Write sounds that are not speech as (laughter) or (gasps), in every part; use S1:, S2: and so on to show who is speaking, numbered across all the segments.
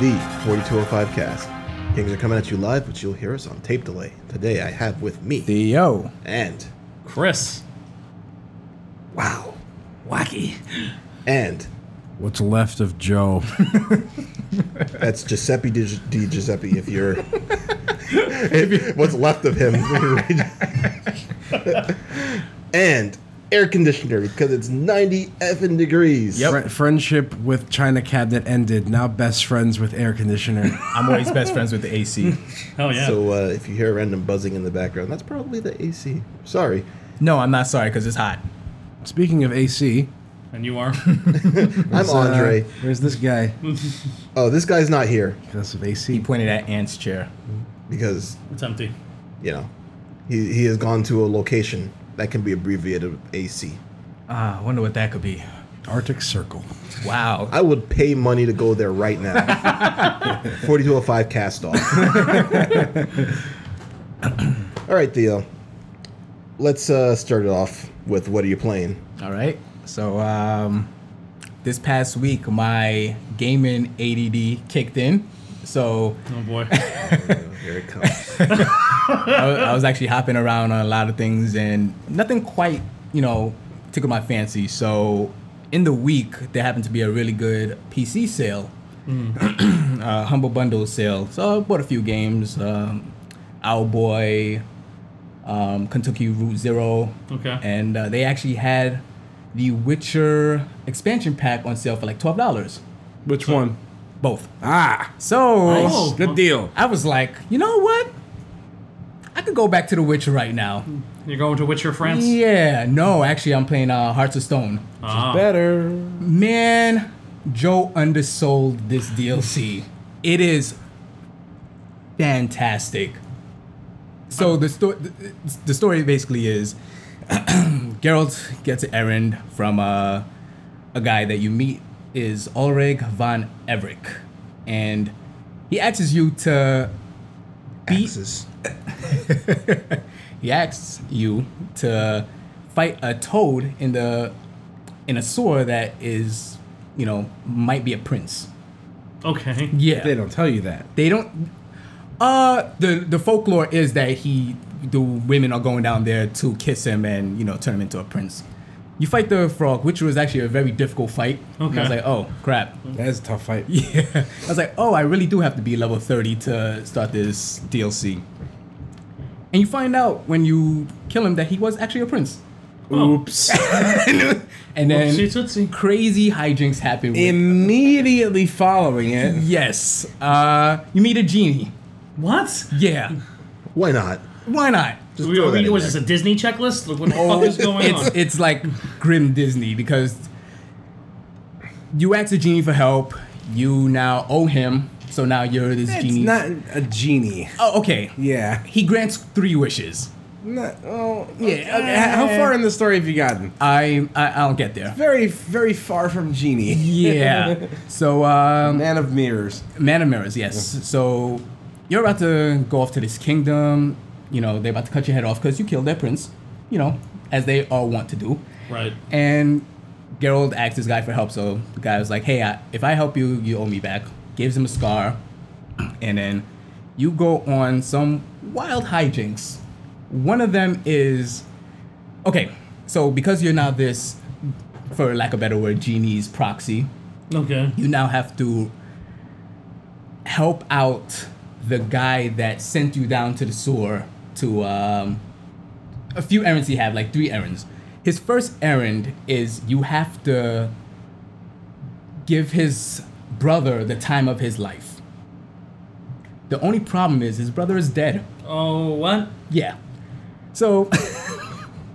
S1: the 4205cast. Things are coming at you live, but you'll hear us on tape delay. Today I have with me
S2: Theo.
S1: and
S3: Chris.
S1: wow
S3: Wacky.
S1: and
S2: What's left of Joe? (laughs)
S1: that's Giuseppe Di, Di Giuseppe. If you're what's left of him, and air conditioner because it's 90 effing degrees.
S2: Fri- friendship with China Cabinet ended. Now best friends with air (laughs) conditioner.
S4: I'm always best friends with the AC.
S3: Hell yeah.
S1: So uh, if you hear random buzzing in the background, that's probably the AC. Sorry.
S4: No, I'm not sorry because it's hot.
S2: Speaking of AC,
S3: and you are? (laughs)
S1: I'm
S2: uh,
S1: Andre.
S2: where's this guy?
S1: oh, this guy's not here
S2: Because of
S4: He
S2: AC.
S4: pointed at Ant's chair.
S1: because
S3: it's empty.
S1: you know he he has gone to a location that can be abbreviated with AC.
S4: Ah, I wonder what that could be.
S2: Arctic Circle.
S4: Wow.
S1: I would pay money to go there right now. (laughs) 4205 cast off. (laughs) All right, Theo. Let's uh, start it off with what are you playing?
S4: All right. So, um, this past week, my gaming ADD kicked in. So,
S3: Oh boy.
S1: Oh, Here it comes.
S4: I, I was actually hopping around on a lot of things and nothing quite, you know, tickled my fancy. So in the week, there happened to be a really good PC sale, (clears throat) uh, Humble Bundle sale. So I bought a few games um, Owlboy, um, Kentucky Route Zero.
S3: Okay.
S4: And uh, they actually had the Witcher expansion pack on sale for like $12.
S2: Which one?
S4: Both.
S2: Ah,
S4: So.
S3: Nice. Oh.
S2: good deal.
S4: I was like, you know what? I could go back to The Witcher right now.
S3: You're going to Witcher France?
S4: Yeah, no, actually, I'm playing uh, Hearts of Stone.
S3: Ah.
S2: Better.
S4: Man, Joe undersold this DLC. It is fantastic. So the story, the story basically is, (clears throat) Geralt gets an errand from uh, a guy that you meet is Ulrich von Everick, and he asks you to beat
S1: Axes.
S4: (laughs) he asks you to fight a toad in the in a sewer that is you know might be a prince
S3: Okay.
S4: yeah
S2: They don't tell you that.
S4: they don't uh the the folklore is that he the women are going down there to kiss him and you know turn him into a prince you fight the frog which was actually a very difficult fight and i was
S3: Okay.
S4: like oh crap (laughs)
S2: That's a tough fight.
S4: yeah. I was like, oh, I really do have to be level 30 to start this DLC. And you find out when you kill him that he was actually a prince.
S3: Oh,
S2: Oops. (laughs)
S4: And then
S3: Oopsie tootsie.
S4: crazy hijinks happen. With,
S2: Immediately following it.
S4: yes. Uh, you meet a genie.
S3: What?
S4: Yeah.
S1: Why not?
S4: Why not?
S1: Just
S3: We-
S1: throw that in
S3: was
S1: there.
S3: this a Disney checklist? Look what the fuck is going
S4: Oh, it's,
S3: on.
S4: It's like grim Disney because you ask the genie for help. You now owe him. So now you're this
S2: It's
S4: genie.
S2: not a genie.
S4: oh, okay.
S2: Yeah.
S4: He grants three wishes.
S2: Not, oh,
S4: Yeah.
S2: okay, How far in the story have you gotten?
S4: I I, I don't get there.
S2: Very, very far from genie.
S3: (laughs)
S4: Yeah. so, um,
S2: Man of mirrors.
S4: Man of Mirrors, yes. So, you're about to go off to this kingdom. You know, they're about to cut your head off because you killed their prince, you know, as they all want to do.
S3: Right.
S4: And Geralt asks this guy for help. So, the guy was like, hey, I, if I help you, you owe me back. Gives him a scar. And then you go on some wild hijinks. One of them is okay, so because you're now this, for lack of a better word, genie's proxy,
S3: Okay.
S4: you now have to help out the guy that sent you down to the sewer to um, a few errands he had, like three errands. His first errand is you have to give his brother the time of his life. The only problem is his brother is dead.
S3: Oh, what?
S4: Yeah. So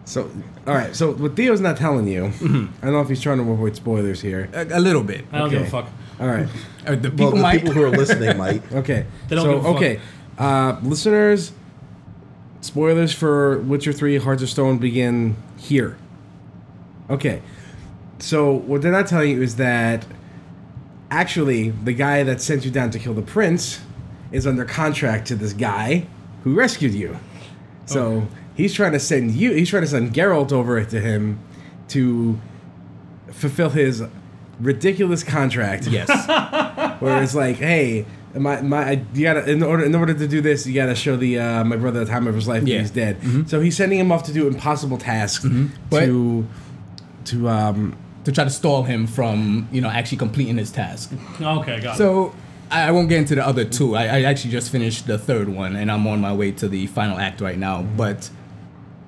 S2: So, all right. So, what Theo's not telling you, I don't know if he's trying to avoid spoilers here.
S4: a, a little bit.
S3: I don't give a
S2: Okay.
S3: fuck.
S2: All right.
S4: Uh, the people
S1: Well, the
S4: might.
S1: people who are listening might.
S2: Okay.
S3: They don't
S2: so,
S3: give a fuck.
S2: okay. Uh, listeners, spoilers for Witcher 3 Hearts of Stone begin here. Okay. So, what they're not telling you is that actually the guy that sent you down to kill the prince is under contract to this guy who rescued you. So, he's trying to send you, he's trying to send Geralt over to him to fulfill his ridiculous contract
S4: yes. (laughs)
S2: where it's like, hey, my my you gotta in order in order to do this, you gotta show the uh, my brother the time of his life that
S4: Yeah.
S2: he's dead. So he's sending him off to do impossible tasks
S4: But-
S2: to to um
S4: to try to stall him from you know actually completing his task.
S3: Okay, got it.
S4: So I, I won't get into the other two. I, I actually just finished the third one, and I'm on my way to the final act right now. But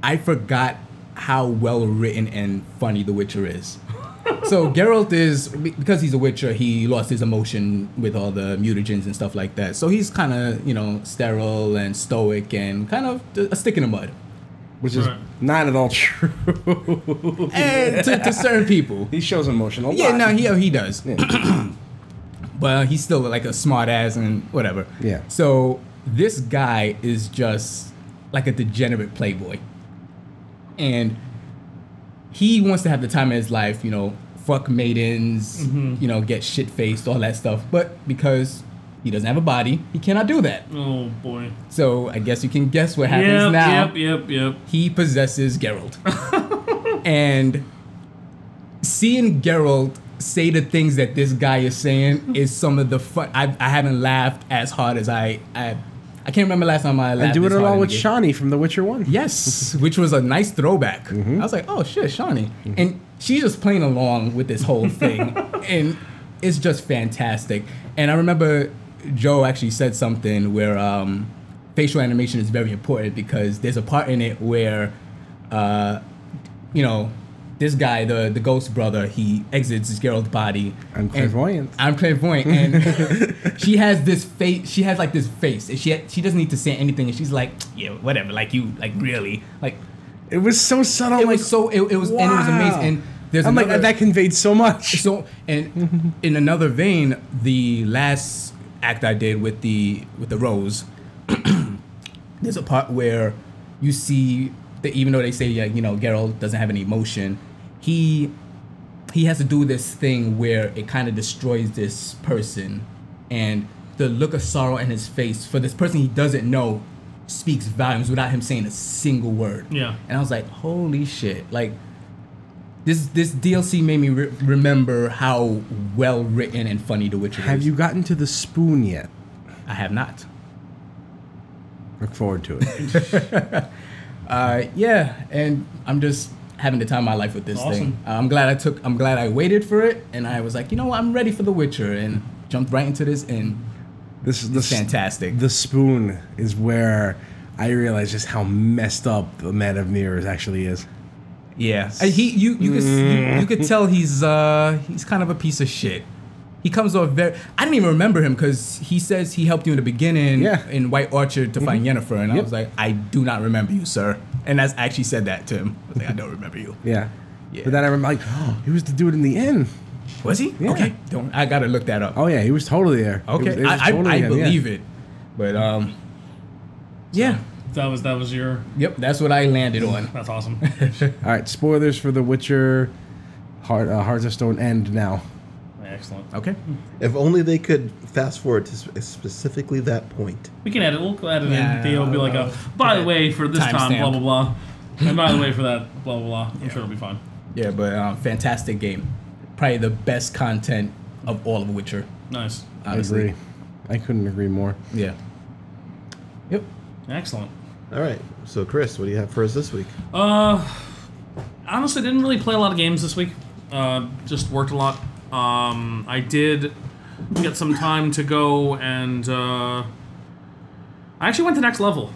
S4: I forgot how well written and funny The Witcher is. so Geralt is be- because he's a Witcher. He lost his emotion with all the mutagens and stuff like that. So he's kind of you know sterile and stoic and kind of a stick in the mud.
S2: which is
S3: Right.
S2: not at all (laughs) true.
S4: And to, to certain people,
S2: he shows emotion a
S4: Yeah,
S2: lot.
S4: no, he oh, he does. (clears throat) but uh, he's still like a smart ass and whatever.
S2: Yeah.
S4: So this guy is just like a degenerate playboy. And he wants to have the time of his life, you know, fuck maidens,
S3: Mm-hmm.
S4: you know, get shit faced, all that stuff. But because he doesn't have a body, he cannot do that.
S3: Oh boy.
S4: So I guess you can guess what happens
S3: Yep,
S4: now
S3: yep, yep, yep.
S4: he
S2: (laughs)
S4: possesses Geralt. and seeing Geralt say the things that this guy is saying is some of the fun. I, I haven't laughed as hard as I. I, I can't remember last time I laughed.
S2: and do it
S4: this hard in
S2: along
S4: a
S2: with
S4: game.
S2: Shawnee from The Witcher One.
S4: Yes, which was a nice throwback. I was like, oh shit, Shawnee. And she's just playing along with this whole thing. and it's just fantastic. And I remember Joe actually said something where um, facial animation is very important because there's a part in it where, uh, you know, this guy, the, the ghost brother, he exits his Gerald's body.
S2: I'm
S4: and-
S2: clairvoyant.
S4: I'm clairvoyant, and
S2: (laughs)
S4: she has this face. She has like this face, and she she doesn't need to say anything, and she's like, yeah, whatever. Like you, like really, like
S2: It was so subtle.
S4: it
S2: like,
S4: was so it, it was and it was amazing. And there's
S2: I'm
S4: another,
S2: like that conveyed so much.
S4: so and in another vein, the last act I did with the with the rose, (clears throat) there's a part where you see that even though they say like, you know Geralt doesn't have any emotion, he he has to do this thing where it kind of destroys this person, and the look of sorrow in his face for this person he doesn't know speaks volumes without him saying a single word.
S3: Yeah.
S4: and I was like, holy shit, like this this DLC made me re- remember how well written and funny The Witcher
S2: Have
S4: is.
S2: you gotten to the spoon yet?
S4: I have not.
S2: Look forward to it.
S4: Uh, yeah, and I'm just having the time of my life with this
S3: Awesome.
S4: thing. Uh, I'm glad I took. I'm glad I waited for it, and I was like, you know what, I'm ready for The Witcher, and jumped right into this, and
S2: This is the
S4: fantastic.
S2: The spoon is where I realize just how messed up the Man of Mirrors actually is.
S4: yeah, Uh, he you you could you, you
S2: Mm.
S4: could tell he's uh he's kind of a piece of shit. He comes off very. I didn't even remember him because he says he helped you in the beginning
S2: Yeah. Mm-hmm.
S4: in White Orchard to find Yennefer, and I
S2: Yep.
S4: was like, I do not remember you, sir. And that's I actually said that to him. I was like, I don't remember you.
S2: Yeah.
S4: Yeah.
S2: But then I remember, like, (gasps) oh, he was the dude in the inn.
S4: Was he?
S2: Yeah.
S4: Okay, don't. I gotta look that up.
S2: Oh yeah, he was totally there.
S4: Okay,
S2: it was, it was
S4: I, I,
S2: totally
S4: I
S2: him, yeah.
S4: believe it, but um, yeah,
S3: That was that was your
S4: yep, that's what I landed on. (laughs)
S3: that's awesome.
S2: All right, spoilers for The Witcher, Heart, uh, Hearts of Stone end now.
S3: Excellent.
S4: Okay,
S1: If only they could fast forward to sp- specifically that point.
S3: We can edit. We'll add it
S4: Yeah,
S3: in. Theo will be like, a,
S4: uh,
S3: by the way, for this
S4: Timestamp.
S3: time, blah blah blah, and by the way, for that, blah blah blah. I'm sure it'll be fine.
S4: yeah, but um, fantastic game, probably the best content of all of Witcher.
S3: Nice.
S4: Honestly.
S2: I agree. I couldn't agree more.
S4: Yeah. Yep.
S3: Excellent.
S1: All right. So, Chris, what do you have for us this week?
S3: Uh, honestly, didn't really play a lot of games this week. Uh, just worked a lot. Um, I did get some time to go and uh, I actually went to next level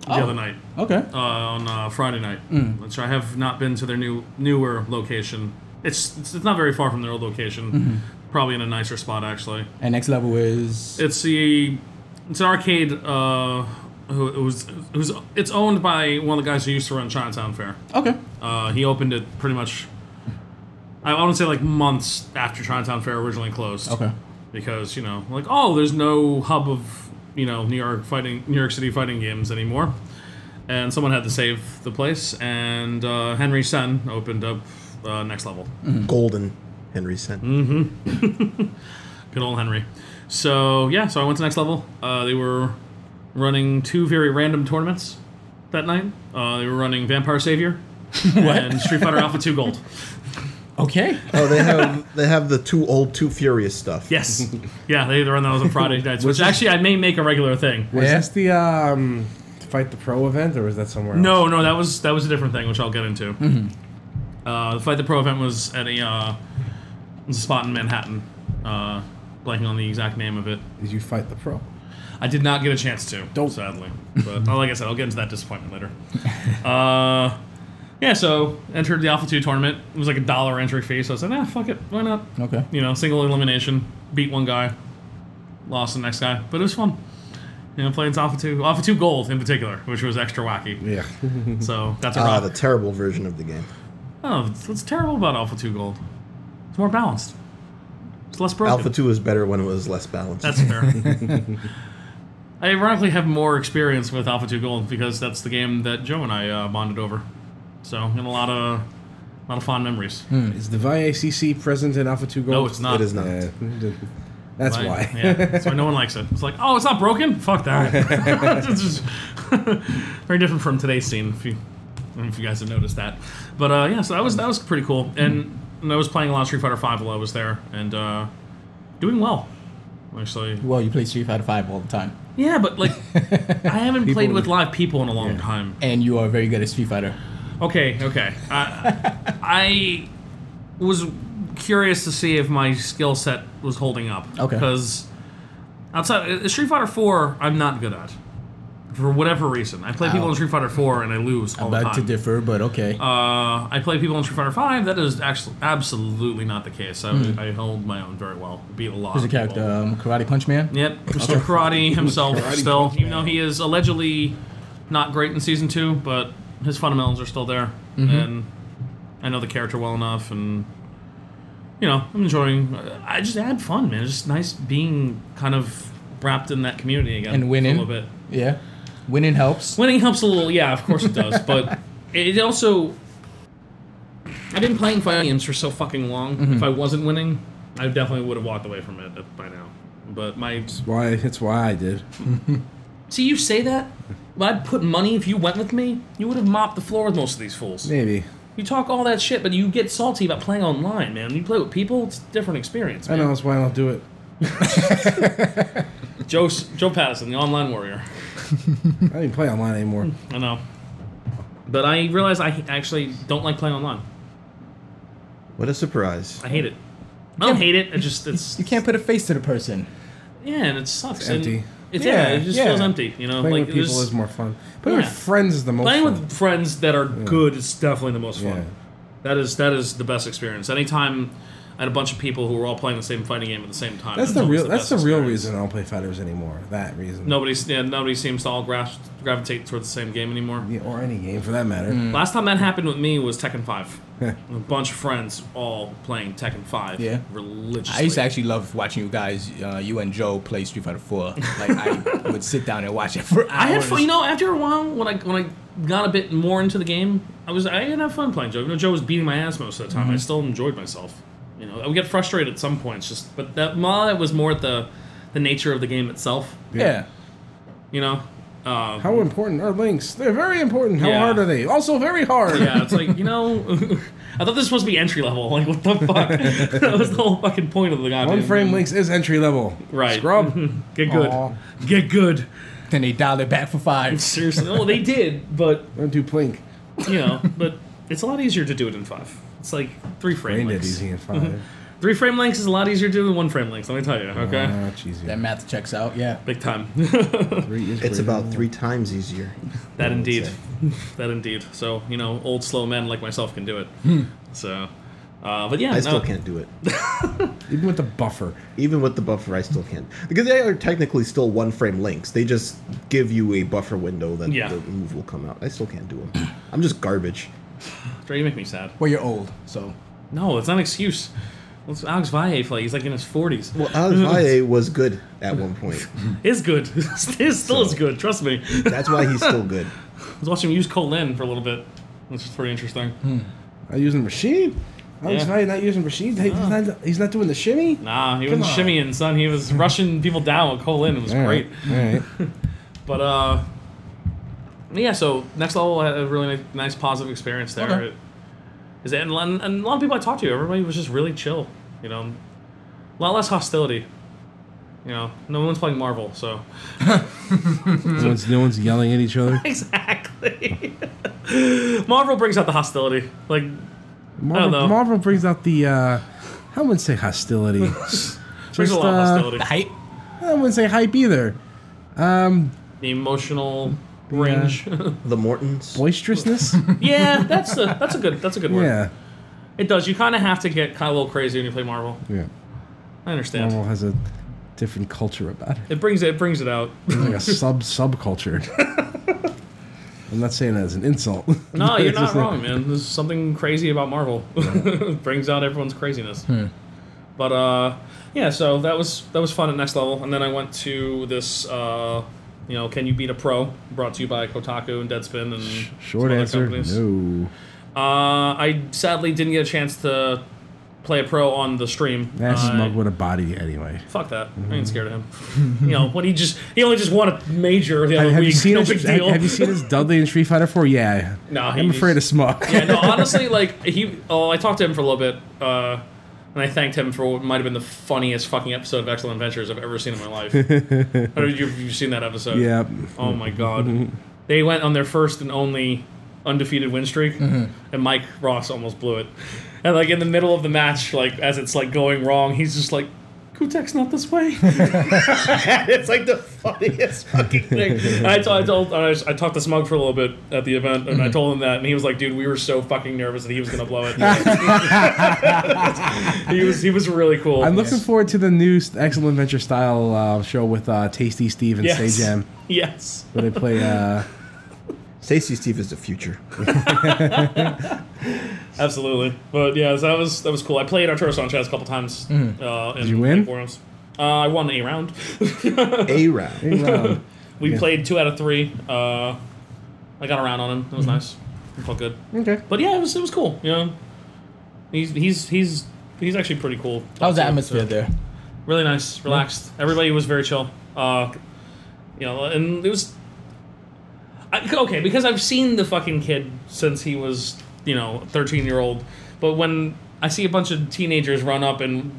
S3: the
S4: Oh.
S3: other night
S4: Okay.
S3: uh, on uh, Friday night, which I have not been to their new newer location. It's it's, it's not very far from their old location. Probably in a nicer spot actually.
S4: And next level is
S3: It's the it's an arcade. Uh, who it was who's it's owned by one of the guys who used to run Chinatown Fair.
S4: okay.
S3: Uh, he opened it pretty much. I want to say like months after Chinatown Fair originally closed.
S4: Okay.
S3: Because you know, like, oh, there's no hub of you know New York fighting New York City fighting games anymore, and someone had to save the place, and uh, Henry Sen opened up uh, next level.
S1: Hmm. Golden Henry sent.
S3: Good old Henry. So yeah, so I went to next level. Uh, they were running two very random tournaments that night. Uh, they were running Vampire Savior and Street Fighter Alpha Two Gold.
S4: Okay.
S1: Oh, (laughs) they have they have the too old, too furious stuff.
S3: Yes. Yeah, they run those on Friday nights, which actually I may make a regular thing.
S2: Was
S4: Yeah.
S2: this the um, Fight the Pro event, or was that somewhere else?
S3: No, no, that was that was a different thing, which I'll get into. Uh, the fight the pro event was at a, uh, it was a spot in Manhattan. Uh, blanking on the exact name of it.
S2: Did you fight the pro?
S3: I did not get a chance to,
S2: Don't.
S3: sadly. But uh, like I said, I'll get into that disappointment later. (laughs) Uh, yeah, so entered the Alpha Two tournament. It was like a dollar entry fee, so I said, ah, fuck it, why not?
S4: Okay.
S3: You know, single elimination, beat one guy, lost the next guy, but it was fun. You know, playing Alpha Two, Alpha Two Gold in particular, which was extra wacky.
S1: Yeah.
S3: (laughs) So that's a
S1: Ah,
S3: rock.
S1: the terrible version of the game.
S3: Oh, it's- what's terrible about Alpha 2 Gold? It's more balanced. It's less broken.
S1: Alpha Two was better when it was less balanced.
S3: That's fair. (laughs) I ironically have more experience with Alpha 2 Gold because that's the game that Joe and I uh, bonded over. So, and a lot of, a lot of fond memories.
S4: Hmm.
S2: Is the VIACC present in Alpha 2 Gold?
S3: No, it's not.
S1: Hmm. it is not.
S2: Yeah, that's
S3: Right?
S2: why.
S3: yeah. So no one likes it. It's like, oh, it's not broken.
S2: (laughs)
S3: Fuck that. it's just (laughs) very different from today's scene. If you, I don't know if you guys have noticed that, but uh, yeah, so that was that was pretty cool. And, and I was playing a lot of Street Fighter Five while I was there, and uh, doing well, actually.
S4: Well, you play Street Fighter Five all the time,
S3: Yeah,
S2: (laughs)
S3: but like, I haven't played with live people in a long
S2: Yeah.
S3: time.
S4: and you are very good at Street Fighter.
S3: Okay, okay.
S4: (laughs)
S3: I, I was curious to see if my skill set was holding up.
S4: Okay.
S3: Because outside uh, Street Fighter Four, I'm not good at. For whatever reason, I play people
S4: Ow.
S3: in Street Fighter Four and I lose all
S4: About
S3: the
S4: to
S3: time.
S4: differ, but okay.
S3: uh, I play people in Street Fighter Five. That is actually absolutely not the case. I, I hold my own very well. Beat a lot.
S4: Hmm. Who's the
S3: of people.
S4: character? Um, Karate Punch Man.
S3: Yep,
S4: (laughs)
S3: Mr. Karate himself still, even though he is allegedly not great in season two, but his fundamentals are still there,
S4: Mm-hmm.
S3: and I know the character well enough, and you know I'm enjoying. I just had fun, man. It's just nice being kind of wrapped in that community again
S4: And winning.
S3: a little bit.
S4: Yeah. Winning helps.
S3: Winning helps a little, yeah, of course it does,
S4: (laughs)
S3: but it also. I've been playing fighting games for so fucking long. If
S4: Mm-hmm.
S3: I wasn't winning, I definitely would have walked away from it by now. But my
S2: That's (laughs) why, that's why I did.
S3: See, you say that, but I'd put money if you went with me, you would have mopped the floor with most of these fools.
S2: Maybe.
S3: You talk all that shit, but you get salty about playing online, man. You play with people, it's a different experience.
S2: I
S3: Man.
S2: know, that's why I don't do it.
S3: Joe, S- Joe Patterson, the online warrior.
S2: I don't even play online
S3: (laughs)
S2: anymore.
S3: I know. But I realize I actually don't like playing online.
S1: What a surprise!
S3: I hate it. I don't hate it. I just
S2: (laughs)
S3: it's
S4: You can't put a face to the person.
S3: yeah, and it sucks.
S2: It's
S3: and
S2: empty.
S3: It's, yeah,
S4: Yeah,
S3: it just
S4: yeah.
S3: feels empty. You know,
S2: Playing
S3: like
S2: with people
S3: there's-
S2: is more fun. Playing
S3: Yeah.
S2: with friends is the most
S3: playing
S2: fun.
S3: with friends that are good is definitely the most fun.
S2: Yeah.
S3: That is that is the best experience. Anytime I had a bunch of people who were all playing the same fighting game at the same time.
S2: that's the
S3: always
S2: real. that's
S3: best
S2: the real
S3: experience.
S2: reason I don't play fighters anymore. That reason.
S3: Nobody's yeah, nobody seems to all grasp, gravitate towards the same game anymore.
S2: Yeah, or any game for that matter.
S3: Last time that happened with me was Tekken Five. a bunch of friends all playing Tekken Five.
S4: Yeah.
S3: religiously.
S4: I used to actually love watching you guys, uh, you and Joe play Street Fighter 4. Like,
S3: (laughs)
S4: I would sit down and watch it for hours.
S3: I had fun, you know. After a while, when I when I got a bit more into the game, I was I had have fun playing Joe. You know, Joe was beating my ass most of the time.
S2: Mm-hmm.
S3: I still enjoyed myself. You know, I would get frustrated at some points, just but that while it was more at the the nature of the game itself.
S4: Yeah.
S3: You know, uh,
S2: How important are links? They're very important. How
S3: Yeah.
S2: hard are they? Also very hard.
S3: yeah, it's like you know, (laughs) I thought this was supposed to be entry level. Like, what the fuck? (laughs) that was the whole fucking point of the
S2: (laughs)
S3: guy.
S2: One frame links is entry level.
S3: Right.
S2: Scrub.
S3: (laughs) Get good.
S2: Aw.
S3: Get good.
S4: Then they dialed it back for
S3: (laughs)
S4: five.
S3: Seriously. Oh, they did, but
S2: Don't do plink.
S3: you know, but it's a lot easier to do it in five. It's like three frame
S2: Brain dead
S3: links.
S2: easy in
S3: (laughs)
S2: five.
S3: Three frame lengths is a lot easier to do than one frame length. Let me tell you. Okay,
S2: Ah, it's easier.
S4: That math checks out, yeah.
S3: big time. (laughs)
S2: Three
S1: It's
S2: is greater
S1: about
S2: than
S1: three times easier.
S3: that indeed.
S1: say.
S3: (laughs) that indeed. So you know, old slow men like myself can do it.
S2: Hmm.
S3: So, uh, but yeah,
S1: I
S3: no.
S1: still can't do it,
S2: one. Even with the buffer.
S1: even with the buffer. I still can't because they are technically still one frame links. They just give you a buffer window that
S3: Yeah.
S1: the move will come out. I still can't do them. I'm just
S3: (laughs)
S1: garbage.
S3: Dre, you make me sad.
S4: Well, you're old, so.
S3: No, it's not an excuse. What's Alex Valle play? He's like in his forties.
S1: Well, uh, Alex Valle was good at one point.
S3: Is good. (laughs) His still is
S1: So-
S3: good. Trust me. I
S1: That's why he's still
S3: (laughs)
S1: good.
S3: was watching him use Colin for a little bit, which is pretty interesting.
S2: Not using machine. Alex
S3: Yeah.
S2: Valle not using machine. He's, not, he's not doing the shimmy.
S3: Nah, he wasn't
S2: on.
S3: shimmying, son. He was rushing people down with Colin. It was
S2: All
S3: great.
S2: right. All right.
S3: But uh, yeah. So next level had a really ni- nice positive experience there.
S4: Okay.
S3: It, Is that, and, a lot- and a lot of people I talked to, everybody was just really chill. You know, a lot less hostility. You know, no one's playing Marvel, so
S2: No one's, no one's yelling at each other.
S3: (laughs) exactly. (laughs) Marvel brings out the hostility. Like
S2: (laughs) Marvel,
S3: know.
S2: Marvel brings out the. Uh, I wouldn't say hostility.
S3: (laughs) brings
S2: Just,
S3: a lot of
S2: uh,
S4: (laughs)
S3: hostility.
S4: The hype.
S2: I wouldn't say hype either.
S3: The emotional range. (laughs)
S1: The Mortons.
S2: Boisterousness.
S3: yeah, that's a that's a good that's a good word.
S2: yeah.
S3: It does. You kind of have to get kind of a little crazy when you play Marvel.
S2: Yeah.
S3: I understand.
S2: Marvel has a different culture about it.
S3: It brings it brings it
S2: (laughs)
S3: out.
S2: It's like a sub subculture. (laughs) I'm not saying that as an
S3: (laughs)
S2: insult.
S3: No, you're
S2: It's
S3: not
S2: just like-
S3: wrong, man. There's something crazy about Marvel. (laughs) It brings out everyone's craziness. But uh, yeah, so that was that was fun at next level, and then I went to this, uh, you know, can you beat a pro? Brought to you by Kotaku and Deadspin and some
S2: Short
S3: other
S2: answer,
S3: companies.
S2: no.
S3: Uh, I sadly didn't get a chance to play a pro on the stream.
S2: That's
S3: I-
S2: smug Mm-hmm. with a body anyway.
S3: Fuck that! I ain't scared of
S2: (laughs)
S3: him. you know, when he just he only just won a major the other
S2: Have, have
S3: week.
S2: you seen
S3: no
S2: his,
S3: big
S2: have,
S3: deal.
S2: have you seen his Dudley in Street Fighter 4? Yeah.
S3: (laughs) Nah,
S2: I'm
S3: he's-
S2: afraid of smug. (laughs)
S3: yeah, no, honestly, like he. Oh, I talked to him for a little bit, uh, and I thanked him for what might have been the funniest fucking episode of Excellent Adventures I've ever seen in my
S2: (laughs)
S3: life. I don't know if you've, you've seen that episode.
S2: yeah.
S3: Oh my god. they went on their first and only undefeated win streak, and Mike Ross almost blew it. And like in the middle of the match, like as it's like going wrong, he's just like. Kutek's not this way. (laughs) it's like the funniest
S1: (laughs)
S3: fucking thing. And I, t- I told, I, was- I talked to Smug for a little bit at the event, and I told him that, and he was like, "Dude, we were so fucking nervous that he was gonna blow it." (laughs) he was, he was really cool.
S2: I'm looking forward to the new s- Excellent Adventure style uh, show with uh, Tasty Steve and Say
S3: yes.
S2: Jam,
S3: Yes.
S2: where they play. (laughs) Uh,
S1: Stacey Steve is the future.
S3: Absolutely, but yeah, so that was that was cool. I played Arturo Sanchez a couple times. Uh, in Did
S2: Mm-hmm. you win?
S3: Forums. Uh, I won a round. (laughs)
S1: A round.
S2: um,
S3: We played two out of three. Uh, I got a round on him. It was
S2: Mm-hmm.
S3: nice. It felt good.
S2: okay.
S3: But yeah, it was it was cool. You know, he's he's he's he's actually pretty cool.
S4: How's the
S3: Talk to him, so-
S4: atmosphere there?
S3: Really nice, relaxed. Everybody was very chill. Uh, you know, and it was I, okay because I've seen the fucking kid since he was you know thirteen year old. But when I see a bunch of teenagers run up and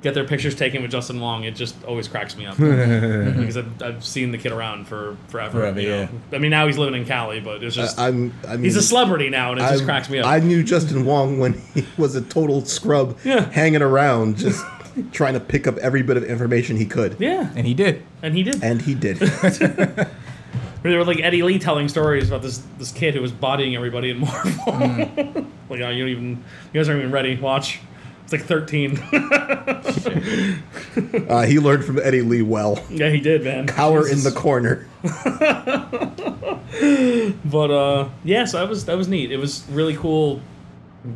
S3: get their pictures taken with Justin Long, it just always cracks
S1: (laughs)
S3: me up because I've, I've seen the kid around for forever.
S4: Forever,
S3: you know?
S4: yeah.
S3: I mean, now he's living in Cali, but it's just.
S1: I'm. I mean,
S3: He's a celebrity now, and it just
S1: I-
S3: cracks me up.
S1: I knew Justin Wong when he was a total scrub,
S3: Yeah.
S1: hanging around, just trying to pick up every bit of information he could.
S3: yeah,
S4: And he did.
S3: and he did.
S1: And he did.
S3: Where they were like Eddie Lee telling stories about this this kid who was bodying everybody in (laughs) Marvel. like, oh, you don't even you guys aren't even ready. Watch, it's like thirteen. (laughs)
S1: Uh, he learned from Eddie Lee well.
S3: yeah, he did, man.
S1: Power in the corner.
S3: But uh, yeah, so that was that was neat. It was really cool.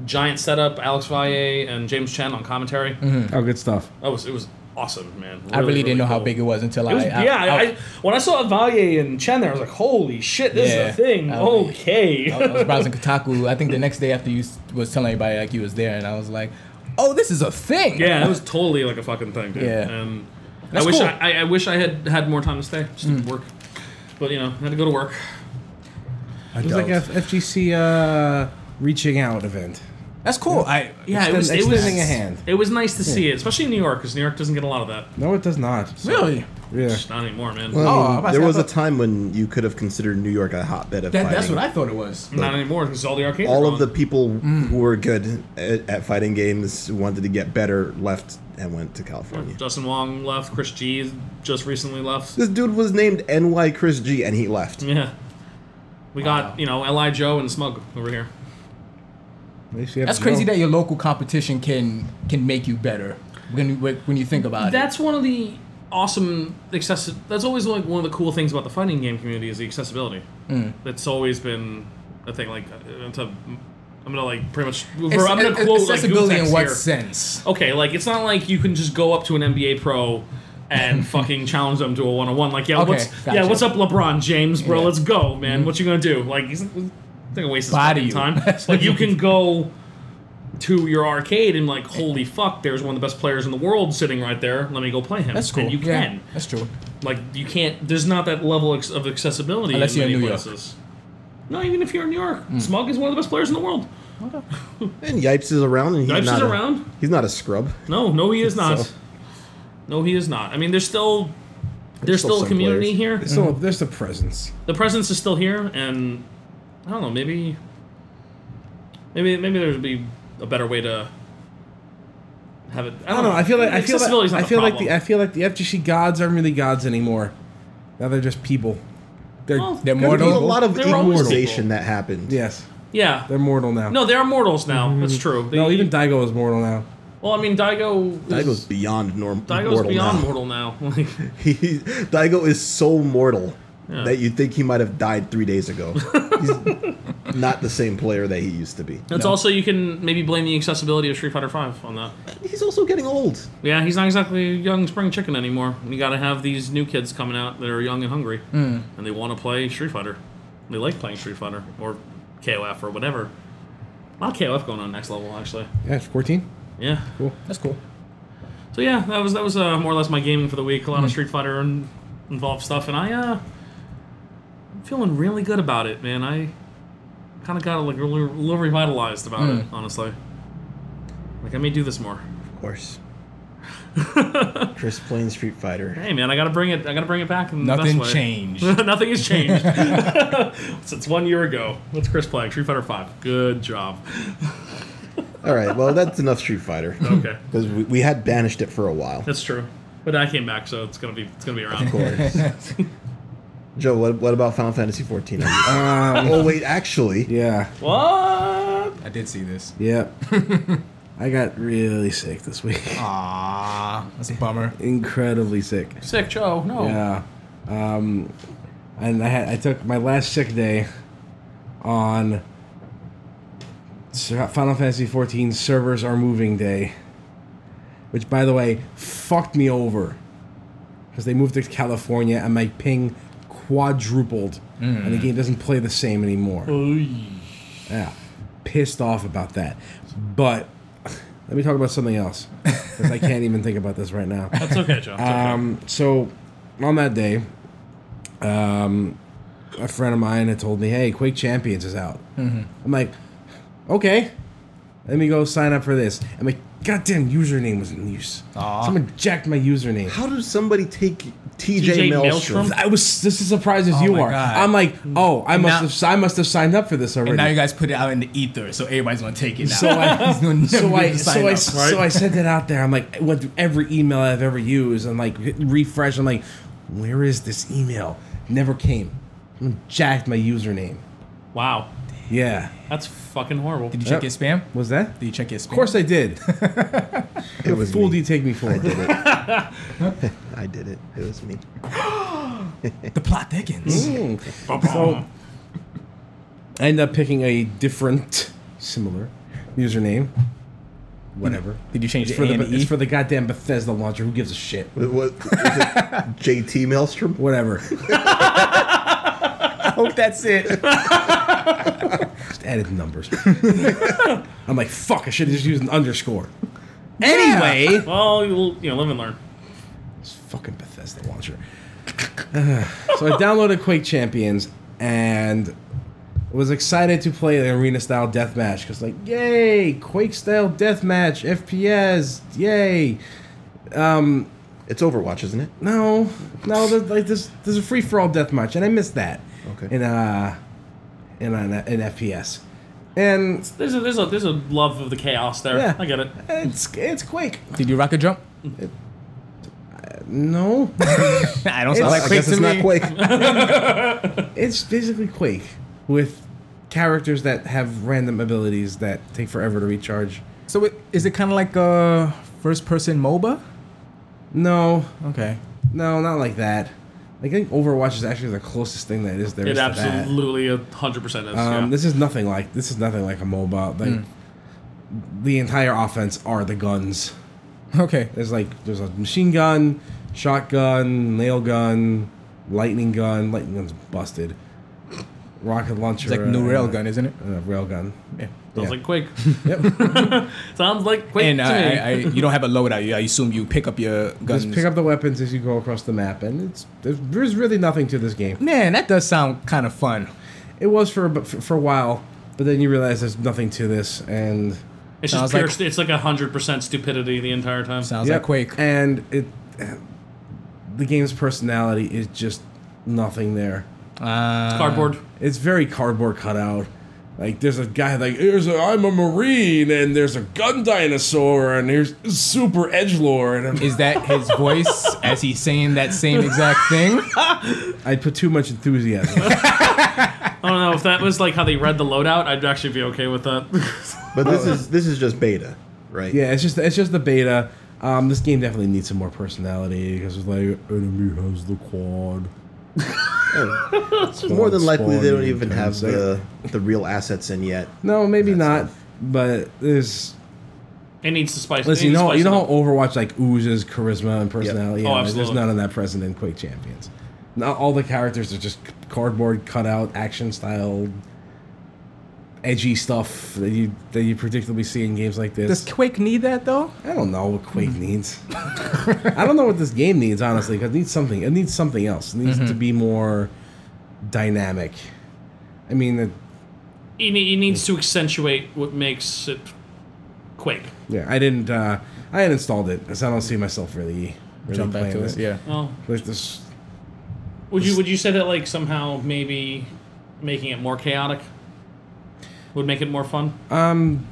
S3: Giant setup. Alex Valle and James Chen on commentary.
S2: Oh, good stuff.
S3: That was it was awesome, man.
S4: Mm-hmm. I really, didn't know how
S3: cool.
S4: big it was until
S3: It was,
S4: I, I.
S3: yeah, I,
S4: I,
S3: I, when I saw Valle and Chen there, I was like, "Holy shit, this
S4: Yeah.
S3: is a thing."
S4: I was-
S3: okay.
S4: I was browsing Kotaku. I think the next day after you s- was telling everybody like you was there, and I was like, "Oh, this is a thing."
S3: Yeah, that was totally like a fucking thing. Dude.
S4: Yeah.
S3: and
S4: That's
S3: I wish
S4: cool.
S3: I, I, I wish I had had more time to stay. Just didn't work, but you know, I had to go to work.
S2: It was like a FGC uh, reaching out event.
S4: That's cool. I
S3: Yeah,
S2: Extend-
S3: it was it was
S2: extending a hand.
S3: It was nice to see it, especially in New York, because New York doesn't get a lot of that.
S2: No, it does not.
S4: really.
S2: Yeah.
S3: Just Not anymore, man.
S1: I
S4: Oh,
S1: mean,
S4: I'm about to
S1: there
S4: say, I
S1: was a
S4: thought-
S1: time when you could have considered New York a hotbed of
S4: That,
S1: fighting.
S4: that's what I thought it was.
S3: Not anymore because all the arcades.
S1: All
S3: are
S1: of the
S3: gone.
S1: people
S3: Mm.
S1: who were good at, at fighting games who wanted to get better left and went to California.
S3: Justin Wong left. Chris G just
S1: (laughs)
S3: recently left.
S1: This dude was named NY Chris G and he left.
S3: Yeah, we got you know Li Joe and Smug over here.
S2: At least you have
S4: That's
S2: to
S4: crazy
S2: know.
S4: that your local competition can can make you better when you, when you think about
S3: That's one of the awesome accessi- That's always like one of the cool things about the fighting game community is the accessibility.
S4: Mm.
S3: That's always been a thing. Like, uh, to, I'm gonna like pretty much.
S4: it. It's-
S3: I'm gonna
S4: it- it-
S3: quote
S4: accessibility
S3: like, Gutex
S4: in what
S3: here.
S4: sense?
S3: Okay, like it's not like you can just go up to an NBA pro.
S4: (laughs)
S3: And fucking challenge them to a one on one. Like, yeah,
S4: Okay,
S3: what's yeah,
S4: gotcha.
S3: what's up, LeBron James, bro?
S4: Yeah. Mm-hmm.
S3: Let's go, man. What you gonna do? Like, he's not gonna waste his
S4: Body
S3: fucking time.
S4: you. (laughs)
S3: like, you can go to your arcade and like, holy fuck, there's one of the best players in the world sitting right there. Let me go play him.
S4: That's cool.
S3: And you
S4: Yeah,
S3: can.
S4: That's true.
S3: Like you can't. There's not that level ex- of accessibility
S4: Unless
S3: in
S4: you're
S3: many
S4: in New York. Mm.
S3: places. No, even if you're in New York, Smug is one of the best players in the world.
S1: And Yipes is around, and he's
S3: Yipes is
S1: not a-
S3: around?
S1: He's not a scrub.
S3: No, no, he
S2: (laughs)
S3: is not.
S1: So-
S3: No, he is not. I mean, there's still there's
S1: still
S3: still,
S1: some
S3: a community
S1: players.
S3: here.
S2: So there's the presence.
S3: The presence is still here, and I don't know. Maybe maybe maybe there'd be a better way to have it.
S2: I don't know. I feel like I feel like
S3: Accessibility's
S2: I
S3: not a
S2: feel like the
S3: problem.
S2: I feel like the FGC gods aren't really gods anymore. Now they're just people. They're
S3: Well,
S2: they're
S3: could
S1: There's a
S2: mortal.
S1: lot of
S3: They're always
S1: equalization
S3: people.
S1: that happened.
S2: yes,
S3: yeah.
S2: they're mortal now.
S3: No, they are mortals now. That's true. They,
S2: no, even Daigo is mortal now.
S3: well, I mean, Daigo. is-
S1: Daigo's beyond norm.
S3: Daigo's
S1: mortal
S3: beyond
S1: now.
S3: mortal now.
S2: (laughs)
S3: (laughs) Like,
S1: (laughs) He, Daigo is so mortal
S3: Yeah.
S1: that you think he might have died three days ago.
S3: (laughs)
S1: he's not the same player that he used to be.
S3: that's also you can maybe blame the accessibility of Street Fighter Five on that.
S1: He's also getting old.
S3: Yeah, he's not exactly a young spring chicken anymore. You got to have these new kids coming out that are young and hungry, and they want to play Street Fighter. They like playing Street Fighter or KOF or whatever. A lot of KOF going on next level, actually.
S2: Yeah, it's fourteen.
S3: Yeah.
S4: That's cool.
S3: So yeah, that was that was uh, more or less my gaming for the week. A lot of Street Fighter in- involved stuff, and I uh, I'm feeling really good about it, man. I kind of got like a little, little revitalized about it, honestly. Like I may do this more.
S1: Of
S3: (laughs)
S1: course. Chris playing Street Fighter.
S3: Hey man, I gotta bring it. I gotta bring it back in the
S4: Nothing
S3: best way.
S4: changed.
S3: (laughs)
S2: (laughs)
S3: Nothing has changed since one year ago. What's Chris playing? Street Fighter Five. Good job.
S1: All right, well, that's enough Street Fighter. (laughs)
S3: Okay,
S1: Because we, we had banished it for a while.
S3: that's true. But I came back, so it's gonna be it's gonna be around.
S1: Of course. (laughs) Joe, what, what about Final Fantasy
S3: (laughs)
S1: 14?
S2: Um,
S1: oh, wait, actually.
S2: yeah,
S3: What?
S4: I did see this.
S2: yeah. I got really sick this week.
S4: Ah, that's a bummer.
S2: Incredibly sick.
S3: Sick Joe. No.
S2: Yeah. Um, and I had I took my last sick day on Ser- Final Fantasy 14 servers are moving day, which by the way fucked me over because they moved to California and my ping quadrupled and the game doesn't play the same anymore. Yeah, pissed off about that. But let me talk about something else because I can't even think about this right now.
S3: That's okay, Joe. It's okay.
S2: Um, so on that day, um, a friend of mine had told me, "Hey, Quake Champions is out."
S4: Mm-hmm.
S2: I'm like, "Okay, let me go sign up for this." And my goddamn username was in use.
S4: Aw.
S2: Someone jacked my username.
S1: How does somebody take TJ,
S3: TJ
S1: Maelstrom?
S3: Maelstrom?
S2: I was just as surprised as
S4: Oh
S2: you
S4: my
S2: are.
S4: God.
S2: I'm like, "Oh, I must
S4: now-
S2: have I must have signed up for this already."
S4: And now you guys put it out in the ether, so everybody's gonna take it now.
S2: So I- (laughs)
S4: (laughs) He's gonna never
S2: so
S4: be able
S2: I
S4: to
S2: so I
S4: sign up.
S2: so I sent that out there. I'm like, I went through every email I've ever used and like hit refresh. I'm like, where is this email? Never came. Someone Jacked my username.
S3: wow,
S2: Yeah,
S3: that's fucking horrible.
S4: Did you check your spam?
S2: was that? Of
S4: Did you check your spam? Of
S2: course I did.
S1: It was
S2: Fool, do
S1: me.
S2: you take me for?
S1: I did it. I did it. It was me.
S4: the plot thickens.
S2: Mm. So (laughs) I end up picking a different, similar username. Whatever.
S4: Did you change
S2: It's
S4: the
S2: for
S4: A
S2: the,
S4: and
S2: it's
S4: E?
S2: for the goddamn Bethesda launcher. Who gives a
S4: (laughs)
S2: shit?
S1: What, what, is it JT Maelstrom?
S2: Whatever.
S4: I hope that's it.
S2: Just added
S4: (laughs)
S2: numbers. I'm like, fuck, I should have just used an underscore. Anyway,
S3: Well, you'll, you know, live and learn.
S2: It's fucking Bethesda launcher. (sighs) so I downloaded Quake Champions and was excited to play the arena style deathmatch because, like, yay, Quake style deathmatch, FPS, yay.
S1: It's Overwatch, isn't it?
S2: No, no, there's, like this, there's a free for all deathmatch, and I missed that.
S1: Okay.
S2: In uh, in an in FPS, and
S3: There's a there's a there's a love of the chaos there.
S2: Yeah.
S3: I get it.
S2: it's it's Quake.
S4: Did you rock a jump?
S2: No,
S4: (laughs) I don't sound
S2: It's-
S4: like
S1: I
S4: Quake
S1: guess
S4: to
S1: it's
S4: me.
S1: not Quake.
S2: it's basically Quake with characters that have random abilities that take forever to recharge.
S4: So it, is it kind of like a first-person MOBA?
S2: No,
S4: Okay. (laughs)
S2: No, not like that. Like, I think Overwatch is actually the closest thing that is there is
S3: It
S2: to
S3: absolutely a hundred percent is.
S2: that. Um,
S3: yeah.
S2: This is nothing like this is nothing like a MOBA.
S4: Hmm.
S2: Like the entire offense are the guns.
S4: Okay.
S2: There's like there's a machine gun, shotgun, nail gun, lightning gun. Lightning gun's busted. Rocket launcher.
S4: It's like new
S2: and
S4: rail
S2: a-
S4: gun, isn't it?
S2: and a rail gun.
S4: Yeah.
S3: Sounds
S2: yeah.
S3: like Quake.
S2: (laughs) Yep.
S3: (laughs) Sounds like Quake
S4: And
S3: to
S4: uh,
S3: me.
S4: I, I, you don't have a loadout. You, I assume you pick up your guns.
S2: Just pick up the weapons as you go across the map, and it's there's, there's really nothing to this game.
S4: Man, that does sound kind of fun.
S2: It was for a, bu- for, for a while. But then you realize there's nothing to this, and
S3: It's
S4: Sounds
S3: just pure.
S4: like-
S3: st- it's like hundred percent stupidity the entire time.
S4: Sounds
S2: Yep.
S4: like Quake.
S2: And it, the game's personality is just nothing there.
S4: Uh,
S3: Cardboard.
S2: It's very cardboard cutout. Like there's a guy like here's a I'm a marine and there's a gun dinosaur and here's super edge lord. And
S4: Is that his voice as he's saying
S2: (laughs)
S4: that same exact thing?
S2: I put too much enthusiasm. (laughs)
S3: I don't know if that was like how they read the loadout. I'd actually be okay with that. (laughs)
S1: But this is this is just beta, right?
S2: yeah, it's just it's just the beta. Um, this game definitely needs some more personality because it's like enemy has the
S1: (laughs)
S2: quad.
S1: More than likely, they don't
S2: Spawn
S1: even have
S2: turns
S1: the the real assets in yet.
S2: No, maybe not. But there's
S3: It needs to spice.
S2: listen,
S3: it
S2: you
S3: needs to
S2: know
S3: spice
S2: you
S3: it
S2: know how
S3: up.
S2: Overwatch like oozes charisma and personality.
S3: Oh,
S2: Yeah, like, there's
S3: absolutely.
S2: none of that present in Quake Champions. Not all the characters are just cardboard cutout action style, edgy stuff that you that you predictably see in games like this.
S4: Does Quake need that though?
S2: I don't know what Quake needs. (laughs) I don't know what this game needs honestly. Cause it needs something. It needs something else. It needs to
S4: Mm-hmm.
S2: be more dynamic. I mean, it,
S3: It, ne- it needs to accentuate what makes it Quake.
S2: yeah, I didn't. Uh, I had installed it because I don't see myself really, really
S4: Jump back
S2: playing
S4: to it. Yeah.
S3: Well,
S2: Like this
S3: would you would you say that like somehow maybe making it more chaotic would make it more fun?
S2: Um,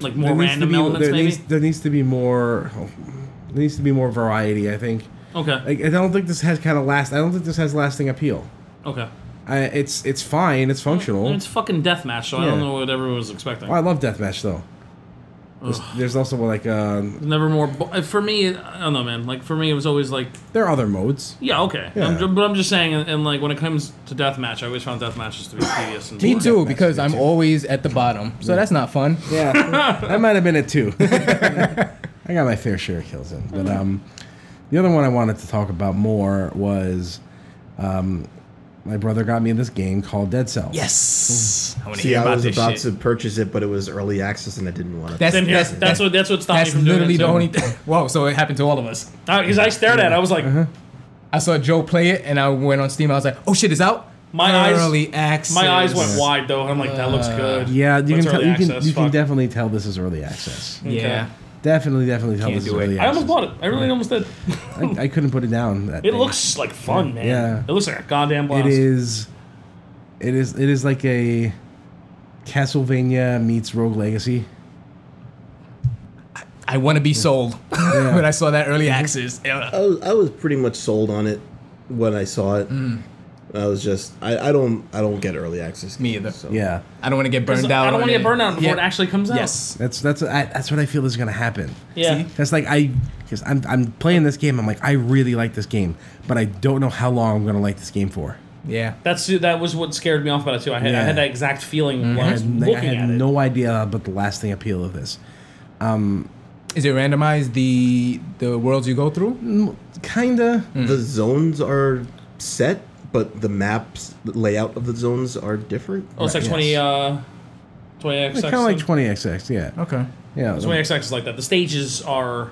S3: Like more
S2: needs to
S3: random
S2: be-
S3: elements,
S2: there
S3: maybe.
S2: Needs, there needs to be more. oh, there needs to be more variety. I think.
S3: okay.
S2: Like, I don't think this has kind of last. I don't think this has lasting appeal.
S3: okay.
S2: I, it's it's fine. It's functional.
S3: It's fucking deathmatch, so I don't
S2: Yeah.
S3: know what everyone was expecting.
S2: oh, I love deathmatch though. There's, there's also like um,
S3: Never more. Bo- for me, I don't know, man. Like for me, it was always like,
S2: there are other modes.
S3: yeah, okay. I'm
S2: Yeah.
S3: ju- but I'm just saying, and, and, like when it comes to deathmatch, I always found deathmatches to be tedious and
S4: Me
S3: boring.
S4: too, because
S1: me
S4: I'm
S1: too.
S4: always at the bottom, so that's not fun.
S2: Yeah, that might have been it too. (laughs) I got my fair share of kills in, but um, the other one I wanted to talk about more was um, my brother got me this game called Dead Cells.
S4: Yes. I want
S1: See, I was about to purchase it, but it was early access, and I didn't want to.
S4: That's
S3: Same here.
S4: that's,
S3: That's,
S4: that's,
S3: what that's what stopped me
S4: that's
S3: from
S4: literally the
S3: doing
S4: only.
S3: it.
S4: Th- Whoa! So it happened to all of us.
S3: Because I stared at it, I was like,
S4: I saw Joe play it, and I went on Steam. I was like, "Oh shit, it's out."
S3: My eyes-
S4: Early access.
S3: my eyes went wide though. and I'm like, that looks good.
S2: Uh, Yeah, you
S3: That's
S2: can tell,
S3: early
S2: you can
S3: access,
S2: you can
S3: fuck.
S2: definitely tell this is early access.
S4: Yeah.
S2: Definitely, definitely tell
S4: Can't
S2: this is
S4: do it.
S2: early
S3: I almost
S2: access.
S3: bought it. I really
S2: (laughs)
S3: almost did.
S2: I, I couldn't put it down. That
S3: It
S2: thing.
S3: looks like fun, man.
S2: Yeah.
S3: It looks like a goddamn blast.
S2: It is. It is. It is like a Castlevania meets Rogue Legacy.
S4: I want to be sold (laughs) when I saw that early access. Yeah.
S1: I was, I was pretty much sold on it when I saw it. I was just I, I don't I don't get early access.
S4: Me
S1: games,
S4: either.
S1: so-
S2: Yeah,
S4: I don't want to get burned out.
S3: I don't
S4: on
S3: want to
S4: it.
S3: get burned out before
S4: Yeah.
S3: it actually comes out.
S4: Yes.
S2: that's that's I, that's what I feel is gonna happen.
S3: Yeah.
S4: See?
S2: That's like I, because I'm I'm playing this game. I'm like I really like this game, but I don't know how long I'm gonna like this game for.
S4: Yeah.
S3: That's that was what scared me off about it too. I had I
S2: Yeah.
S3: had that exact feeling while I was
S2: And, like,
S3: looking
S2: I had
S3: at it.
S2: no idea about the lasting appeal of this.
S4: Is it randomized the the worlds you go through?
S3: Hmm.
S2: Kinda.
S1: The zones are set, but the maps the layout of the zones are different.
S3: Oh, it's like
S2: Yes.
S3: twenty uh, twenty XX.
S2: Kind of like 20xx. Yeah.
S4: Okay.
S2: Yeah.
S3: Twenty XX is like that. The stages are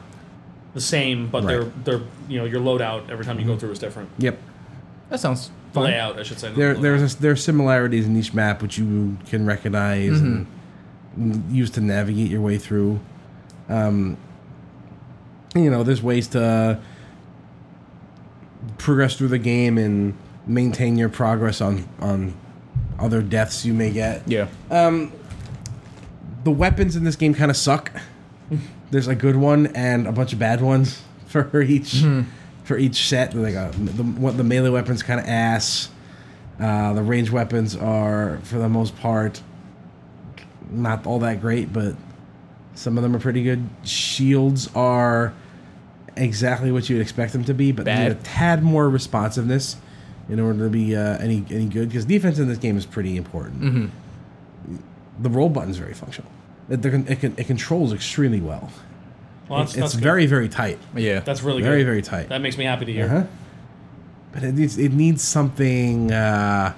S3: the same, but they're they're you know your loadout every time you
S2: Mm-hmm.
S3: go through is different.
S2: Yep.
S4: That sounds
S3: The
S4: fun.
S3: layout, I should say. not
S2: There,
S3: the loadout.
S2: there's a, there are similarities in each map which you can recognize and use to navigate your way through. Um, you know, there's ways to uh, progress through the game and maintain your progress on on other deaths you may get.
S4: Yeah.
S2: The weapons in this game kind of suck. There's a good one and a bunch of bad ones (laughs) for each for each set. Like uh the what the melee weapons kind of ass. Uh, the range weapons are, for the most part, not all that great, but some of them are pretty good. Shields are exactly what you'd expect them to be, but
S4: Bad.
S2: need a tad more responsiveness in order to be uh, any any good. Because defense in this game is pretty important. The roll button's very functional. It, it, it, can, it controls extremely well.
S3: Well, that's,
S2: it's
S3: that's good.
S2: very very tight,
S4: yeah.
S3: That's really
S2: very
S3: good.
S2: very tight.
S3: That makes me happy to hear.
S2: Uh-huh. But it needs it needs something uh,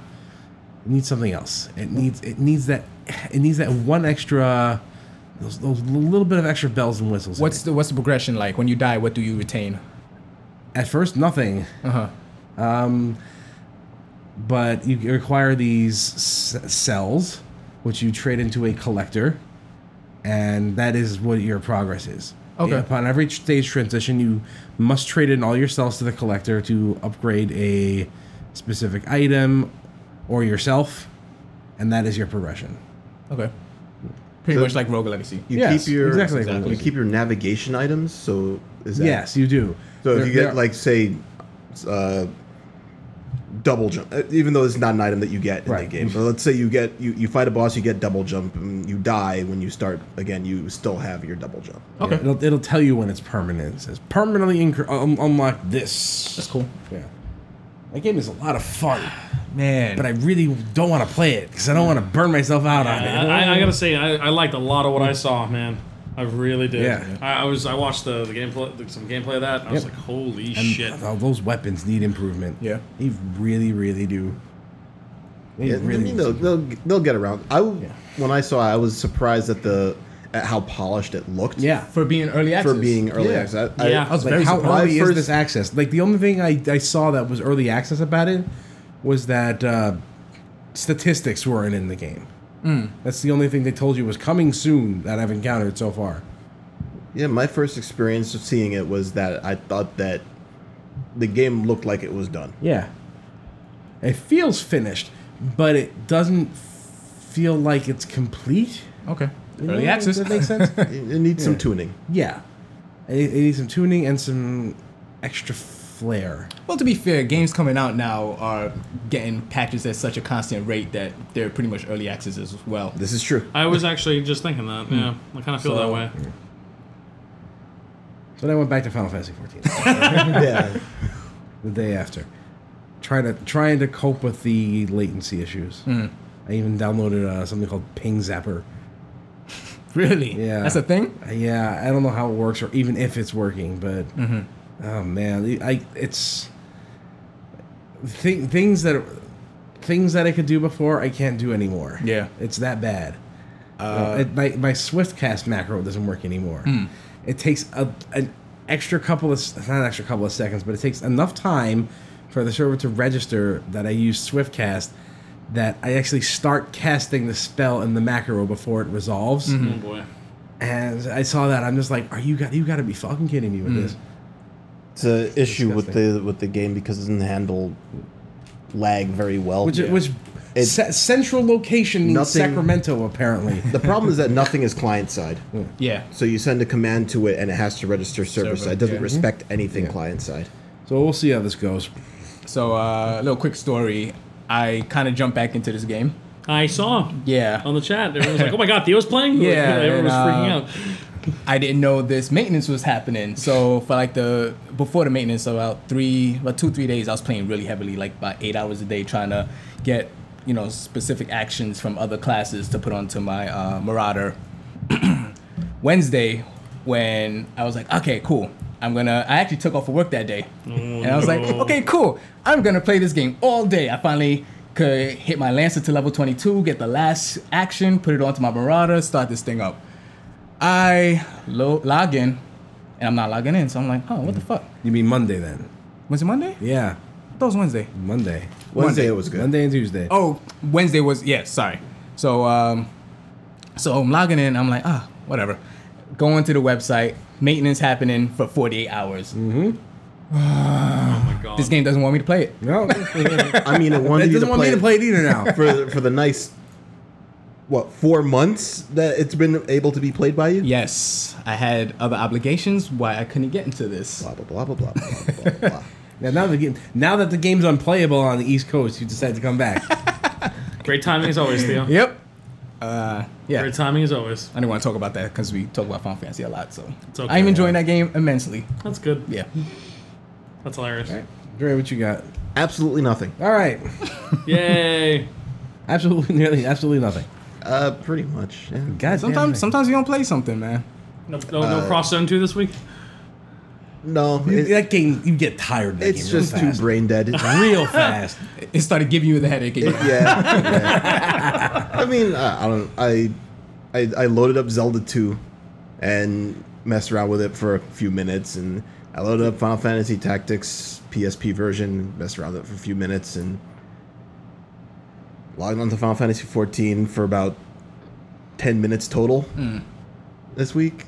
S2: it needs something else. It needs it needs that it needs that one extra those, those little bit of extra bells and whistles. in
S4: what's
S2: it.
S4: the what's the progression like? When you Uh-huh. die, what do you retain?
S2: at first nothing.
S4: Uh huh.
S2: but you require these s- cells, which you trade into a collector, and that is what your progress is.
S4: Okay.
S2: Upon every stage transition, you must trade in all your cells to the collector to upgrade a specific item or yourself, and that is your progression.
S4: Okay. Pretty
S1: So-
S4: much like Rogue Legacy.
S1: You
S2: Yes,
S1: keep your
S2: exactly.
S1: you keep your navigation items. So is that
S2: Yes, you do.
S1: So
S2: There-
S1: if you get
S2: there-
S1: like say, uh, double jump, uh, even though it's not an item that you get in
S2: Right.
S1: the game, but let's say you get you, you fight a boss, you get double jump, and you die when you start again. You still have your double jump.
S4: Okay.
S2: It'll, it'll tell you when it's permanent. It says permanently incre- un- unlock this.
S4: That's cool.
S2: Yeah. That game is a lot of fun,
S4: Man.
S2: but I really don't want to play it because I don't want to burn myself out on it.
S3: I, I- I gotta say, I, I liked a lot of what I saw, man. I really did.
S2: Mm. Yeah.
S3: I, I was. I watched the, the gameplay, the, some gameplay of that. And I was
S2: Yep.
S3: like, holy
S2: (laughs) And
S3: shit!
S2: th- those weapons need improvement.
S4: Yeah.
S2: They really, really do. They
S1: Yeah, I
S2: really
S1: mean,
S2: do.
S1: they'll, they'll they'll get around. I w- when I saw, it, I was surprised at the at how polished it looked.
S2: Yeah.
S4: for being early access.
S1: for being early
S2: Yeah.
S1: access. I,
S3: Yeah.
S1: I,
S4: I was
S2: Like,
S4: very
S2: how
S4: surprised.
S2: early is
S1: First-
S2: this access? Like, the only thing I, I saw that was early access about it was that uh, statistics weren't in the game. That's the only thing they told you was coming soon that I've encountered so far.
S1: Yeah, my first experience of seeing it was that I thought that the game looked like it was done.
S2: Yeah. It feels finished, but it doesn't feel like it's complete.
S4: Okay.
S2: You
S4: Early
S2: know,
S4: access.
S2: That makes sense.
S1: It, it needs some tuning.
S2: yeah. It, it needs some tuning and some extra flair.
S4: (laughs) Well, to be fair, games coming out now are getting patches at such a constant rate that they're pretty much early access as well.
S1: This is
S2: (laughs)
S1: true.
S3: I was actually just thinking that.
S2: Hmm.
S3: Yeah, I kind of feel
S4: So-
S3: that way.
S2: So then I went back to Final Fantasy 14
S4: (laughs)
S1: yeah.
S2: the day after, trying to trying to cope with the latency issues.
S4: Mm.
S2: I even downloaded uh, something called Ping Zapper.
S4: Really?
S2: Yeah.
S4: That's a thing.
S2: Uh, Yeah, I don't know how it works or even if it's working, but oh man, I it's thi- things that things that I could do before I can't do anymore.
S4: Yeah.
S2: it's that bad. Uh, it, my my Swiftcast macro doesn't work anymore. It takes a, an extra couple of s- not an extra couple of seconds, but it takes enough time for the server to register that I use Swiftcast that I actually start casting the spell in the macro before it resolves.
S3: Oh boy.
S2: And I saw that I'm just like, are you got you got to be fucking kidding me with
S1: Mm.
S2: this?
S1: It's an issue with
S2: disgusting.
S1: the with the game because it doesn't handle lag very well.
S2: Which which
S1: It-
S2: ce- central location means
S1: Nothing-
S2: Sacramento apparently.
S1: (laughs) the problem is that nothing is client side.
S4: Yeah.
S1: So you send a command to it and it has to register server
S4: Server,
S1: side. It doesn't
S4: yeah.
S1: respect anything client side.
S2: so we'll see how this goes.
S4: So uh, a little quick story. I kind of jumped back into this game.
S3: I saw
S4: Yeah.
S3: on the chat. Everyone was like, "Oh my god, Theo's
S2: (laughs)
S3: playing!"
S4: Yeah,
S3: everyone was
S4: and,
S3: freaking
S4: uh,
S3: out.
S4: I didn't know this maintenance was happening. So for like the before the maintenance, so about three, about two, three days, I was playing really heavily, like about eight hours a day, trying to get you know specific actions from other classes to put onto my uh, Marauder. (clears throat) Wednesday, when I was like, okay, cool. I'm gonna. I actually took off of work that day, and I was like,
S3: no.
S4: okay, cool. I'm gonna play this game all day. I finally could hit my Lancer to level 22, get the last action, put it onto my Marauder, start this thing up. I lo- log in, and I'm not logging in. So I'm like, oh, what the fuck?
S2: You mean Monday then?
S4: Was it Monday?
S2: Yeah,
S4: That was Wednesday.
S2: Monday.
S1: Wednesday it was good.
S2: Monday and Tuesday.
S4: Oh, Wednesday was yeah. Sorry. So um, so I'm logging in. I'm like ah, whatever. Going to the website. Maintenance happening for 48 hours.
S3: Mm-hmm. Oh my god.
S4: This game doesn't want me to play
S1: (laughs)
S4: it.
S2: no, it
S1: I
S2: (laughs)
S1: mean, it wanted you
S2: doesn't
S1: to
S2: want
S1: play
S2: me to
S1: it
S2: play it either
S1: (laughs)
S2: now.
S1: for for the nice what four months that it's been able to be played by you.
S4: Yes, I had other obligations. Why I couldn't get into this?
S1: Blah blah blah blah blah blah blah. blah,
S2: (laughs)
S1: blah.
S2: now, now the game, now that the game's unplayable on the East Coast, you decide to
S1: (laughs)
S2: come back.
S3: Great timing as
S2: (laughs)
S3: always, Theo.
S4: Yep. Uh, yeah.
S3: Great timing as always.
S4: I didn't want to talk about that because we talk about Final Fantasy a lot. So
S3: It's okay.
S4: I'm enjoying that game immensely.
S3: That's good.
S4: Yeah.
S3: That's hilarious.
S2: Dre, what you got?
S1: Absolutely nothing.
S2: All right,
S3: Yay!
S2: absolutely, (laughs) nearly, absolutely nothing.
S1: Uh, pretty much. Yeah.
S2: God,
S4: Sometimes
S2: damn
S4: sometimes you don't play something, man.
S3: No, no, no cross zone two this week.
S1: No,
S2: it,
S1: it-
S2: that game, you get tired. Of that
S1: it's
S2: game
S1: just
S2: real
S1: too
S2: fast.
S1: brain dead. (laughs)
S2: real fast.
S4: It started giving you the headache.
S1: It-
S3: (laughs)
S4: Again.
S1: yeah. yeah. I mean, I, I don't. I, I I loaded up Zelda two, and messed around with it for a few minutes, and I loaded up Final Fantasy Tactics PSP version, messed around with it for a few minutes, and Logged on to Final Fantasy 14 for about 10 minutes total this week.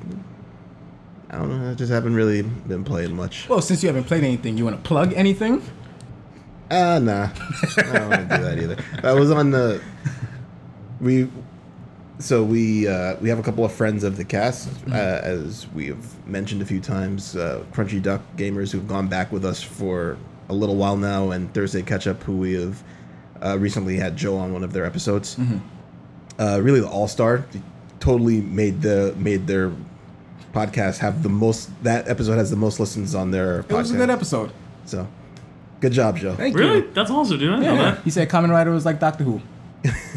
S1: I don't know. I just haven't really been playing much.
S4: Well, since you haven't played anything, you want to plug anything?
S1: Ah, nah. I don't want to do that either. I was on the. We. So we uh, we have a couple of friends of the cast,
S4: Mm-hmm.
S1: uh, as we have mentioned a few times, uh, Crunchy Duck gamers who've gone back with us for a little while now, and Thursday Catch Up, who we have uh, recently had Joe on one of their episodes.
S4: Mm-hmm.
S1: Uh, really, the All Star totally made the made their podcast have the most. That episode has the most listens on their.
S4: It was a good episode.
S1: So, good job, Joe.
S4: Thank
S3: Really?
S4: you.
S3: That's awesome, dude. I didn't know
S4: Yeah.
S3: that.
S4: He said Kamen Rider was like
S1: (laughs)
S4: Doctor Who.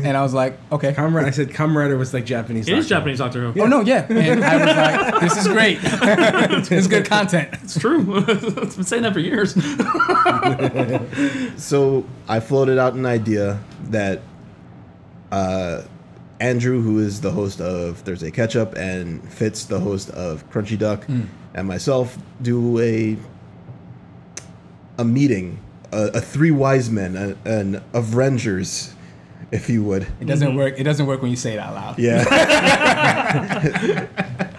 S4: and I was like, okay.
S2: Comrade, I said Comrade was like Japanese.
S3: It is
S2: doctor.
S3: Japanese Doctor Who.
S4: Oh,
S1: (laughs)
S4: no, yeah. And I was like, this is great. this is good content.
S3: It's true. (laughs) it's been saying that for years.
S1: so I floated out an idea that uh, Andrew, who is the host of Thursday Catch Up, and Fitz, the host of Crunchy Duck, and myself do a a meeting, a, a three wise men, a, an Avengers, if you would.
S4: It doesn't work. It doesn't work when you say it out loud.
S1: Yeah. (laughs)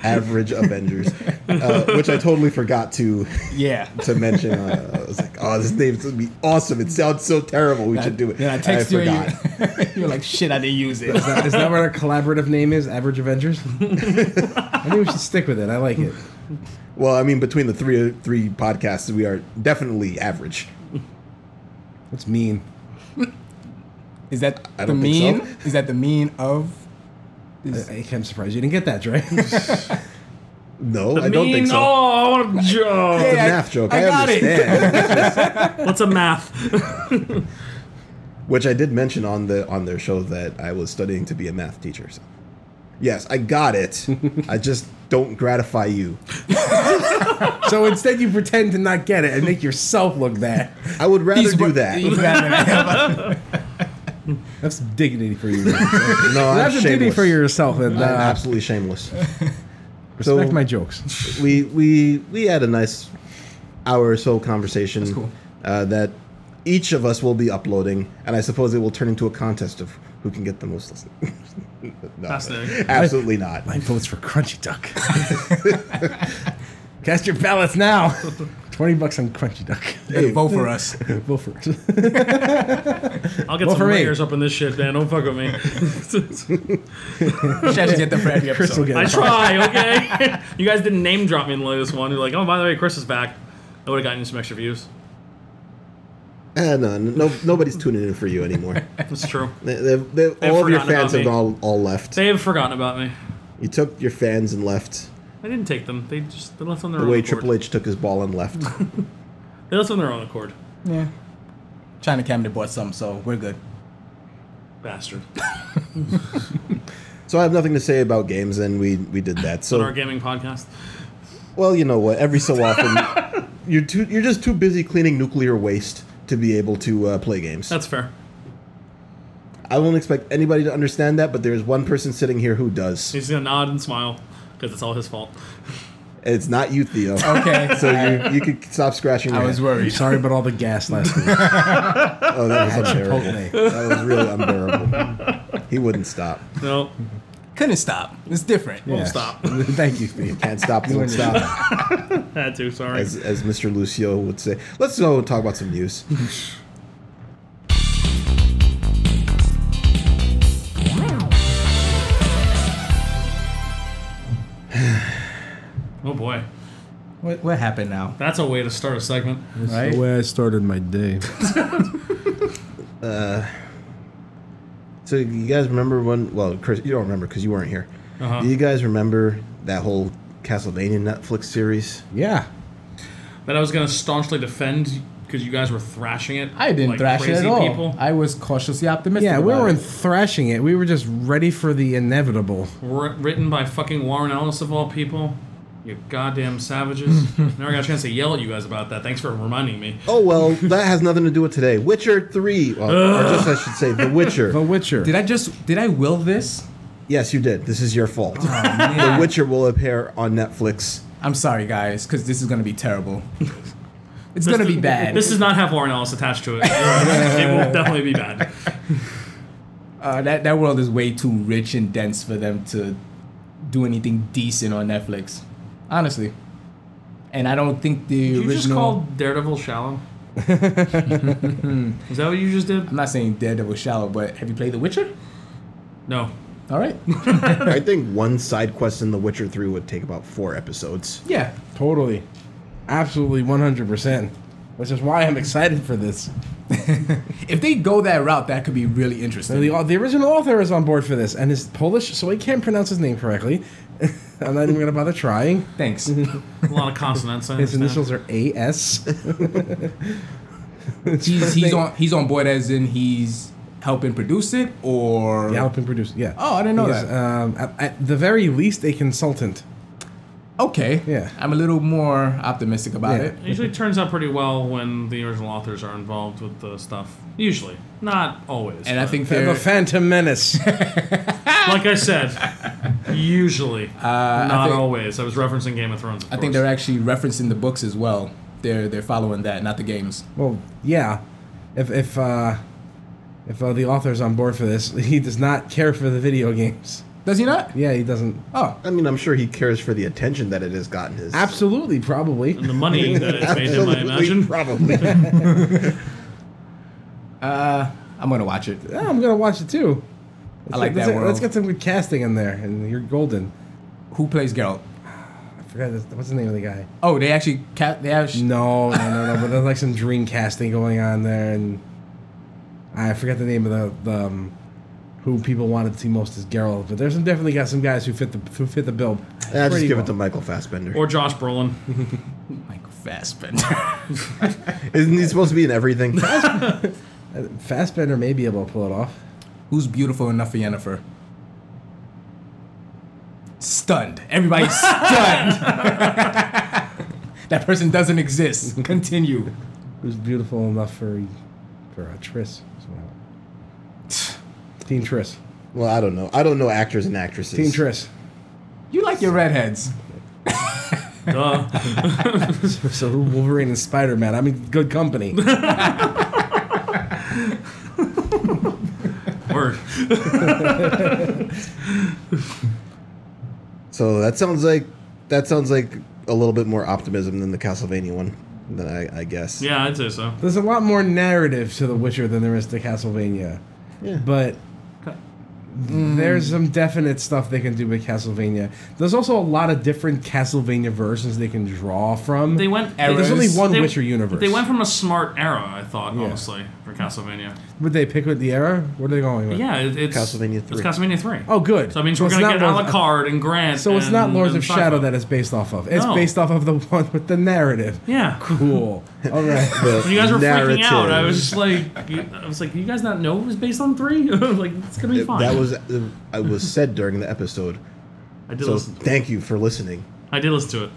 S1: Average Avengers, uh, which I totally forgot to
S4: Yeah.
S1: to mention. Uh, I was like, oh, this name's gonna be awesome. It sounds so terrible. We should do it.
S4: Then I text you.
S1: forgot.
S4: And (laughs) you you're like, shit, I didn't use it.
S2: Is that- is that what our collaborative name is? Average Avengers. (laughs) I think we should stick with it. I like it.
S1: Well, I mean, between the three three podcasts, we are definitely average.
S2: That's mean.
S4: Is that
S1: I
S4: the
S1: don't think
S4: mean?
S1: so.
S4: Is that the mean of?
S2: I, I'm surprised you didn't get that, Dre.
S1: No, I
S3: mean,
S1: don't think so.
S3: oh, I want a joke.
S1: It's a
S4: I-
S1: math joke.
S4: I
S1: I,
S4: got it.
S1: understand,
S4: (laughs)
S3: What's a math?
S1: which I did mention on the on their show that I was studying to be a math teacher. So. Yes, I got
S4: (laughs)
S1: it. I just don't gratify you.
S2: (laughs) so instead, you pretend to not get it and make yourself look bad.
S1: I would rather
S4: These
S1: do
S4: wor- (laughs)
S1: that. (laughs)
S4: These rather-
S2: That's dignity for you.
S1: No, I'm
S2: (laughs) That's a
S1: shameless.
S2: dignity for yourself. And
S1: I'm
S2: uh,
S1: absolutely shameless.
S4: (laughs)
S2: respect
S1: so-
S2: my jokes.
S1: we we we had a nice hour or so conversation
S4: cool.
S1: uh, that each of us will be uploading, and I suppose it will turn into a contest of who can get the most listens. (laughs) no,
S3: Fascinating.
S1: absolutely not.
S2: (laughs) My vote's for Crunchy Duck. (laughs) Cast your ballots now. (laughs) Twenty bucks on Crunchy (laughs) Duck.
S4: Better vote for us.
S2: Vote for us. (laughs)
S3: I'll get
S2: Well, for
S3: some
S2: me.
S3: layers up in this shit, man. Don't fuck with me.
S4: We should actually get them for every
S2: Chris will
S4: episode.
S2: get
S3: I
S2: it.
S3: try, okay? (laughs) you guys didn't name drop me in the latest one. You're like, oh, by the way, Chris is back. I would have gotten you some extra views.
S1: Eh, no, no, nobody's tuning in for you anymore.
S3: That's true.
S1: They- they've- they've- all of your
S3: forgotten
S1: fans
S3: about
S1: have
S3: me.
S1: all, all left.
S3: They have forgotten about me.
S1: You took your fans and left.
S3: I didn't take them. They just they left on their
S1: The
S3: own
S1: way
S3: accord.
S1: Triple H took his ball and
S3: (laughs)
S1: left.
S3: They left on their own accord.
S4: Yeah. China Cabinet bought some, so we're good.
S3: Bastard.
S1: so I have nothing to say about games, and we we did that. So
S3: On our gaming podcast.
S1: Well, you know what? Every so often, you're too you're just too busy cleaning nuclear waste to be able to uh, play games.
S3: That's fair.
S1: I won't expect anybody to understand that, but there is one person sitting here who does.
S3: He's gonna nod and smile because it's all his fault.
S1: It's not you, Theo.
S4: Okay.
S1: So you, you could stop scratching your
S4: I was
S1: head.
S2: (laughs)
S4: worried.
S2: Sorry about all the gas last week.
S1: Oh, that was unbearable.
S2: Chipotle.
S1: That was really unbearable. He wouldn't stop.
S3: No,
S4: (laughs) Couldn't stop. It's different.
S2: Yeah.
S3: stop.
S2: (laughs) Thank you, Steve.
S1: Can't stop, won't stop,
S3: had to. Sorry.
S1: as, as Mr. Lucio would say. Let's go and talk about some news.
S3: oh boy,
S4: What, what happened now?
S3: that's a way to start a segment.
S4: Right?
S2: The way I started my day.
S1: So you guys remember when? Well, Chris, you don't remember because you weren't here.
S3: Uh-huh.
S1: Do you guys remember that whole Castlevania Netflix series?
S2: Yeah.
S3: That I was gonna staunchly defend because you guys were thrashing it.
S4: I didn't
S3: like
S4: thrash it
S3: crazy
S4: at all.
S3: People.
S4: I was cautiously optimistic.
S2: Yeah, we
S4: about
S2: weren't
S4: it.
S2: thrashing it. We were just ready for the inevitable.
S3: Wr- written by fucking Warren Ellis of all people. You
S4: (laughs)
S3: goddamn savages. Never got a chance to yell at you guys about that. Thanks for reminding me.
S1: Oh well, that has nothing to do with today. Witcher three, well, or just I should say, The Witcher.
S2: The Witcher.
S4: Did I just? Did I will this?
S1: Yes, you did. This is your fault. (laughs)
S3: Oh,
S1: the
S4: man.
S1: Witcher will appear on Netflix.
S4: I'm sorry, guys, because this is gonna be terrible. (laughs) it's gonna be bad.
S3: (laughs) This does not have Warren Ellis attached to it. it will definitely be bad.
S4: Uh, that that world is way too rich and dense for them to do anything decent on Netflix, honestly. And I don't think the
S3: You
S4: original.
S3: just called Daredevil shallow. Hmm. Is that what you just did?
S4: I'm not saying Daredevil shallow, but have you played The Witcher?
S3: No.
S2: (laughs)
S4: All right.
S1: I think one side quest in The Witcher 3 would take about four episodes.
S4: yeah.
S2: Totally. Absolutely 100%. Which is why I'm excited for this.
S4: If they go that route, that could be really interesting.
S2: The, uh, the original author is on board for this and is Polish, so I can't pronounce his name correctly. (laughs) I'm not even going to bother trying.
S4: (laughs) Thanks.
S3: A lot of
S4: (laughs)
S3: consonants. I
S2: His
S3: understand.
S2: initials are AS.
S4: he's he's on he's on board as in he's helping produce it or (laughs)
S2: The Alpine producer, yeah.
S4: Oh, I didn't know
S2: He's,
S4: that.
S2: Um, at, at the very least, a consultant.
S4: okay.
S2: Yeah.
S4: I'm a little more optimistic about
S2: Yeah.
S4: it.
S3: It usually turns out pretty well when the original authors are involved with the stuff. Usually, not always.
S4: And I
S3: but
S4: think
S2: The-
S4: they're,
S2: The Phantom
S4: (laughs)
S2: Menace.
S3: like I said, usually,
S4: (laughs)
S3: not
S4: Uh, think-
S3: always. I was referencing Game of Thrones. Of
S4: I
S3: course.
S4: think they're actually referencing the books as well. They're they're following that, not the games.
S2: well, yeah. If if uh, if uh, the author's on board for this, (laughs) he does not care for the video games.
S4: Does he not?
S2: Yeah, he doesn't.
S4: Oh,
S1: I mean, I'm sure he cares for the attention that it has gotten his.
S2: Absolutely, probably.
S3: and (laughs) the money that it's made him. I imagine. (laughs)
S1: Probably.
S4: Uh, I'm gonna watch it.
S2: Yeah, I'm gonna watch it too.
S4: I like
S2: Let's-
S4: that world.
S2: Let's get some good casting in there, and you're golden.
S4: Who plays Geralt?
S2: I forgot this, what's the name of the guy.
S4: Oh, they actually cat. They have.
S2: No, no, no, no. but there's like some dream casting going on there, and I forgot the name of the, the um, who people wanted to see most as Geralt. But there's some, definitely got some guys who fit the who fit the bill.
S1: Nah, just
S2: pretty
S1: give
S2: well.
S1: it to Michael Fassbender.
S3: Or Josh
S4: (laughs)
S3: Brolin.
S4: Michael Fassbender.
S1: Isn't he supposed to be in everything? (laughs)
S2: Fassbender may be able to pull it off.
S4: Who's beautiful enough for Yennefer? Stunned. Everybody's
S1: (laughs)
S4: stunned. that person doesn't
S1: (laughs)
S4: exist. Continue.
S2: Who's beautiful enough for for uh, Triss? So, Team Triss.
S1: well, I don't know. I don't know actors and actresses.
S2: Team Triss.
S4: You like your redheads.
S3: Duh.
S2: (laughs) So Wolverine and Spider Man. I mean, good
S3: (laughs)
S2: company.
S3: Word.
S1: So that sounds like that sounds like a little bit more optimism than the Castlevania one. Then I, I guess.
S3: Yeah, I'd say so.
S2: There's a lot more narrative to The Witcher than there is to Castlevania.
S1: Yeah.
S2: But
S3: Okay.
S2: there's some definite stuff they can do with Castlevania. There's also a lot of different Castlevania versions they can draw from.
S3: They went.
S4: Arrows.
S2: There's only one
S3: they-
S2: Witcher universe.
S3: They went from a smart era, I thought, honestly, for Castlevania.
S2: Would they pick with the era? Where are they going with?
S3: Yeah, it, it's
S1: Castlevania
S3: It's
S1: three.
S3: Castlevania three.
S2: Oh, good.
S3: So that means we're
S2: it's
S3: gonna get
S2: not
S3: a
S2: Lords-
S3: la carte and Grant.
S2: So it's not
S3: and-
S2: Lords
S3: and
S2: of Shadow
S3: Sypha.
S2: that it's based off of. It's
S3: No.
S2: based off of the (laughs) one with the narrative.
S3: Yeah.
S2: Cool. All
S1: (laughs)
S2: right.
S1: The
S3: When you guys were freaking out, I
S1: narrative.
S3: was just like, I was like, you guys not know it was based on three? (laughs) like, it's gonna be
S1: It-
S3: fine.
S1: that was uh, I was said during the episode.
S3: I did
S1: So
S3: listen.
S1: thank you for listening.
S3: I did listen to it.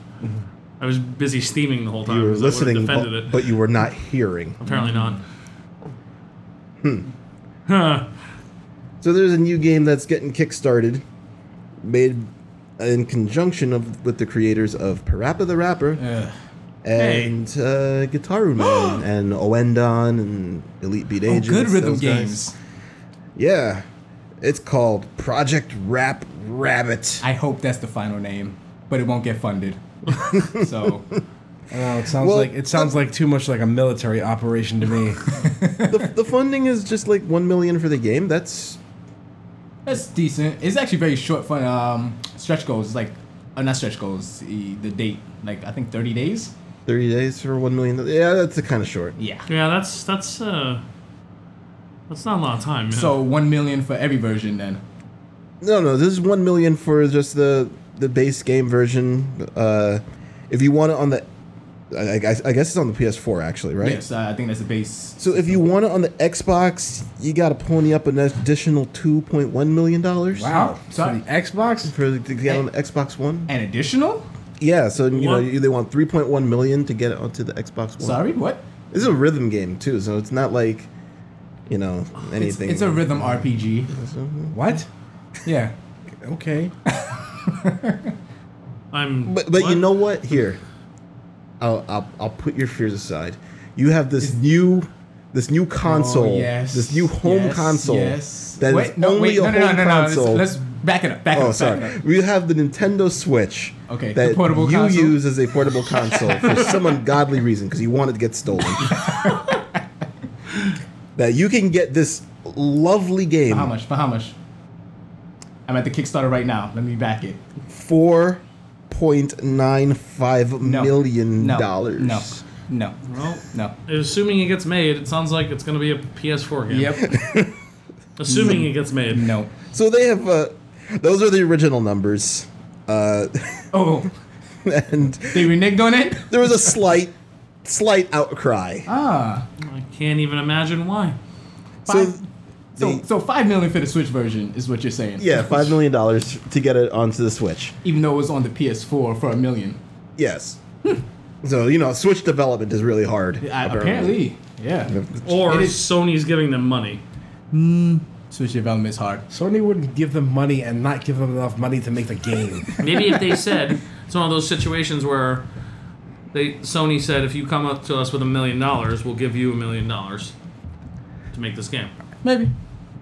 S3: I was busy steaming the whole time.
S1: Mm-hmm. You were
S3: 'cause I would've
S1: listening,
S3: Defended
S1: but,
S3: it.
S1: but you were not hearing.
S3: Apparently not. Huh.
S1: So there's a new game that's getting kickstarted, made in conjunction of with the creators of Parappa the Rapper
S4: Ugh.
S1: and uh,
S3: (gasps)
S1: Guitaru Man and Oendon and Elite Beat
S4: Oh,
S1: Agents.
S4: good rhythm
S1: those guys.
S4: games.
S1: Yeah, it's called Project Rap
S3: (laughs)
S1: Rabbit.
S4: I hope that's the final name, but it won't
S1: (laughs)
S4: get funded. so
S2: Oh, it sounds
S1: Well,
S2: like it sounds like too much like a military operation
S1: (laughs)
S2: to me.
S1: the, the funding is just like one million for the game. That's
S4: that's decent. It's actually very short fun. Um, stretch goals like, uh, not stretch goals. The, the date like I think 30 days.
S1: thirty days for one million. Yeah, that's kind of short.
S4: Yeah.
S3: yeah, that's that's uh, that's not a lot of time. Man.
S4: So one million for every version then.
S1: No, no, this is one million for just the the base game version. Uh, if you want it on the, I, I guess I guess it's on the PS4 actually, right?
S4: Yes, uh, I I think that's the base.
S1: So if you want it on the Xbox, you got to pony up an additional two point one million dollars.
S2: Wow. So
S4: Sorry.
S2: the Xbox?
S1: For the- to get on the Xbox One,
S4: An additional?
S1: yeah. So you know
S3: What?
S1: you, they want three point one million to get it onto the Xbox One.
S4: Sorry, what?
S1: This is a rhythm game too, so it's not like, you know,
S4: It's,
S1: anything.
S4: it's a rhythm RPG.
S2: What?
S4: Yeah.
S2: Okay.
S3: I'm.
S1: But but you
S3: what?
S1: know what? Here, I'll, I'll I'll put your fears aside. You have this new this new console,
S4: Oh, yes.
S1: this new home
S4: Yes,
S1: console
S4: Yes.
S1: that is
S4: wait, no,
S1: only
S4: wait,
S1: a
S4: no, no,
S1: home
S4: no, no, no, let's-
S1: console.
S4: Let's, back it up. Back it up. (laughs)
S1: Oh,
S4: back
S1: sorry.
S4: it up.
S1: We have the Nintendo Switch.
S4: Okay, the
S1: that
S4: portable
S1: you
S4: console?
S1: use as a portable console
S4: (laughs)
S1: for some ungodly reason because you want it to get stolen. that you can get this lovely game
S4: For how much? For how much? I'm at the Kickstarter right now. Let me back it.
S1: four point nine five
S4: No.
S1: million
S4: no.
S1: dollars.
S4: No. No.
S3: Well,
S4: No.
S3: assuming it gets made, it sounds like it's going to be a PS4 game.
S4: Yep.
S1: Mm-hmm.
S3: Assuming it gets made.
S4: no.
S1: So they have uh, those are the original numbers, uh, (laughs)
S4: Oh,
S1: and
S4: they reneged on it.
S1: there was a slight, slight outcry.
S4: Ah.
S3: I can't even imagine why.
S1: so
S4: Five, so,
S1: the-
S4: so five million for the Switch version is what you're saying.
S1: yeah,
S4: (laughs)
S1: five million dollars to get it onto the Switch.
S4: Even though it was on the PS4 for a million.
S1: Yes. so you know, Switch development is really hard.
S4: Hmm. I, apparently. Yeah.
S3: Or
S4: It is-
S3: Sony's giving them money.
S4: Switch development is hard.
S2: Sony wouldn't give them money and not give them enough money to make the game.
S3: Maybe if they (laughs) said it's one of those situations where they Sony said if you come up to us with a million dollars, we'll give you a million dollars to make this game.
S4: Maybe.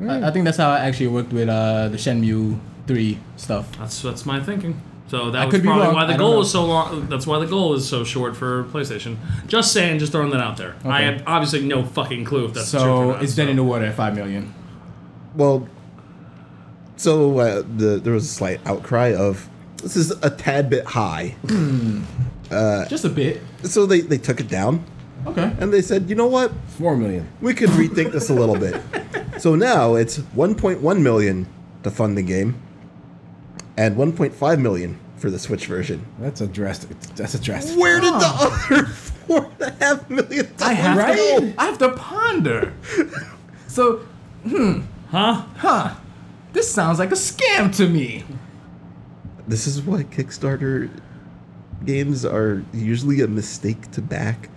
S4: I, I think that's how I actually worked with uh, the Shenmue 3 stuff.
S3: That's that's my thinking. So that
S4: I
S3: was
S4: could be
S3: probably
S4: wrong.
S3: why
S4: I
S3: the
S4: don't
S3: goal
S4: know.
S3: is so long. That's why the goal is so short for PlayStation. Just saying, just throwing that out there. I
S4: Okay.
S3: have obviously no fucking clue if that's true or
S4: So
S3: not,
S4: it's dead in the water at five million.
S1: Well, so uh, the there was a slight outcry of this is a tad bit high.
S4: Hmm. Just a bit.
S1: so they they took it down
S4: Okay.
S1: and they said, you know what,
S2: (laughs) Four million.
S1: we could rethink this a little bit. So now it's 1.1 million to fund the game, and 1.5 million for the Switch version.
S2: That's a drastic. That's a drastic.
S1: Where did the other four and a half million dollars
S4: Oh. I have
S1: go?
S4: to. I have to (laughs) ponder. so, hmm.
S3: huh?
S4: huh? This sounds like a scam to me.
S1: This is why Kickstarter games are usually a mistake to back.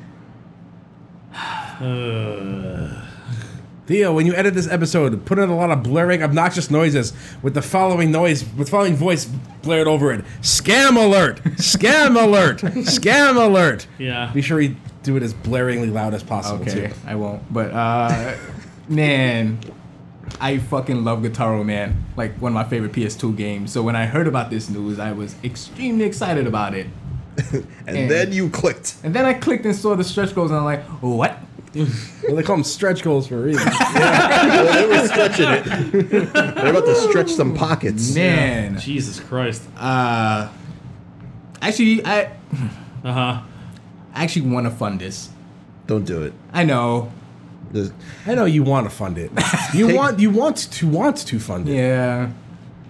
S2: Theo, when you edit this episode, put in a lot of blaring, obnoxious noises with the following noise, with following voice blared over it. Scam alert! Scam alert! Scam alert!
S3: Yeah.
S2: Be sure you do it as blaringly loud as possible.
S4: Okay,
S2: Too.
S4: I won't. But uh, man, I fucking love Guitar Hero, man. Like one of my favorite PS2 games. So when I heard about this news, I was extremely excited about it.
S1: And
S4: And-
S1: then you clicked.
S4: And then I clicked and saw the stretch goals, and I'm like, what?
S2: Well, they call them stretch goals for a (laughs) reason.
S1: Well, they were stretching it.
S4: (laughs)
S1: They're about to stretch some pockets.
S4: Man.
S3: Jesus Christ. Uh
S4: Uh, actually, I
S3: huh.
S4: I actually want to fund this.
S1: Don't do it.
S4: I know.
S1: Just-
S2: I know you want to fund it. You
S1: Take-
S2: want you want to want to fund it.
S4: Yeah.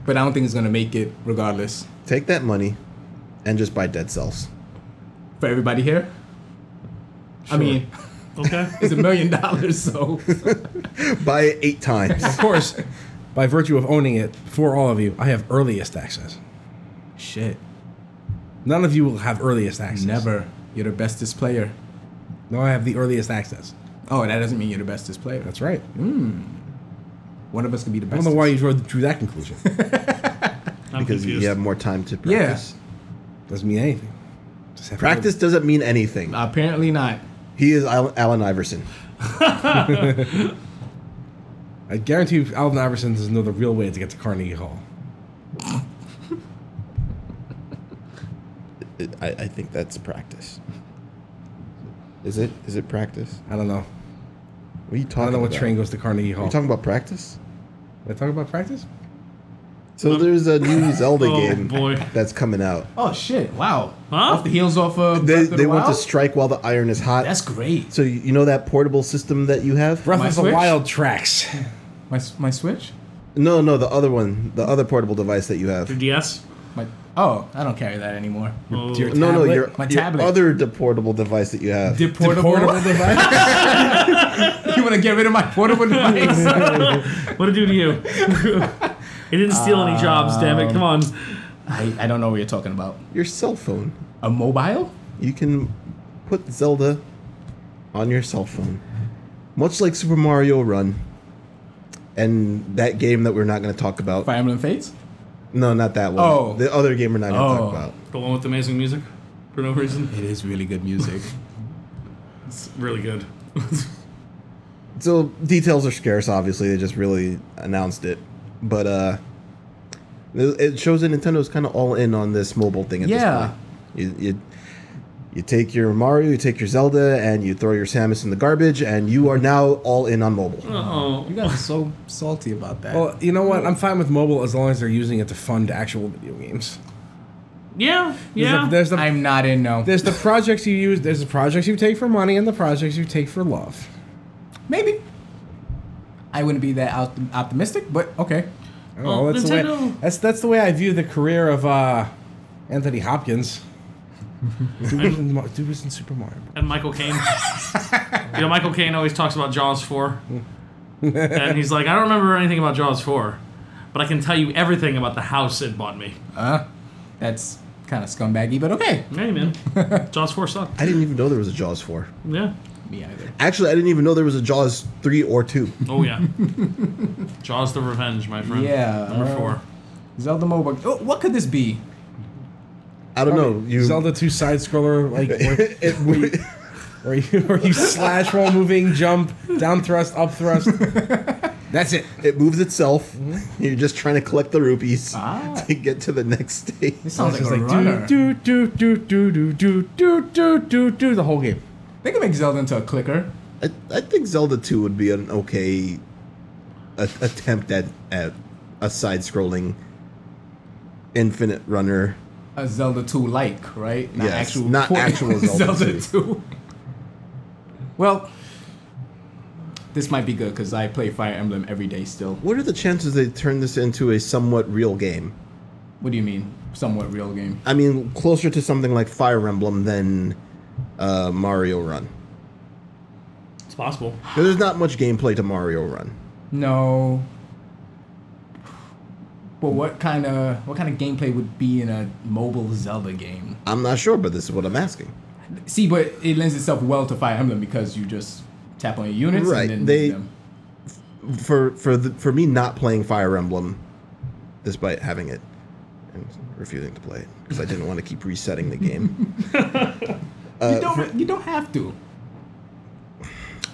S4: But I don't think it's gonna make it, regardless.
S1: Take that money and just buy Dead Cells.
S4: For everybody here. I mean, (laughs)
S3: Okay.
S4: it's a million dollars, (laughs) so
S1: Buy it eight times.
S2: Of course, (laughs) by virtue of owning it for all of you, I have earliest access.
S4: shit.
S2: None of you will have earliest access.
S4: Never. You're the bestest player.
S2: No, I have the earliest access.
S4: Oh, that doesn't mean you're the bestest player.
S2: That's right.
S4: One of us could be the
S2: I
S4: best.
S2: don't know why you drew, drew that conclusion.
S3: I'm
S1: because
S3: confused.
S1: you have more time to
S4: Yeah.
S1: practice.
S2: Doesn't mean anything. Just have to-
S1: Practice doesn't mean anything.
S4: Apparently not.
S1: He is Al- Allen Iverson.
S2: I guarantee you, Alvin Iverson doesn't know the real way to get to Carnegie Hall.
S1: I, I think that's practice. Is it? Is it practice?
S2: I don't know.
S1: What are you talking
S2: I
S1: about?
S2: don't know what train goes to Carnegie
S1: Are
S2: Hall.
S1: you talking about practice?
S2: Did I talk about practice?
S1: So there's a new Zelda
S3: Oh,
S1: game
S3: boy.
S1: that's coming out.
S4: Oh shit! Wow.
S3: Huh?
S4: Off the heels off of
S1: They,
S4: Breath of
S1: they
S4: the
S1: want to
S4: Wild?
S1: strike while the iron is hot.
S4: That's great.
S1: so you you know that portable system that you have?
S2: Breath
S4: My
S2: of the
S4: Switch?
S2: Wild tracks.
S4: My my Switch.
S1: No, no, the other one, the other portable device that you have.
S3: 3DS.
S4: My oh, I don't carry that anymore.
S3: Oh,
S2: Dear
S1: No, no,
S2: tablet?
S1: your,
S4: My
S1: your
S4: tablet.
S1: other de- portable device that you have.
S4: (laughs)
S2: Portable
S4: Deportable.
S2: device?
S4: (laughs) you want to get rid of
S1: (laughs)
S4: my portable device?
S3: what did it do to (laughs) you? He didn't steal any jobs, damn it. Come on.
S4: I, I don't know what you're talking about.
S1: your cell phone.
S4: A mobile?
S1: You can put Zelda on your cell phone, much like Super Mario Run, and that game that we're not going to talk about.
S4: Fire Emblem Fates?
S1: No, not that one.
S4: Oh.
S1: the other game we're not going to
S4: Oh.
S1: talk about.
S3: The one with the amazing music for no reason.
S4: It is really good music.
S3: It's really good.
S1: so details are scarce. Obviously, they just really announced it, but uh, it it shows that Nintendo's kind of all in on this mobile thing at
S4: Yeah.
S1: this point. You, you you take your Mario, you take your Zelda, and you throw your Samus in the garbage, and you are now all in on mobile.
S3: Oh,
S5: You guys are so salty about that.
S1: Oh,
S2: Well, you know what? I'm fine with mobile as long as they're using it to fund actual video games.
S3: yeah, yeah.
S2: There's the, there's the,
S4: I'm not in. No,
S2: there's the projects you use. There's the projects you take for money and the projects you take for love.
S4: maybe. I wouldn't be that op- optimistic, but okay.
S2: Oh,
S3: Well,
S2: that's the way.
S3: Nintendo-
S2: That's that's the way I view the career of uh, Anthony (laughs) Hopkins. dude, was in, Mar- dude was in Super Mario.
S3: and Michael Caine. you know, Michael Caine always talks about Jaws 4. and he's like, I don't remember anything about Jaws 4, but I can tell you everything about the house it bought me.
S4: Uh, that's kind of scumbaggy, but okay.
S3: Hey, man. Jaws 4 sucked.
S1: I didn't even know there was a Jaws four.
S3: Yeah.
S4: Me either.
S1: Actually, I didn't even know there was a Jaws three or two.
S4: (laughs)
S3: Oh, yeah. Jaws the Revenge, my friend.
S4: Yeah,
S3: Number
S4: uh,
S3: 4.
S4: Zelda MOBA. Oh, what could this be?
S1: I don't know. You
S2: Zelda two side scroller like where,
S1: (laughs) It- we-
S2: where you where you slash while moving, jump, down thrust, up thrust. That's it.
S1: It moves itself. You're just trying to collect the rupees
S4: Ah.
S1: (laughs) to get to the next stage.
S4: This sounds
S2: It's
S4: like a
S2: like
S4: runner.
S2: do do do do do do do do do do the whole game.
S4: They could make Zelda into a clicker.
S1: I, I think Zelda 2 would be an okay a- attempt at, at a side scrolling infinite runner.
S4: A Zelda 2 like, right?
S1: Yes, not
S4: (laughs)
S1: actual Zelda 2.
S4: 2. Well, this might be good because I play Fire Emblem every day still.
S1: What are the chances they turn this into a somewhat real game?
S4: What do you mean? Somewhat real game.
S1: I mean, closer to something like Fire Emblem than uh, Mario Run.
S3: It's possible.
S1: There's not much gameplay to Mario Run.
S4: No. But what kind of what kind of gameplay would be in a mobile Zelda game?
S1: I'm not sure, but this is what I'm asking.
S4: See, but it lends itself well to Fire Emblem because you just tap on your units
S1: Right,
S4: and then
S1: they-
S4: move them.
S1: for for the, for me not playing Fire Emblem, despite having it and refusing to play it because I didn't want to keep resetting the game. uh,
S4: you don't you don't have to.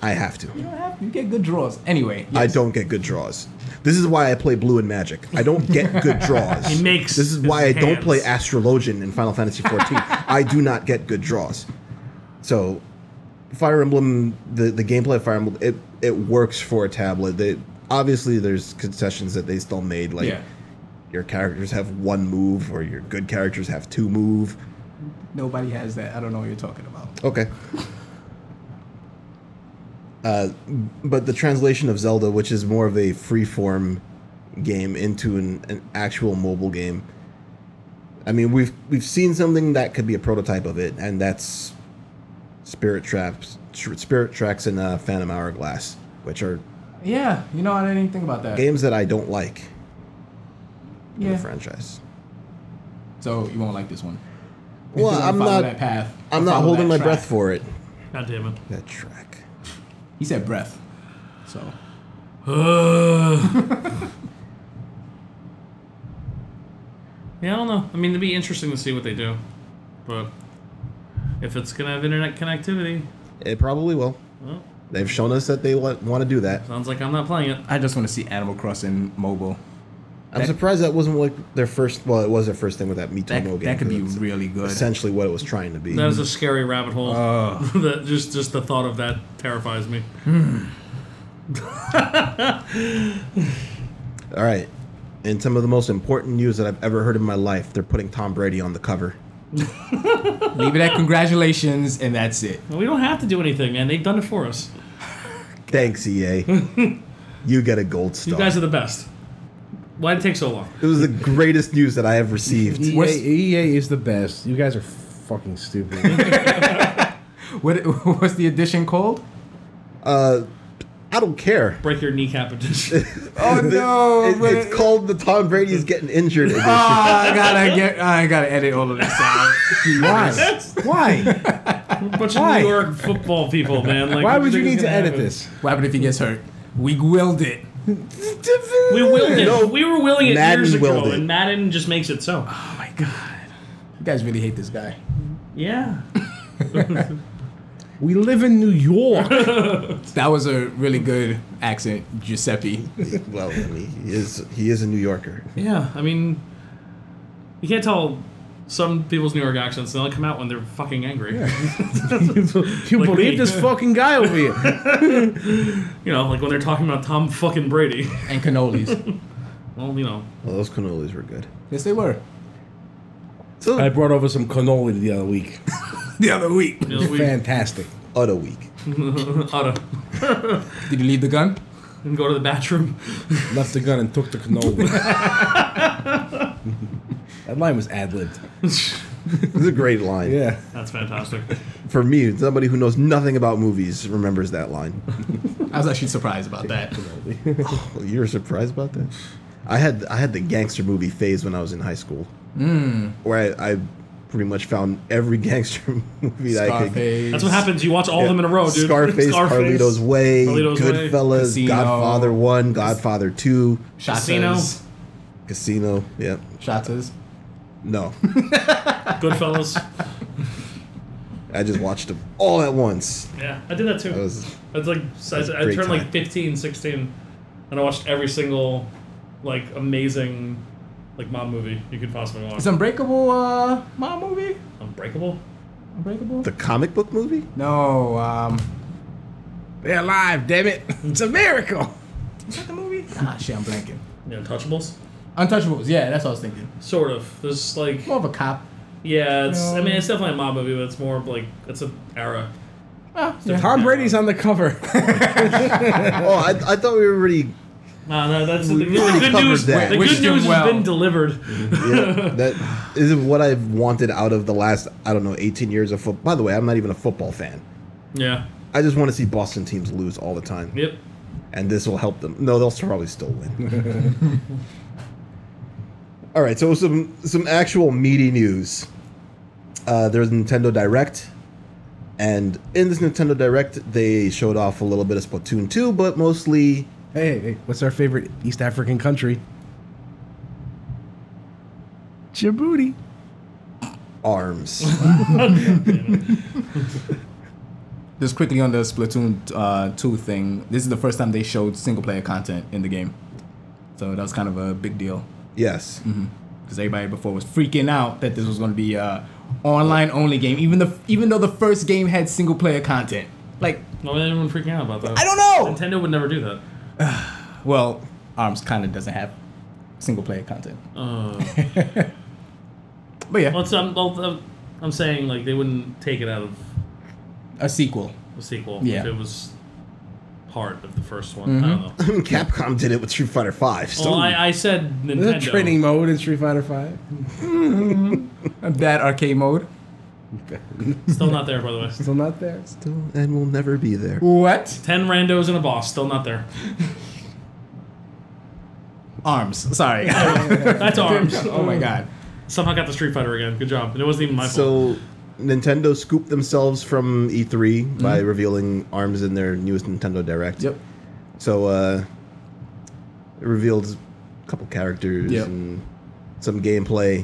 S1: I have to.
S4: You don't have to. You get good draws. Anyway,
S1: I
S4: yes.
S1: don't get good draws. This is why I play Blue and Magic. I don't get
S3: (laughs)
S1: good draws.
S3: He makes
S1: This is
S3: his
S1: why I don't
S3: hands.
S1: play Astrologian in Final Fantasy
S3: (laughs)
S1: XIV. I do not get good draws. So, Fire Emblem, the, the gameplay of Fire Emblem, it, it works for a tablet. They, obviously, there's concessions that they still made, like
S4: Yeah.
S1: your characters have one move or your good characters have two move.
S4: Nobody has that. I don't know what you're talking about.
S1: Okay. Uh, but the translation of Zelda, which is more of a freeform game into an, an actual mobile game. I mean, we've we've seen something that could be a prototype of it, and that's Spirit Traps, Tr- Spirit Tracks, and uh, Phantom Hourglass, which are
S4: Yeah, you know, I didn't even think about that.
S1: games that I don't like in the
S4: yeah.
S1: franchise.
S4: So you won't like this one.
S1: Well,
S4: If you wanna
S1: I'm
S4: follow
S1: not-
S4: That path,
S1: I'm
S4: follow
S1: not
S4: that
S1: holding my
S4: track.
S1: breath for it.
S3: God damn it.
S1: That track.
S4: He said breath. (sighs) So
S3: Ugh. yeah, I don't know. I mean, it'd be interesting to see what they do. But if it's going to have internet connectivity,
S1: It probably will.
S3: well,
S1: They've shown us that they want, want to do that.
S3: sounds like I'm not playing it.
S4: I just want to see Animal Crossing mobile.
S1: I'm
S4: That-
S1: surprised that wasn't like their first. Well, it was their first thing with that Mitomo
S4: That,
S1: game.
S4: that could be
S1: 'cause it's
S4: really good.
S1: essentially what it was trying to be.
S3: That is a scary rabbit hole. (laughs) that just just the thought of that terrifies me.
S1: All right, and some of the most important news that I've ever heard in my life. They're putting Tom Brady on the cover.
S4: Leave it at congratulations, and that's
S1: (laughs)
S4: it.
S3: We don't have to do anything, man. They've done it for us.
S1: Thanks, EA. you get a gold star.
S3: You guys are the best. Why did it take so long?
S1: it was the greatest news that I have
S4: (laughs)
S1: received.
S2: EA,
S4: What's-
S1: E
S2: EA is the best. You guys are fucking
S3: (laughs)
S2: stupid.
S4: What (laughs) what's the edition called?
S1: Uh, I don't care.
S3: Break your kneecap
S2: (laughs)
S3: edition.
S4: Oh no!
S1: (laughs) It-
S4: but-
S1: it's called the Tom Brady's getting injured edition.
S4: Oh, I (laughs) gotta get. I gotta edit all of this out.
S2: Why?
S3: That's
S2: Why?
S3: a bunch
S2: Why?
S3: of New York football people, man. Like,
S2: Why
S3: what
S2: would
S3: do
S2: you need
S3: think is
S2: to
S3: gonna
S2: edit
S3: happen?
S2: this?
S4: What happened if he gets hurt? We willed it.
S3: We willed it.
S1: No,
S3: we were willing it
S1: Madden
S3: years ago,
S1: willed it.
S3: and Madden just makes it so.
S4: Oh my god! You guys really hate this guy.
S3: Yeah.
S2: We live in New York.
S5: That was a really good accent, Giuseppe.
S1: well, I mean, he is he is a New Yorker.
S3: Yeah, I mean, you can't tell some people's New York accents. They only come out when they're fucking angry.
S2: You
S3: Like
S2: believe
S3: me.
S2: this fucking guy over here?
S3: (laughs) you know, like when they're talking about Tom fucking Brady.
S5: (laughs)
S4: and cannolis.
S3: Well, you know,
S1: Well, those cannolis were good.
S5: yes, they were.
S1: So
S2: (laughs) I brought over some cannoli the other week.
S5: The other week.
S3: you know we (laughs)
S2: Fantastic.
S1: utter weak.
S3: ought to
S5: Did you leave the gun?
S3: go to the bathroom.
S2: Left the gun and took the (laughs) cannoli. that line was ad libbed.
S1: It's a great line.
S2: Yeah.
S3: That's fantastic.
S1: For me, somebody who knows nothing about movies remembers that
S3: (laughs)
S1: line.
S5: I was actually surprised about (laughs) that.
S1: Well, you were surprised about that? I had I had the gangster movie phase when I was in high school,
S3: Hmm.
S1: mm. where I, I pretty much found every (laughs) gangster movie that I could.
S5: Scarface.
S3: That's what happens. You watch all of them in a row, dude.
S1: Scarface, Carlito's Way,
S3: Carlito's Way,
S1: Goodfellas,
S5: Casino.
S1: Godfather One, Godfather Two,
S3: Casino.
S5: Shatas.
S1: Casino. Yep.
S5: Shatas.
S1: No,
S3: Goodfellas.
S1: (laughs) I just watched them all at once.
S3: Yeah, I did that too.
S1: That was
S3: That's like I, I
S1: great
S3: turned like
S1: time.
S3: 15, 16, and I watched every single like amazing like mob movie you could possibly watch.
S4: It's Unbreakable uh, mom movie.
S3: Unbreakable.
S4: Unbreakable.
S1: the comic book
S3: (laughs)
S1: movie.
S5: No, um,
S2: They're alive, damn it. It's a miracle.
S5: is that the movie? Ah, shit, I'm blanking.
S3: The Untouchables.
S4: Untouchables. Yeah, that's what I was thinking.
S3: Sort of. There's like
S4: More of a cop.
S3: yeah, it's I mean
S4: No.
S3: it's definitely a mob movie, but it's more of like it's an era.
S4: Ah, yeah.
S2: Tom Brady's on the cover. (laughs)
S1: Oh, I, I thought we were already.
S3: No, no, that's the, the
S1: already
S3: good
S1: covered
S3: news.
S1: that.
S3: The
S5: Wished
S3: good
S5: him
S3: news
S5: well. Mm-hmm.
S3: has been delivered.
S1: Yeah, that is what I've wanted out of the last I don't know 18 years of football. By the way, I'm not even a football fan.
S3: (laughs) Yeah.
S1: I just want to see Boston teams lose all the time,
S3: Yep.
S1: and this will help them. No, they'll probably still win. all right, so some some actual meaty news. Uh, there's Nintendo Direct, and in this Nintendo Direct, they showed off a little bit of Splatoon 2, but mostly
S2: hey, hey, what's our favorite East African country? Djibouti.
S1: arms.
S5: Just quickly on the Splatoon uh, 2 thing, this is the first time they showed single player content in the game. So that was kind of a big deal.
S1: yes,
S5: Because everybody before was freaking out that this was going to be a online only game, even, the, even though the first game had single player content. Like,
S3: Why was anyone freaking out about that?
S5: I don't know!
S3: Nintendo would never do that.
S5: Well, ARMS kind of doesn't have single player content.
S3: Uh,
S5: (laughs) But yeah,
S3: well, it's, I'm, well, I'm- I'm saying like they wouldn't take it out of
S5: a sequel.
S3: the sequel.
S5: Yeah. Mm-hmm.
S3: If it was part of the first one. I don't know.
S1: (laughs) Capcom did it with Street Fighter 5. So
S3: Well, Oh, I, I said
S2: There's a
S3: Nintendo.
S2: training mode in Street Fighter Five. (laughs)
S5: Bad arcade mode.
S3: Still not there, by the way.
S2: Still not there.
S1: still, and will never be there.
S5: What?
S3: Ten randos and a boss. Still not
S5: (laughs)
S3: there.
S5: ARMS.
S3: (laughs)
S5: Sorry. (laughs)
S3: That's arms.
S5: oh my god.
S3: Somehow got the Street Fighter again. Good job. And it wasn't even my fault.
S1: So Nintendo scooped themselves from E3 by revealing ARMS in their newest Nintendo Direct.
S5: Yep.
S1: So uh, it revealed a couple characters
S5: Yep.
S1: and some gameplay.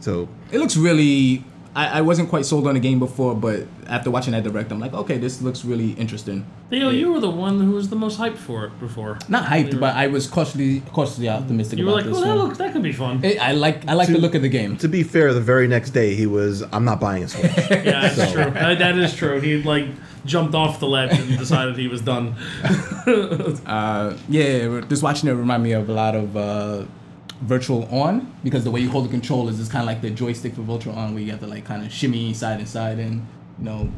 S1: So
S5: It looks really. I, I wasn't quite sold on the game before, but after watching that direct, I'm like, okay, this looks really interesting.
S3: Theo, you were the one who was the most hyped for it before.
S4: Not hyped,
S3: You were-
S4: but I was cautiously cautiously optimistic
S3: You were
S4: about
S3: like,
S4: this
S3: "Oh, that
S4: one.
S3: look, that could
S4: (laughs)
S3: be fun."
S4: Hey, I like I like the
S1: To-
S4: look of the game.
S1: to be fair, the very next day he was, "I'm not buying a
S3: (laughs)
S1: Switch."
S3: Yeah, that's
S1: So-
S3: true. That- that is true. He like jumped off the ledge and decided he was done.
S5: Uh,
S4: Yeah, yeah, yeah,
S5: just watching it remind me of a lot of uh,
S4: virtual on because the way you hold the controllers is kind of like the joystick for virtual on where you have to like kind of shimmy side and side and you know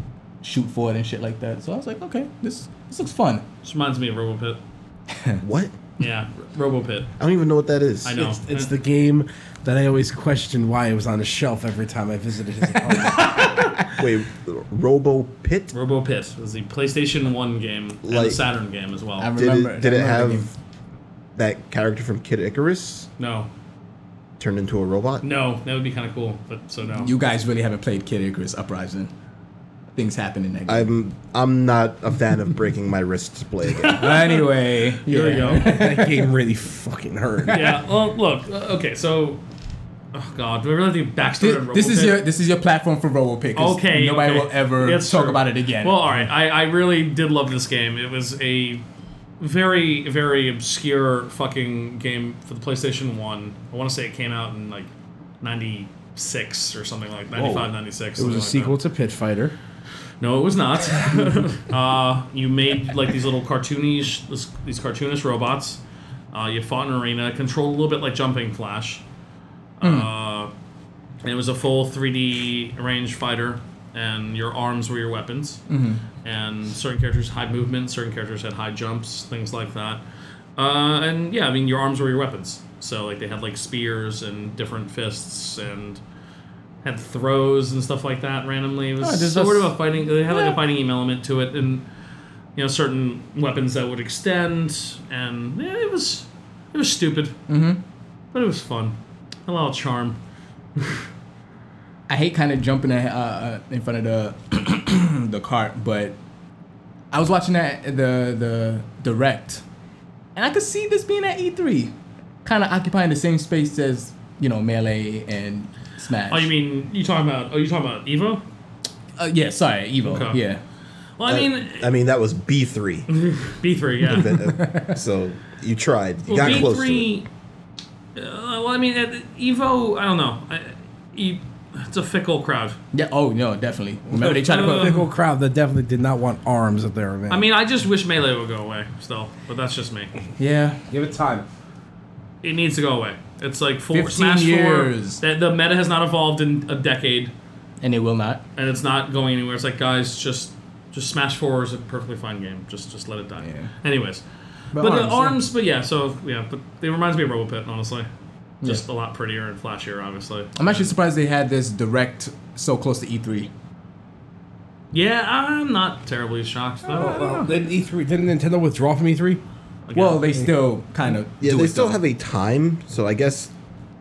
S4: shoot forward and shit like that. So I was like, okay, this this looks fun.
S3: This reminds me of RoboPit.
S1: what?
S3: Yeah, RoboPit.
S1: I don't even know what that is.
S3: I know.
S2: It's, it's the game that I always questioned why it was on the shelf every time I visited (laughs) his apartment.
S1: Wait, Robo Pit?
S3: RoboPit is the PlayStation One game and the
S1: Like-
S3: Saturn game as well.
S4: I
S1: Did
S4: remember.
S1: it, did
S4: I
S1: it
S4: remember the game.
S1: have that character from Kid Icarus
S3: no,
S1: turned into a robot?
S3: no, that would be kind of cool, but so no.
S5: you guys really haven't played Kid Icarus Uprising. Things happen in that game.
S1: I'm I'm not a fan of breaking my wrists to play a game.
S5: anyway,
S3: (laughs) Here
S5: yeah.
S2: (laughs)
S4: (laughs)
S3: we go.
S2: that game really fucking hurt.
S3: yeah. Well, look. uh, Okay, so Oh God, do we really have to backstory?
S4: Thi-
S3: on
S4: This is
S3: Robotech?
S4: your this is your platform for RoboPick. 'cause
S3: okay.
S4: Nobody
S3: okay.
S4: will ever
S3: That's
S4: talk
S3: true.
S4: about it again.
S3: Well, all right. I, I really did love this game. It was a very very obscure fucking game for the PlayStation One. I want to say it came out in like ninety six or something like 95, 96.
S2: It was a
S3: something
S2: sequel
S3: like
S2: to Pit Fighter.
S3: that. No, it was
S4: (laughs)
S3: not. (laughs) uh, you made like these little cartoonish this, these cartoonish robots. Uh, you fought in an arena, controlled a little bit like Jumping Flash. Uh, and it was a full 3D range fighter, and your arms were your weapons. And certain characters had high movement, certain characters had high jumps, things like that. Uh, and yeah, I mean, your arms were your weapons. So like they had like spears and different fists and had throws and stuff like that randomly. It
S4: Oh,
S3: was
S4: does
S3: sort
S4: this-
S3: of a fighting. They had like
S4: Yeah.
S3: a fighting game element to it, and you know certain weapons that would extend, and yeah, it was it was stupid, mm-hmm. but it was fun. A lot of charm.
S4: I hate kind of jumping uh, uh, in front of the the (clears throat) cart, but I was watching that the the direct, and I could see this being at E three, kind of occupying the same space as you know melee and smash.
S3: Oh, you mean you talking about? Oh, you talking about Evo?
S4: Uh, yeah, sorry, Evo.
S3: Okay.
S4: Yeah,
S3: Well, I
S1: Uh,
S3: mean
S1: I mean, that was B
S4: (laughs)
S1: three.
S3: B
S1: (laughs)
S3: three, yeah.
S1: so you tried. You
S3: well,
S1: got
S3: B
S1: close to it.
S3: three. Uh, well, I mean at Evo. I don't know. I, e, it's a fickle crowd.
S4: yeah. Oh no, definitely. Remember they tried to
S3: Uh,
S4: put.
S2: Big old crowd that definitely did not want arms at their event.
S3: I mean, I just wish melee would go away still, but that's just me.
S4: Yeah,
S2: give it time.
S3: It needs to go away. It's like four,
S4: 15
S3: Smash
S4: years.
S3: Four. The, the meta has not evolved in a decade,
S4: and they will not.
S3: and it's not going anywhere. It's like guys, just just Smash Four is a perfectly fine game. Just just let it die.
S4: Yeah.
S3: Anyways, but, the arms, but yeah. So yeah, but it reminds me of RoboPit, honestly. Just a lot prettier and flashier, obviously.
S4: I'm actually surprised they had this direct so close to E three.
S3: Yeah, I'm not terribly shocked though.
S2: Oh, Didn't E3? Didn't Nintendo withdraw from E E3?
S3: Again,
S4: Well, they still kind of
S1: Yeah, they still have a time, so I guess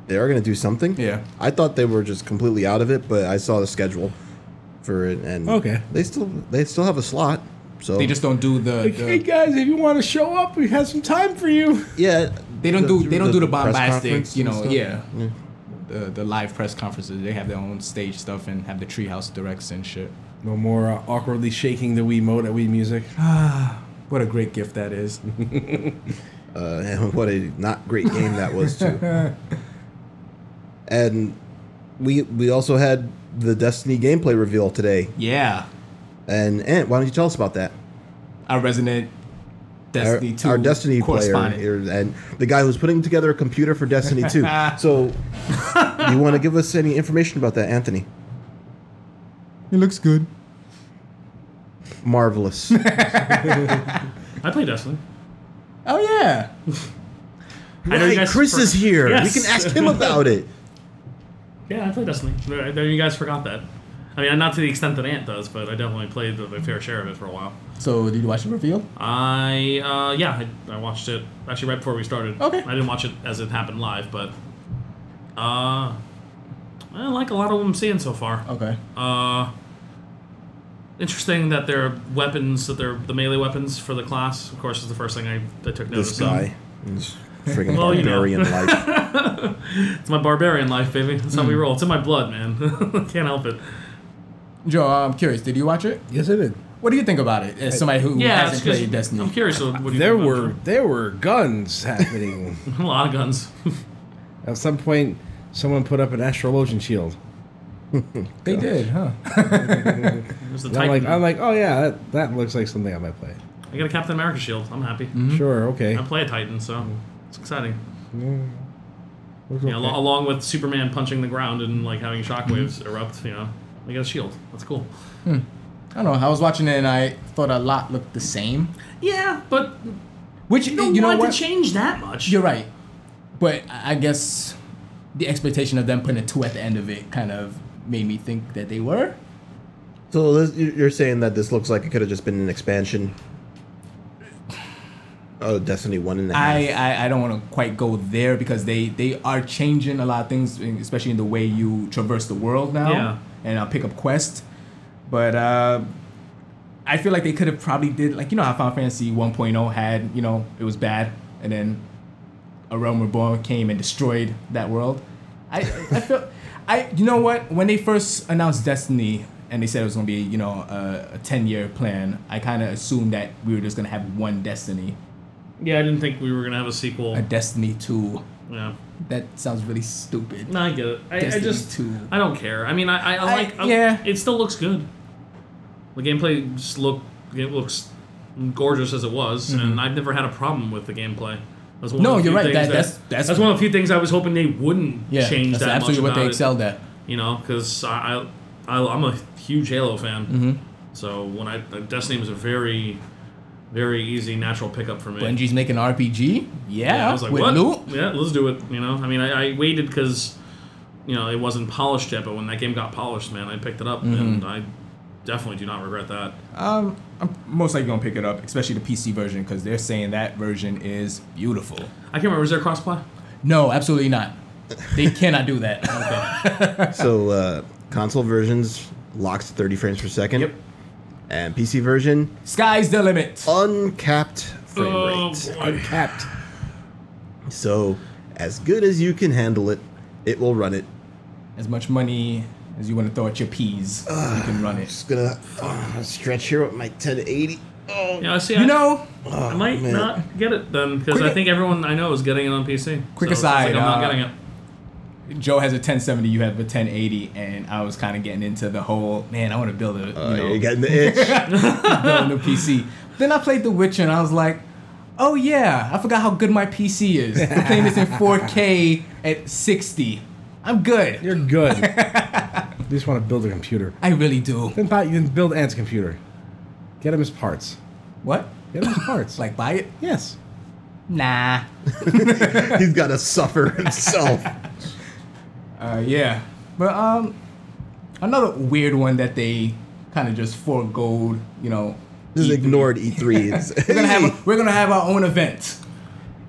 S1: they are going to do something.
S4: Yeah.
S1: I thought they were just completely out of it, but I saw the schedule for it, and
S2: Okay.
S1: they still they still have a slot. So
S4: They just don't do the.
S2: Hey
S4: the
S2: guys, if you want to show up, we have some time for you.
S1: yeah
S4: They don't
S1: the-
S4: do they don't do the
S1: press
S4: bombastic,
S1: conference
S4: you
S1: and
S4: know,
S1: stuff.
S4: yeah. The, the live press conferences, they have their own stage stuff and have the treehouse directs and shit.
S2: No more uh, awkwardly shaking the Wii mode at Wii Music.
S4: What a great gift that
S1: (laughs)
S4: is.
S1: Uh, and what a not great game that was too.
S4: (laughs)
S1: and we we also had the Destiny gameplay reveal today.
S4: yeah.
S1: And Ant, why don't you tell us about that?
S4: Our resident Destiny
S1: our,
S4: 2
S1: our Destiny player
S4: correspondent.
S1: here, and the guy who's putting together a computer for Destiny 2.
S3: (laughs)
S1: so, do you want to give us any information about that, Anthony?
S4: It looks good.
S3: (laughs)
S1: Marvelous.
S3: I play Destiny.
S4: Oh yeah.
S3: I know you
S1: Right,
S3: guys
S1: Chris
S3: for-
S1: is here.
S3: Yes.
S1: We can ask him about it.
S3: Yeah, I play Destiny. I know you guys forgot that. I mean, not to the extent that Ant does, but I definitely played the, the fair share of it for a while.
S4: So did you watch the reveal?
S3: I uh, yeah, I, I watched it actually right before we started.
S4: Okay.
S3: I didn't watch it as it happened live, but uh, I like a lot of what I'm seeing so far.
S4: Okay.
S3: Uh, interesting that their weapons, that they're the melee weapons for the class. Of course, is the first thing I, I took notice
S1: This
S3: of.
S1: guy. He's friggin'
S3: Well, you know. (laughs)
S1: barbarian life.
S3: It's my barbarian life, baby. That's
S4: Hmm.
S3: how we roll. It's in my blood, man. (laughs) Can't help it.
S4: Joe, I'm curious, did you watch it?
S2: (gasps) Yes, I did.
S4: What do you think about it? As somebody who
S3: Yeah, it's
S4: hasn't
S3: 'cause-
S4: played Destiny.
S3: I'm curious. What do you
S2: There
S3: think about
S2: were there were guns (laughs) happening.
S3: it? (laughs) a lot of guns.
S2: at some point, someone put up an astrologian shield.
S4: They did, huh? (laughs)
S3: There's the
S2: And I'm like,
S3: Titan. i
S2: I'm like, oh yeah, that, that looks like something I might play.
S3: got a Captain America shield. I'm happy.
S2: Sure, okay.
S3: I play a Titan, so it's exciting.
S2: Looks
S3: You know,
S2: okay.
S3: al- along with Superman punching the ground and like having shockwaves
S4: Mm-hmm.
S3: erupt. You know, I got a shield. That's cool.
S4: I don't know. I was watching it and I thought a lot looked the same.
S3: Yeah, but
S4: Which
S3: you don't
S4: you know
S3: want
S4: what?
S3: to change that much.
S4: You're right. But I I guess the expectation of them putting a two at the end of it kind of made me think that they were.
S1: so, this, you- you're saying that this looks like it could have just been an expansion? Oh, Destiny 1 and a half.
S4: I, I, I don't want to quite go there because they, they are changing a lot of things, in- especially in the way you traverse the world now.
S3: Yeah.
S4: And I'll pick up quests. But uh, I feel like they could have probably did, like, you know how Final Fantasy 1.0 had, you know, it was bad. And then A Realm Reborn came and destroyed that world. I I, I feel, (laughs) I you know what? When they first announced Destiny and they said it was gonna be you know a, a ten year plan, I kind of assumed that we were just gonna have one Destiny,
S3: Yeah, I didn't think we were gonna have a sequel.
S4: a Destiny two.
S3: yeah,
S4: That sounds really stupid.
S3: no, I get it. I, I
S4: Destiny
S3: just
S4: 2.
S3: I don't care. I mean, I, I, I
S4: I-
S3: like. I-
S4: yeah.
S3: it still looks good. The gameplay just look it looks gorgeous as it was, and I've never had a problem with the gameplay. That's one
S4: Mm-hmm. No,
S3: of the
S4: you're
S3: few
S4: right,
S3: things
S4: that- that's- that's-
S3: one of the few things I was hoping they wouldn't
S4: Yeah,
S3: change
S4: that's
S3: that much
S4: absolutely what
S3: about
S4: they
S3: it,
S4: excelled at.
S3: You know, because I, I, I I'm a huge Halo fan, mm-hmm. so when I Destiny was a very, very easy natural pickup for me.
S4: Bungie's making RPG.
S1: Oh.
S4: Yeah,
S3: Yeah, I was like,
S4: with
S3: what?
S4: loot.
S3: Yeah, let's do it. You know, I mean, I, I waited because, you know, it wasn't polished yet. But when that game got polished, man, I picked it up,
S4: Mm-hmm.
S3: and I definitely do not regret that.
S4: Um, I'm most likely gonna pick it up, especially the PC version, because they're saying that version is beautiful.
S3: I can't remember is there crossplay?
S4: No, absolutely (laughs) not. They cannot do that.
S1: So uh, console versions locked 30 frames per second.
S4: Yep.
S1: And PC version
S4: Sky's the limit.
S1: uncapped frame
S3: Oh,
S1: rates.
S3: boy.
S2: Uncapped.
S1: So as good as you can handle it, it will run it.
S4: As much money as you want to throw at your peas, you can run it.
S1: Just gonna uh, stretch here with my 1080.
S3: Yeah, see, I,
S4: You know,
S1: Oh,
S3: I might
S1: man.
S3: not get it then because
S4: Quick-
S3: I think everyone I know is getting it on PC.
S4: Quick
S3: so it's just like
S4: aside,
S3: I'm not
S4: uh,
S3: getting it.
S4: Joe has a 1070, you have a 1080, and I was kind of getting into the whole man. I want to build a,
S1: Uh,
S4: you know,
S1: You're getting the itch. (laughs)
S4: (laughs) build a PC. Then I played The Witcher, and I was like, oh yeah, I forgot how good my
S1: (laughs)
S4: PC is. I'm playing this in 4K at 60. I'm good.
S2: You're (laughs) good. you just want to build a computer.
S4: I really do.
S2: Then buy, you can build Ant's computer. Get him his parts.
S4: What?
S2: Get him his
S4: (coughs)
S2: parts.
S4: Like buy it?
S2: yes.
S4: Nah.
S1: He's gotta suffer himself.
S4: Uh, yeah, but um, another weird one that they kind of just foregoed. You know,
S1: Just ignored E E3. It's,
S4: we're gonna have a, we're gonna have our own event,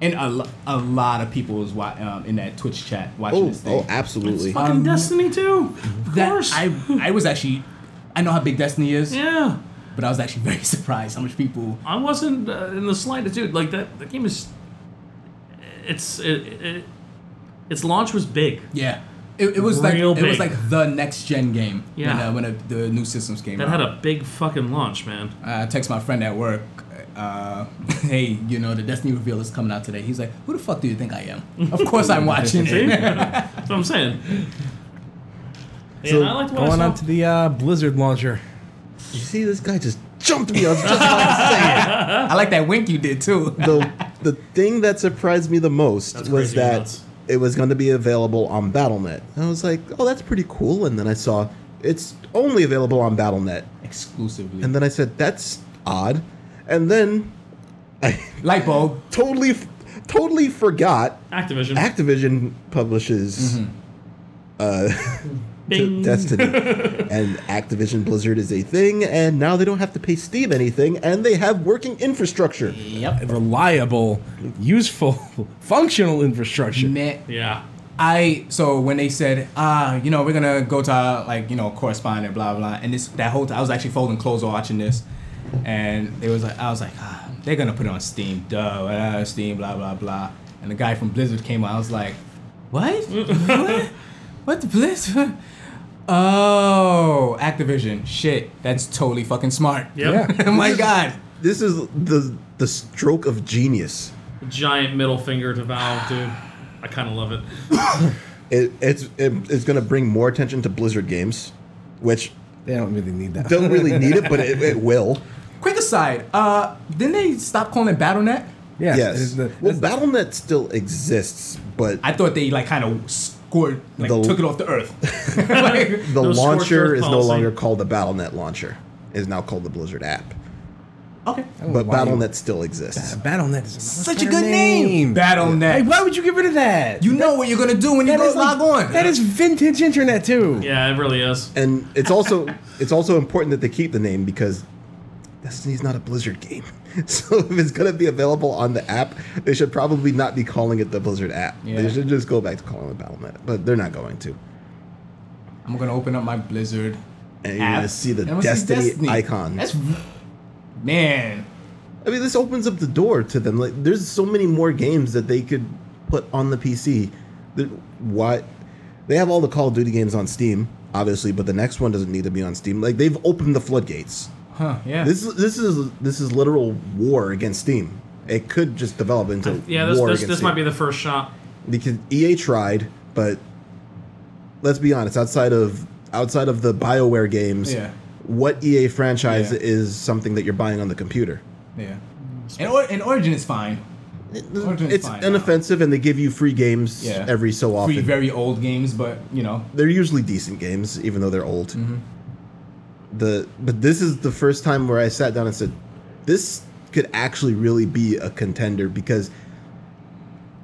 S4: and a, lo- a lot of people was wa- um, in that Twitch chat
S1: (laughs)
S4: watching
S1: oh,
S4: this thing.
S1: oh, absolutely.
S3: Fucking Destiny too. Of
S4: that
S3: course.
S4: I I was actually. I know how big Destiny is,
S3: yeah.
S4: but I was actually (laughs) very surprised how much people.
S3: I wasn't uh, in the slightest, dude. Like that, that game is. It's it, it, its launch was big.
S4: Yeah, it, it was
S3: Real
S4: like it was
S3: big.
S4: like the next gen game.
S3: Yeah.
S4: when, uh, when uh, the new systems came
S3: That
S4: out. Uh,
S3: had a big fucking launch, man.
S4: I text my friend at work, uh, (laughs) hey, you know, the Destiny reveal is coming out today. He's like, who the fuck do you think I am? Of course
S3: (laughs)
S4: I'm watching
S3: See,
S4: it.
S3: that's what I'm saying. Yeah,
S1: So,
S3: I liked what
S2: Going
S3: I
S2: on
S3: saw.
S2: to the uh, Blizzard launcher.
S1: You see, this guy just jumped me. I was just
S3: (laughs)
S1: about to say it.
S4: (laughs) I like that wink you did too.
S1: the the thing that surprised me the most
S3: That's
S1: was
S3: crazy
S1: that
S3: nuts.
S1: it was going to be available on BattleNet. And I was like, "Oh, that's pretty cool." And then I saw it's only available on BattleNet.
S4: Exclusively.
S1: And then I said, "That's odd." And then I
S4: Light bulb.
S1: totally f- totally forgot
S3: Activision.
S1: Activision publishes
S3: Mm-hmm.
S1: uh,
S3: Bing.
S1: Destiny. and Activision Blizzard is a thing, and now they don't have to pay Steam anything and they have working infrastructure.
S4: Yep.
S2: Reliable, useful, (laughs) functional infrastructure.
S4: Man,
S3: Yeah.
S4: I so when they said, ah, you know, we're gonna go to our, like you know correspondent, blah blah, and this that whole time I was actually folding clothes while watching this, and it was like I was like, ah, they're gonna put it on Steam, duh, uh, Steam, blah blah blah, and the guy from Blizzard came out, I was like, what, what, what the Blizzard? (laughs) Oh, Activision, shit, that's totally fucking smart.
S3: Yep.
S2: Yeah. (laughs)
S4: oh (laughs) my god,
S1: This is the the stroke of genius.
S3: Giant middle finger to Valve, dude. I kind of love it.
S1: it, it's it, it's going to bring more attention to Blizzard games, which
S2: They don't really need that.
S1: don't really need it, but it, it will.
S4: quick aside, uh, didn't they stop calling it BattleNet?
S2: Yes. it
S1: Yes.
S2: is the-
S1: well, BattleNet still exists, but
S4: I thought they like kind of scored, like
S1: The-
S4: took it off the earth. (laughs) Like,
S1: the
S3: no scorched
S1: launcher
S3: earth
S1: is no
S3: policy.
S1: longer called the BattleNet launcher. It is now called the Blizzard app.
S4: okay,
S1: But
S2: why you-
S1: BattleNet still exists.
S2: BattleNet is
S4: such a good name. BattleNet.
S2: Hey, why would you get rid of that?
S4: you know what you're gonna do when you
S2: that
S4: go
S2: is like-
S4: log on.
S2: That is vintage internet too.
S3: Yeah, it really is.
S1: And it's
S4: (laughs)
S1: also it's also important that they keep the name because Destiny's not a Blizzard game. (laughs) So if it's going to be available on the app, they should probably not be calling it the Blizzard app.
S4: Yeah.
S1: They should just go back to calling it BattleNet, but they're not going to.
S4: I'm gonna open up my Blizzard.
S1: And you're
S4: app,
S1: going to see the
S4: and I'm gonna see
S1: Destiny, icon.
S4: That's man.
S1: I mean, this opens up the door to them. Like, there's so many more games that they could put on the PC. That- Why? They have all the Call of Duty games on Steam, obviously, but the next one doesn't need to be on Steam. Like they've opened the floodgates.
S4: Huh? Yeah.
S1: This is this is this is literal war against Steam. It could just develop into
S3: Yeah, this
S1: war
S3: this,
S1: against
S3: this
S1: Steam.
S3: might be the first shot.
S1: because EA tried, but let's be honest, outside of outside of the BioWare games,
S4: Yeah.
S1: what EA franchise
S4: Yeah.
S1: is something that you're buying on the computer?
S4: yeah. And, or, and Origin is fine. Origin's
S1: it's
S4: fine.
S1: unoffensive, and they give you free games
S4: Yeah.
S1: every so often.
S4: Three very old games, but you know.
S1: they're usually decent games, even though they're old. The but this is the first time where I sat down and said, "This could actually really be a contender because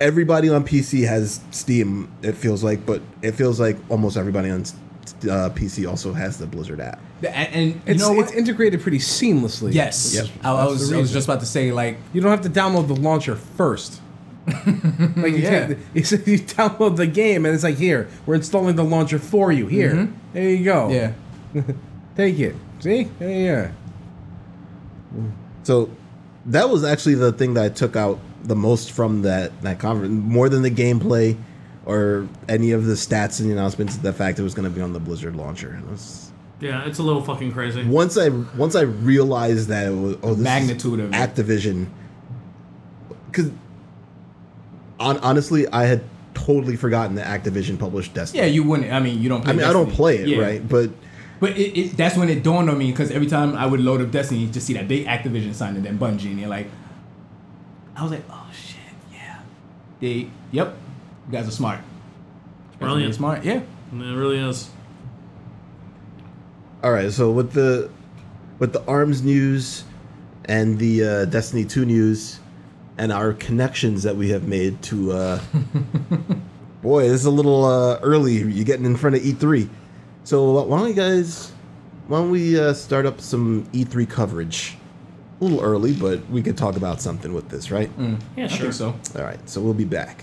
S1: everybody on PC has Steam. It feels like, but it feels like almost everybody on uh, PC also has the Blizzard app.
S4: The- And, and you
S2: It's,
S4: know what?
S2: it's integrated pretty seamlessly.
S4: yes.
S1: Yep.
S4: I, I
S2: That's
S4: was
S2: the
S4: I was
S2: reason.
S4: just about to say like
S2: You don't have to download the launcher first. like (laughs) you
S4: Yeah.
S2: can't, it's, you download the game and it's like here we're installing the launcher for you. Here, there you go.
S4: yeah.
S2: take it. See, yeah, yeah.
S1: So that was actually the thing that I took out the most from that that conference, more than the gameplay or any of the stats and the announcements. The fact it was going to be on the Blizzard launcher. And it was,
S3: Yeah, it's a little fucking crazy.
S1: once I once I realized that it was oh this
S4: magnitude
S1: is
S4: of it.
S1: Activision because on, honestly I had totally forgotten that Activision published Destiny.
S4: Yeah, you wouldn't. I mean, you don't. Play
S1: I mean I don't
S4: Destiny.
S1: play it
S4: Yeah.
S1: right, but
S4: But it, it, that's when it dawned on me because every time I would load up Destiny, you just see that big Activision sign and then Bungie, and you're like, I was like, oh shit, yeah. They, yep, you guys are smart. You guys are
S3: Brilliant.
S4: really smart, yeah.
S3: It really is.
S1: all right. So with the with the arms news and the uh, Destiny two news and our connections that we have made to uh, boy this is a little uh, early. You're getting in front of E three, so why don't you guys why don't we uh, start up some E three coverage? A little early, but we could talk about something with this, right?
S3: Yeah,
S4: I
S3: sure.
S4: think so.
S1: All right, so we'll be back.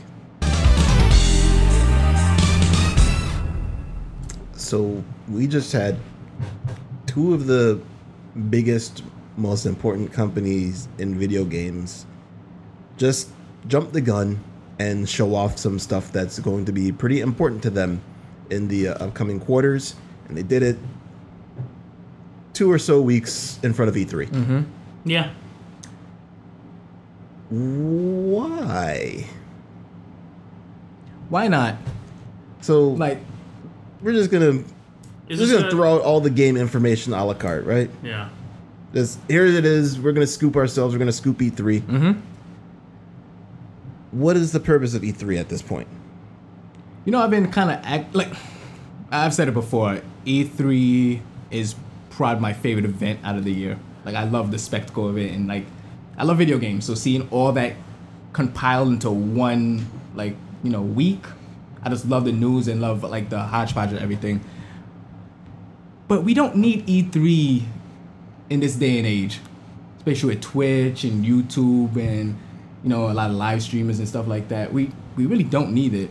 S1: So we just had two of the biggest, most important companies in video games just jump the gun and show off some stuff that's going to be pretty important to them in the uh, upcoming quarters, and they did it two or so weeks in front of E E3.
S3: Yeah.
S1: Why?
S4: Why not?
S1: So
S4: Like,
S1: we're just gonna
S3: Is
S1: we're
S3: this
S1: just gonna
S3: gonna-
S1: throw out all the game information a la carte, right?
S3: Yeah.
S1: This here it is. We're gonna scoop ourselves. We're gonna scoop E3. Mm-hmm. is the purpose of E3 at this point?
S4: you know, I've been kind of act like I've said it before. E3 is probably my favorite event out of the year. Like, I love the spectacle of it, and like, I love video games. So seeing all that compiled into one like you know week, I just love the news and love like the hodgepodge of everything. But we don't need E3 in this day and age, especially with Twitch and YouTube and you know a lot of live streamers and stuff like that. We we really don't need it.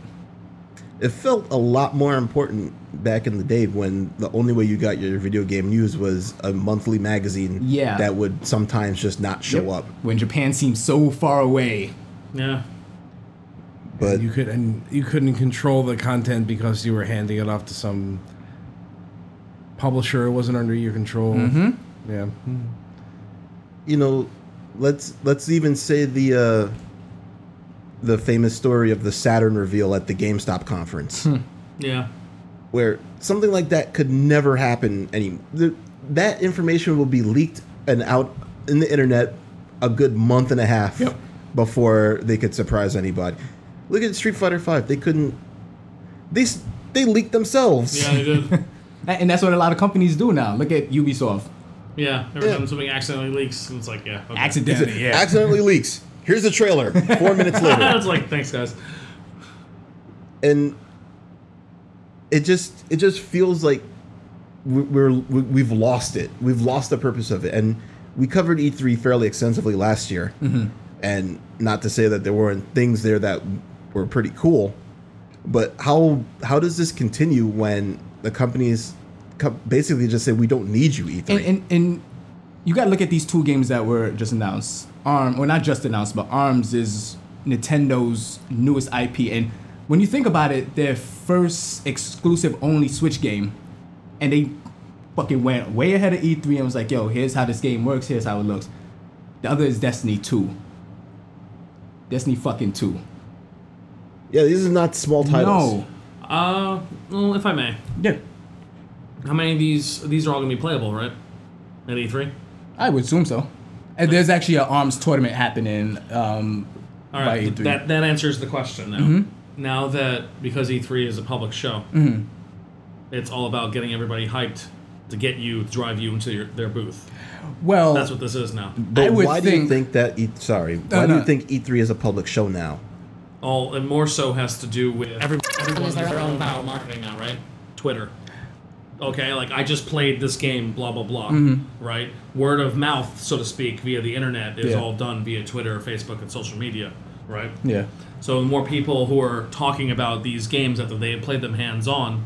S1: It felt a lot more important back in the day when the only way you got your video game news was a monthly magazine.
S4: Yeah.
S1: That would sometimes just not show
S4: Yep.
S1: up.
S4: When Japan seems so far away.
S3: Yeah.
S1: But
S2: you could and you couldn't control the content because you were handing it off to some publisher. It wasn't under your control. Mm-hmm. Yeah.
S1: you know, let's let's even say the uh, the famous story of the Saturn reveal at the GameStop conference.
S3: Yeah.
S1: where something like that could never happen any the, that information will be leaked and out in the internet a good month and a half
S4: Yep.
S1: before they could surprise anybody look at street fighter 5 they couldn't they s- they leaked themselves
S3: Yeah, they did.
S4: A- And that's what a lot of companies do now. Look at Ubisoft.
S3: Yeah. Every
S1: Yeah.
S3: time something accidentally leaks, it's like, yeah. Okay.
S4: Accidentally, yeah.
S1: accidentally leaks here's the trailer 4 minutes later
S3: (laughs) it's like, thanks, guys.
S1: and it just it just feels like we- we're we- we've lost it we've lost the purpose of it and we covered e3 fairly extensively last year
S4: Mm-hmm.
S1: and not to say that there weren't things there that were pretty cool but how how does this continue when the companies co- basically just say we don't need you E e3
S4: And, and, and you got to look at these two games that were just announced. ARM, or not just announced, but ARMS is Nintendo's newest IP. And when you think about it, their first exclusive only Switch game, and they fucking went way ahead of E3 and was like, "Yo, here's how this game works. Here's how it looks." The other is Destiny Two. Destiny fucking two.
S1: Yeah, these are not small titles.
S4: No.
S3: Uh, well, if I may,
S4: Yeah.
S3: how many of these? These are all gonna be playable, right? At E E3.
S4: I would assume so. And there's actually an arms tournament happening. Um, by
S3: All
S4: Mm-hmm.
S3: right, th-
S4: E3.
S3: that that answers the question now. Now that because E3 is a public show,
S4: Mm-hmm.
S3: it's all about getting everybody hyped to get you drive you into your, their booth.
S4: well,
S3: That's what this is now.
S1: But
S4: I would
S1: why do you
S4: think-
S1: think that? E- sorry, why do
S4: no.
S1: you think E3 is a public show now?
S3: All and more so has to do with every, everyone has their own power marketing now, right? Twitter. Okay, like I just played this game, blah blah blah. Right, word of mouth, so to speak, via the internet is
S4: Mm-hmm. Yeah.
S3: all done via Twitter, Facebook, and social media. Right.
S4: yeah.
S3: So the more people who are talking about these games after they have played them hands on,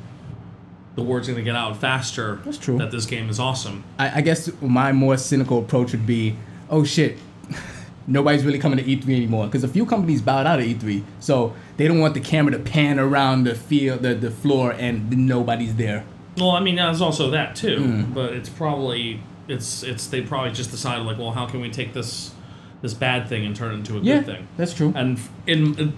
S3: the word's going to get out faster. That's
S4: true.
S3: That this game is awesome.
S4: I, I guess my more cynical approach would be, oh shit, (laughs) nobody's really coming to E3 anymore because a few companies bowed out of E3, so they don't want the camera to pan around the field, the, the floor, and nobody's there.
S3: Well, I mean, there's also that too,
S4: Hmm.
S3: but it's probably it's it's they probably just decided like, well, how can we take this this bad thing and turn it into a
S4: Yeah,
S3: good thing?
S4: that's true.
S3: And f- in, in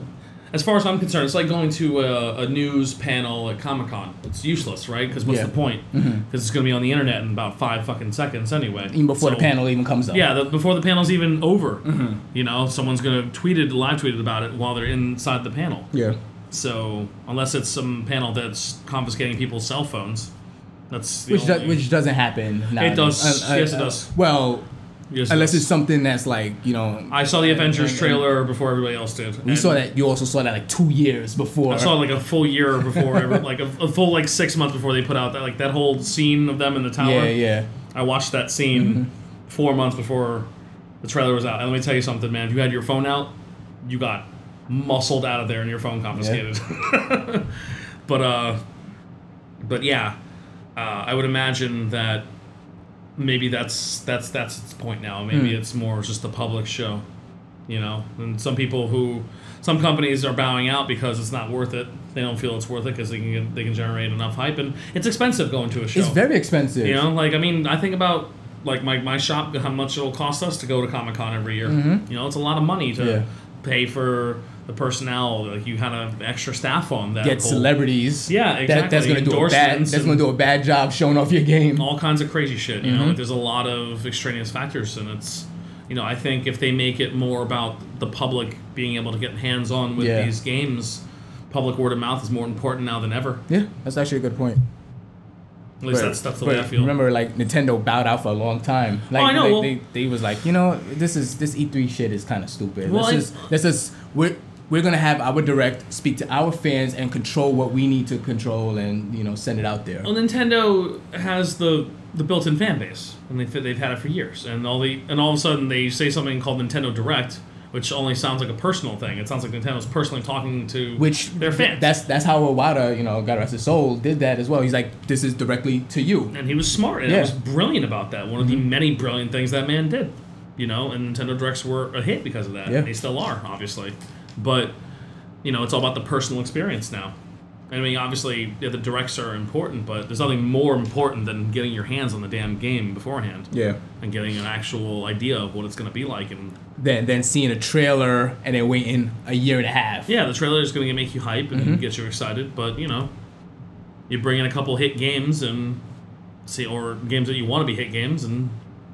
S3: as far as I'm concerned, it's like going to a, a news panel at Comic Con. It's useless, right? Because what's
S4: Yeah. Mm-hmm.
S3: the point? Because it's going to be on the internet in about five fucking seconds anyway.
S4: Even before the
S3: So-
S4: panel even comes up.
S3: Yeah, the, before the panel's even over,
S4: Mm-hmm.
S3: you know, someone's gonna tweet it, live tweeted about it while they're inside the panel.
S4: Yeah.
S3: So unless it's some panel that's confiscating people's cell phones, that's the
S4: Which, do,
S3: only,
S4: which doesn't happen. nowadays. uh,
S3: does. Yes, it does.
S4: Well,
S3: Yes,
S4: unless
S3: yes.
S4: it's something that's like you know.
S3: I saw the Avengers
S4: and-
S3: trailer before everybody else did.
S4: You saw that. You also saw that like two years before.
S3: I saw like a full year
S4: (laughs)
S3: before, ever, like a, a full like six months before they put out that like that whole scene of them in the tower.
S4: yeah, yeah.
S3: I watched that scene
S4: Mm-hmm.
S3: four months before the trailer was out. And let me tell you something, man. If you had your phone out, you got muscled out of there and your phone confiscated. (laughs) but uh, but yeah, uh, I would imagine that maybe that's that's that's its point now. Maybe
S4: Hmm.
S3: it's more just a public show, you know. And some people who some companies are bowing out because it's not worth it. They don't feel it's worth it because they can they can generate enough hype and it's expensive going to a show.
S4: It's very expensive.
S3: You know, like I mean, I think about like my, my shop how much it'll cost us to go to Comic Con every year. You know, it's a lot of money to
S4: Mm-hmm. Yeah.
S3: pay for the personnel. Like you had an extra staff on that.
S4: Get
S3: whole-
S4: celebrities.
S3: Yeah,
S4: That, that's
S3: exactly.
S4: gonna do a bad.
S3: Endorsements Oh.
S4: That's gonna do a bad job showing off your game.
S3: all kinds of crazy shit. You
S4: Mm-hmm.
S3: know, like there's a lot of extraneous factors, and it's you know I think if they make it more about the public being able to get hands on with
S4: Yeah.
S3: these games, public word of mouth is more important now than ever.
S4: Yeah, that's actually a good point.
S3: At least that's that's the way I
S4: But
S3: feel.
S4: Remember, like Nintendo bowed out for a long time. Like,
S3: Oh, I know,
S4: like,
S3: well-
S4: they, they was like, you know, this is this E three shit is kind of stupid.
S3: Well, I-
S4: let's just let's just we're we're gonna have our direct speak to our fans and control what we need to control and you know send it out there.
S3: Well, Nintendo has the the built-in fan base, and they they've had it for years. And all the and all of a sudden they say something called Nintendo Direct, which only sounds like a personal thing. It sounds like Nintendo's personally talking to
S4: Which
S3: their fans.
S4: That's that's how Iwata, you know, God rest his soul, did that as well. He's like, this is directly to you.
S3: and he was smart and
S4: Yeah. Mm-hmm.
S3: he was brilliant about that. One of the many brilliant things that man did, you know. And Nintendo Directs were a hit because of that.
S4: Yeah.
S3: They still are, obviously, but you know it's all about the personal experience now. I mean, obviously, yeah, the directs are important, but there's nothing more important than getting your hands on the damn game beforehand.
S4: Yeah.
S3: and getting an actual idea of what it's going to be like. And
S4: Then then seeing a trailer and then waiting a year and a half.
S3: yeah, the trailer is going to make you hype and
S4: Mm-hmm.
S3: get you excited, but you know, you bring in a couple hit games and see, or games that you want to be hit games and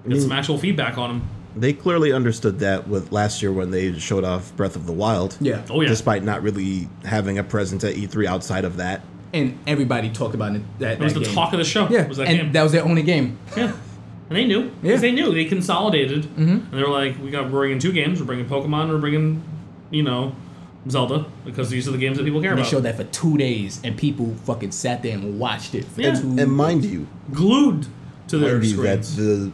S3: get
S4: Mm.
S3: some actual feedback on them.
S1: They clearly understood that with last year when they showed off Breath of the Wild.
S4: Yeah.
S3: Oh yeah,
S1: Despite not really having a presence at E3 outside of that.
S4: And everybody talked about it. That,
S3: it was
S4: that
S3: the
S4: game.
S3: talk of the show.
S4: Yeah.
S3: was that
S4: and
S3: game.
S4: that was their only game.
S3: yeah. And they knew, because
S4: Yeah. Mm-hmm.
S3: they knew they consolidated, and they were like, "We got we're bringing two games. We're bringing Pokemon. We're bringing, you know, Zelda, because these are the games that people care
S4: They
S3: about."
S4: showed that for two days, and people fucking sat there and watched it. For
S3: Yeah.
S4: two
S1: And mind you,
S3: Glued to their
S1: mind you that
S3: screens.
S1: the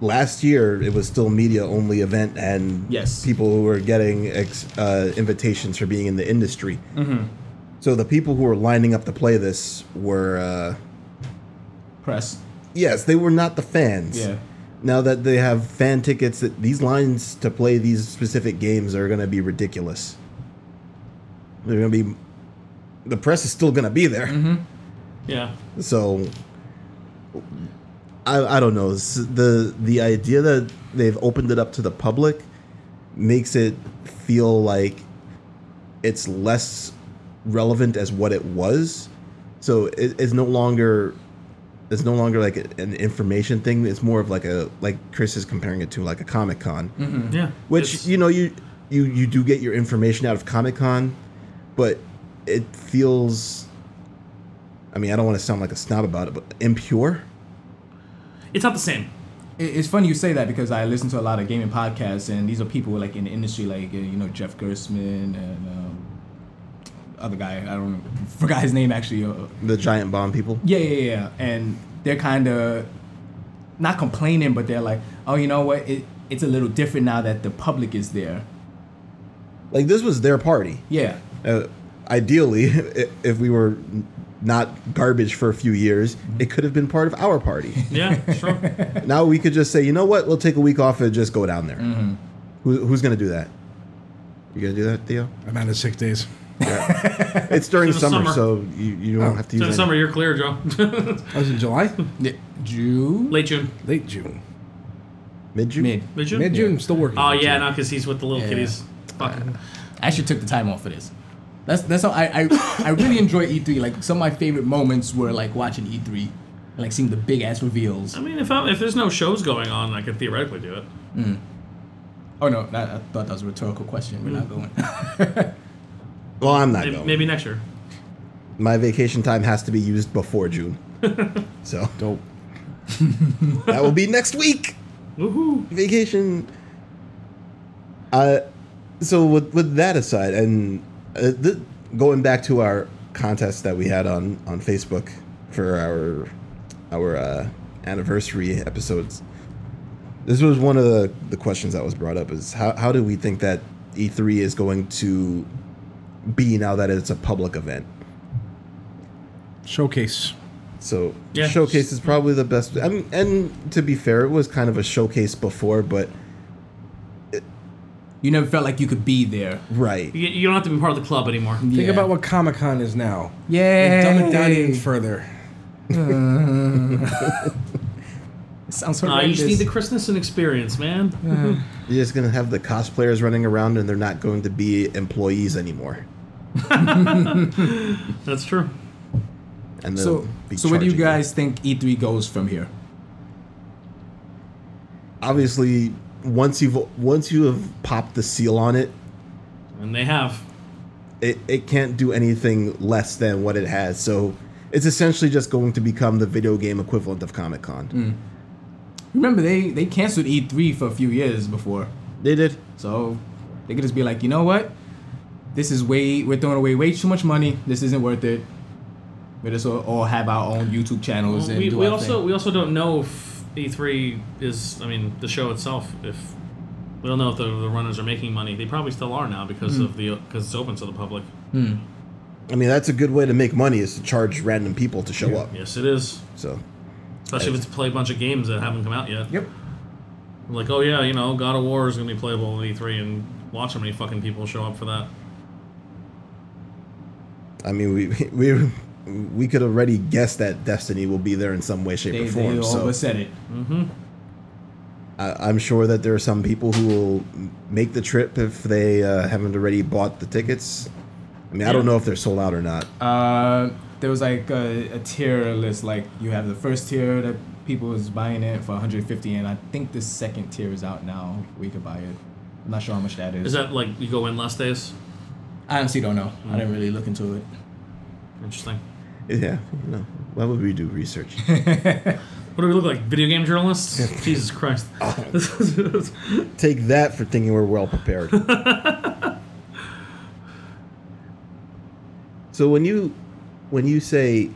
S1: last year it was still media only event and
S4: Yes.
S1: people who were getting ex, uh, invitations for being in the industry.
S3: Mm-hmm.
S1: So the people who were lining up to play this were. Uh,
S4: press.
S1: Yes, they were not the fans.
S4: Yeah.
S1: Now that they have fan tickets, that these lines to play these specific games are going to be ridiculous. They're gonna be. The press is still gonna be there.
S3: Yeah.
S1: So I, I don't know. S- The the idea that they've opened it up to the public makes it feel like it's less relevant as what it was. So it, it's no longer it's no longer like a- an information thing. It's more of like a like Chris is comparing it to like a Comic Con
S4: Mm.
S3: Yeah.
S1: which
S3: It's-
S1: you know you you you do get your information out of Comic Con, but it feels. I mean, I don't want to sound like a snob about it, but impure.
S3: it's not the same.
S4: It- It's funny you say that because I listen to a lot of gaming podcasts, and these are people like in the industry, like uh, you know Jeff Gersman and um, other guy. I don't forgot his name actually. Uh,
S1: The giant bomb people.
S4: yeah, yeah, yeah. And they're kind of not complaining, but they're like, oh, you know what? It, it's a little different now that the public is there.
S1: Like this was their party.
S4: Yeah,
S1: Uh, ideally, (laughs) i- if we were n- not garbage for a few years,
S3: Mm-hmm.
S1: it could have been part of our party. (laughs)
S4: (laughs)
S3: Yeah, sure.
S1: now we could just say, you know what? We'll take a week off and just go down there.
S3: Mm-hmm.
S1: Who, who's going to do that? You gonna do that,
S3: (laughs)
S1: Theo?
S2: I'm out of six days.
S1: It's during
S3: It's in the
S1: summer,
S3: summer.
S1: so you, you don't have to use.
S3: So in the
S1: any-
S3: summer, you're clear, Joe. (laughs)
S2: I was in July,
S4: Jew
S3: Late June.
S2: (laughs) late June,
S1: Mid June.
S4: mid.
S3: Mid June?
S2: mid June. I'm Still working.
S3: Oh, yeah, no, because he's with the little
S4: Yeah.
S3: kitties. Fucking.
S4: I actually took the time off for this. That's that's how I, I I really enjoy E3. Like some of my favorite moments were like watching E3, and, like seeing the big ass reveals.
S3: I mean, if I, if there's no shows going on, I could theoretically do it.
S4: Oh no, that, I thought that was a rhetorical question. We're not going. (laughs)
S1: Well, I'm not
S3: Maybe,
S1: going.
S3: maybe next year.
S1: my vacation time has to be used before June. so
S2: Dope.
S1: (laughs) that will be next week.
S3: Woohoo!
S1: Vacation. Uh, so with with that aside, and uh, th- going back to our contest that we had on on Facebook for our our uh, anniversary episodes, this was one of the, the questions that was brought up: is how how do we think that E three is going to be now that it's a public event?
S2: Showcase.
S1: So
S3: Yeah.
S1: showcase is probably the best. I mean, and to be fair, it was kind of a showcase before, but
S4: you never felt like you could be there.
S1: right.
S3: You, you don't have to be part of the club anymore.
S2: Think
S4: Yeah.
S2: about what Comic Con is now.
S4: Yeah,
S2: Dumb it down even further.
S4: sounds
S3: Nah, Uh, you
S4: horrendous.
S3: just need the Christmas and experience, man.
S1: You're just gonna have the cosplayers running around, and they're not going to be employees anymore.
S3: That's true.
S1: And they'll
S4: so,
S1: be
S4: so where do you
S1: charging them.
S4: guys think E3 goes from here?
S1: Obviously, once you've once you have popped the seal on it,
S3: And they have.
S1: it, it can't do anything less than what it has. So it's essentially just going to become the video game equivalent of Comic Con.
S4: Mm. Remember, they they canceled E3 for a few years before,
S1: They did.
S4: so they could just be like, you know what, this is way we're throwing away way too much money. This isn't worth it. We just all, all have our own YouTube channels and
S3: we,
S4: do
S3: we
S4: our
S3: also
S4: thing.
S3: we also don't know if E3 is. I mean, the show itself. If we don't know if the, the runners are making money, they probably still are now because of the because it's open to the public.
S1: I mean, that's a good way to make money is to charge random people to show up.
S3: Yes, it is.
S1: So
S3: Especially if it's to play a bunch of games that haven't come out yet.
S4: Yep.
S3: Like, oh yeah, you know, God of War is gonna be playable in E3, and watch how many fucking people show up for that.
S1: I mean, we we we could already guess that Destiny will be there in some way, shape,
S4: They,
S1: or
S4: they
S1: form.
S4: all
S1: So
S4: said it.
S1: I, I'm sure that there are some people who will make the trip if they uh, haven't already bought the tickets. I mean, I don't
S3: Yeah.
S1: know if they're sold out or not.
S4: Uh, there was like a, a tier list. Like you have the first tier that people is buying it for 150, and I think the second tier is out now. We could buy it. I'm not sure how much that is.
S3: Is that like you go in less days?
S4: I honestly don't know. I didn't really look into it.
S3: Interesting.
S1: Yeah, no. Why would we do research?
S3: What do we look like? Video game journalists?
S4: (laughs)
S3: Jesus Christ. (laughs)
S1: Take that for thinking we're well prepared. so when you when you say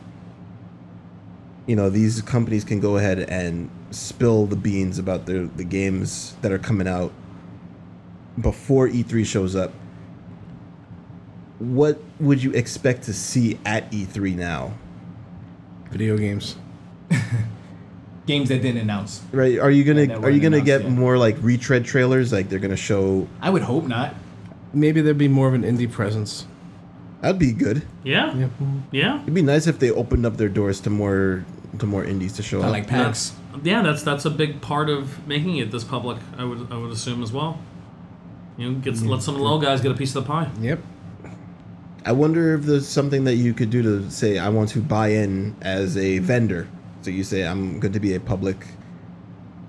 S1: you know these companies can go ahead and spill the beans about their the games that are coming out before E3 shows up what would you expect to see at E3 now
S2: Video games.
S4: Games that didn't announce.
S1: right are you going
S4: that
S1: to are you going
S4: weren't
S1: to
S4: announced
S1: get
S4: yet.
S1: more like retread trailers like they're going to show
S4: I would hope not.
S2: Maybe there'd be more of an indie presence.
S1: That'd be good.
S3: Yeah. Yeah. Yeah.
S1: It'd be nice if they opened up their doors to more to more indies to show
S6: I
S1: up.
S6: like
S3: That's
S6: packs.
S3: yeah. That's that's a big part of making it this public. I would I would assume as well. You know, get let
S4: Mm-hmm.
S3: some low guys get a piece of the pie.
S2: Yep.
S1: I wonder if there's something that you could do to say I want to buy in as a vendor. So you say I'm going to be a public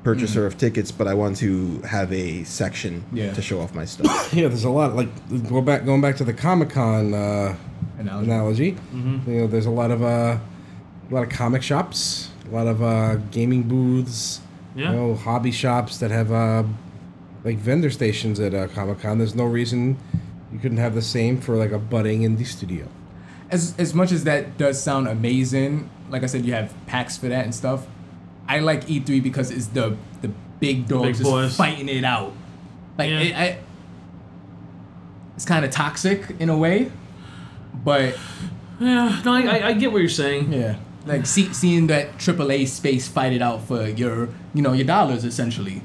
S1: purchaser of tickets, but I want to have a section
S4: Yeah.
S1: to show off my
S2: (coughs)
S1: stuff.
S2: Yeah, there's a lot. Like go back, going back to the Comic Con uh,
S4: Analogy.
S2: analogy.
S3: Mm-hmm.
S2: You know, there's a lot of uh, a lot of comic shops, a lot of uh, gaming booths,
S3: Yeah.
S2: you know, hobby shops that have uh, like vendor stations at uh, Comic Con. There's no reason you couldn't have the same for like a budding indie studio.
S4: as as much as that does sound amazing, like I said, you have packs for that and stuff. I like E three because it's the the big
S3: big
S4: dogs just
S3: boys.
S4: fighting it out. Like
S3: Yeah.
S4: it, I, it's kind of toxic in a way, but
S3: Yeah. No, I, I, I get what you're saying.
S4: yeah, like see, seeing that AAA space fight it out for your you know your dollars essentially.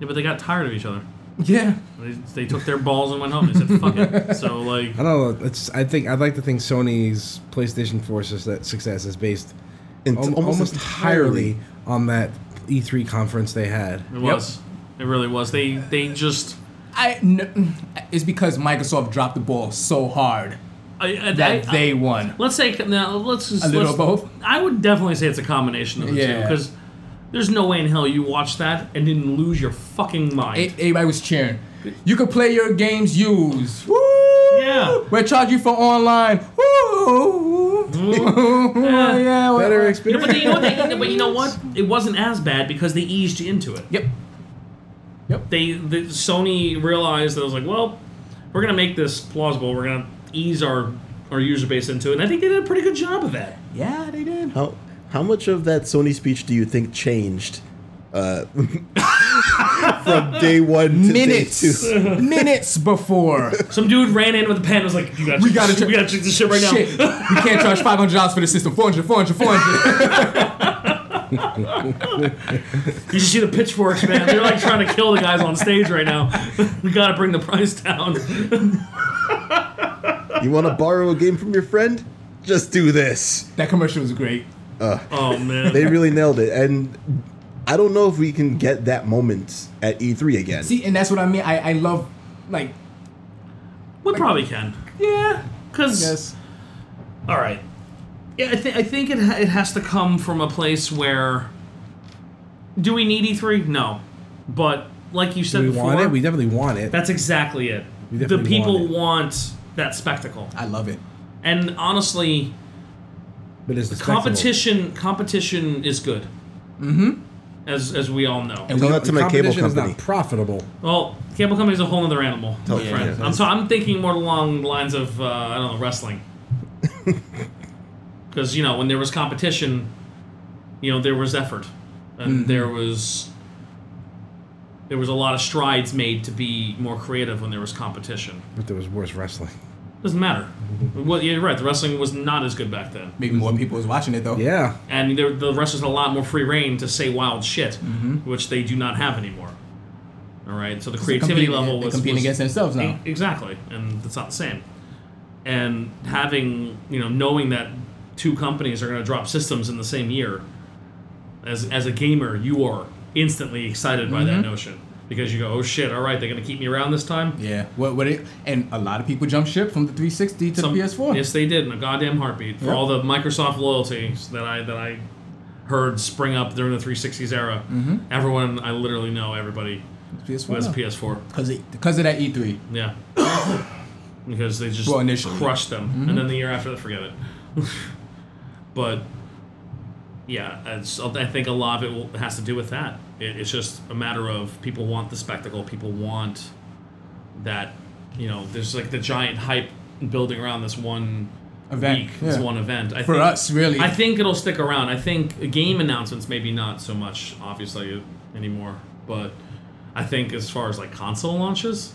S3: Yeah, but they got tired of each other.
S4: Yeah,
S3: They, they took their balls and went home. They said,
S4: (laughs)
S3: "Fuck it." So like,
S2: I don't know. It's I think I'd like to think Sony's PlayStation 4 sus- success is based
S1: And
S2: al- almost, entirely on that E3 conference they had.
S3: it was. It really was. They they just.
S4: I n- it's because Microsoft dropped the ball so hard
S3: I, I,
S4: that
S3: I-
S4: they won.
S3: Let's say now. Let's just
S4: A little
S3: let's-
S4: of both?
S3: I would definitely say it's a combination of the two
S4: Yeah.
S3: because there's no way in hell you watched that and didn't lose your fucking mind.
S4: E- Everybody was cheering. You could play your games used. Woo!
S3: Yeah.
S4: We'll charge you for online. Woo!
S3: Mm-hmm.
S4: yeah, yeah.
S2: Better
S4: well-
S2: experience.
S3: but, you know
S4: (laughs)
S3: what they, but you know what? It wasn't as bad because they eased you into it.
S4: Yep.
S3: They the, Sony realized that it was like, well, we're gonna make this plausible. We're gonna ease our our user base into it, and I think they did a pretty good job of that.
S4: Yeah, they did.
S1: How how much of that Sony speech do you think changed uh, (laughs) from day one to day
S4: Minutes.
S1: two?
S4: (laughs) minutes before.
S3: Some dude ran in with a pen. and Was like, you gotta
S4: We
S3: check
S4: gotta
S3: this-
S4: check-
S3: we gotta check this shit (laughs) right
S4: Shit.
S3: now.
S4: We can't charge five hundred dollars for the system. 400, 400, 400.
S3: You should see the pitchforks, man. They're like trying to kill the guys on stage right now. (laughs) we gotta bring the price down. (laughs)
S1: You want to borrow a game from your friend? Just do this.
S4: (laughs) that commercial was great.
S3: Oh man.
S1: They really nailed it, and I don't know if we can get that moment at E3 again.
S4: See, and that's what I mean. I, I love, like,
S3: we probably can.
S4: yeah.
S3: Cause
S4: Yes.
S3: all right. Yeah, I, th- I think it ha- it has to come from a place where. Do we need E three? No, but like you said
S2: we
S3: before,
S2: want it. We definitely want it.
S3: that's exactly it.
S2: We
S3: The
S2: definitely
S3: people
S2: want
S3: want, that spectacle,
S4: I love it.
S3: and honestly,
S2: but it's the spectacle.
S3: competition competition is good. Mm-hmm. As as we all know.
S1: Tell that
S2: The
S1: to my cable
S2: competition
S1: company.
S2: is not profitable.
S3: Well, cable company's a whole other animal, my
S1: yeah,
S3: friend.
S1: yeah.
S3: I'm, so I'm thinking more along the lines of uh, I don't know wrestling, because you know when there was competition, you know there was effort, and there was there was a lot of strides made to be more creative when there was competition.
S2: But there was worse wrestling.
S3: Doesn't matter. Well, yeah, you're right. The wrestling was not as good back then,
S4: Maybe more people was watching it though.
S2: Yeah.
S3: and there, the wrestlers had a lot more free reign to say wild shit, which they do not have anymore. All right, so the
S4: They're
S3: creativity
S4: competing-
S3: level
S4: they're
S3: was
S4: competing
S3: was-
S4: against themselves now.
S3: E- Exactly, and that's not the same. And having you know knowing that two companies are going to drop systems in the same year, as as a gamer, you are instantly excited by that notion because you go, oh shit, all right, they're going to keep me around this time.
S4: Yeah. What? What? It, and a lot of people jump ship from the 360 to
S3: Some-
S4: the PS4.
S3: Yes, they did in a goddamn heartbeat for
S4: Yep.
S3: all the Microsoft loyalties that I that I heard spring up during the 360s era. Everyone I literally know, everybody
S4: PS4.
S3: was
S4: now.
S3: PS4.
S4: Cause it, because of that E E3.
S3: Yeah. because they just
S4: Well, initially. Mm-hmm.
S3: crushed them, and then the year after, forget it. (laughs) but yeah, it's, I think a lot of it will, has to do with that. It, it's just a matter of people want the spectacle. People want that. You know, there's like the giant hype building around this one
S4: Event,
S3: week, this
S4: yeah.
S3: one event. I
S4: For
S3: think,
S4: us, really.
S3: I think it'll stick around. I think game announcements maybe not so much, obviously anymore. But I think as far as like console launches,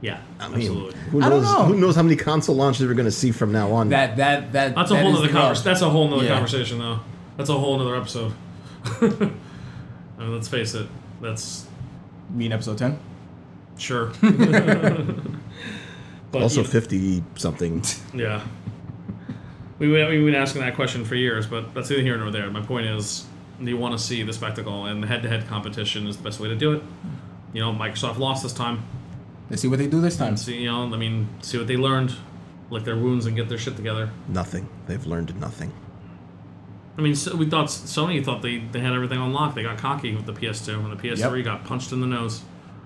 S3: yeah,
S1: I mean,
S3: absolutely.
S1: who
S4: I don't
S1: knows?
S4: know.
S1: Who knows how many console launches we're going to see from now on?
S4: That that that
S3: That's a
S4: that
S3: whole
S4: is
S3: nother
S4: the rub.
S3: conversation. That's a whole nother
S4: Yeah.
S3: conversation, though. That's a whole nother episode. (laughs) I mean, let's face it. That's
S4: You mean episode ten?
S3: sure. (laughs) But
S1: also
S3: you-
S1: fifty something. (laughs)
S3: Yeah. We went, we've been asking that question for years, but that's neither here nor there. My point is, you want to see the spectacle, and the head-to-head competition is the best way to do it. You know, Microsoft lost this time.
S4: Let's see what they do this time.
S3: See, you know, I mean, see what they learned, lick their wounds, and get their shit together.
S1: Nothing. They've learned nothing.
S3: I mean, so we thought Sony thought they, they had everything on lock. They got cocky with the PS2, and the PS3
S4: Yep.
S3: got punched in the nose.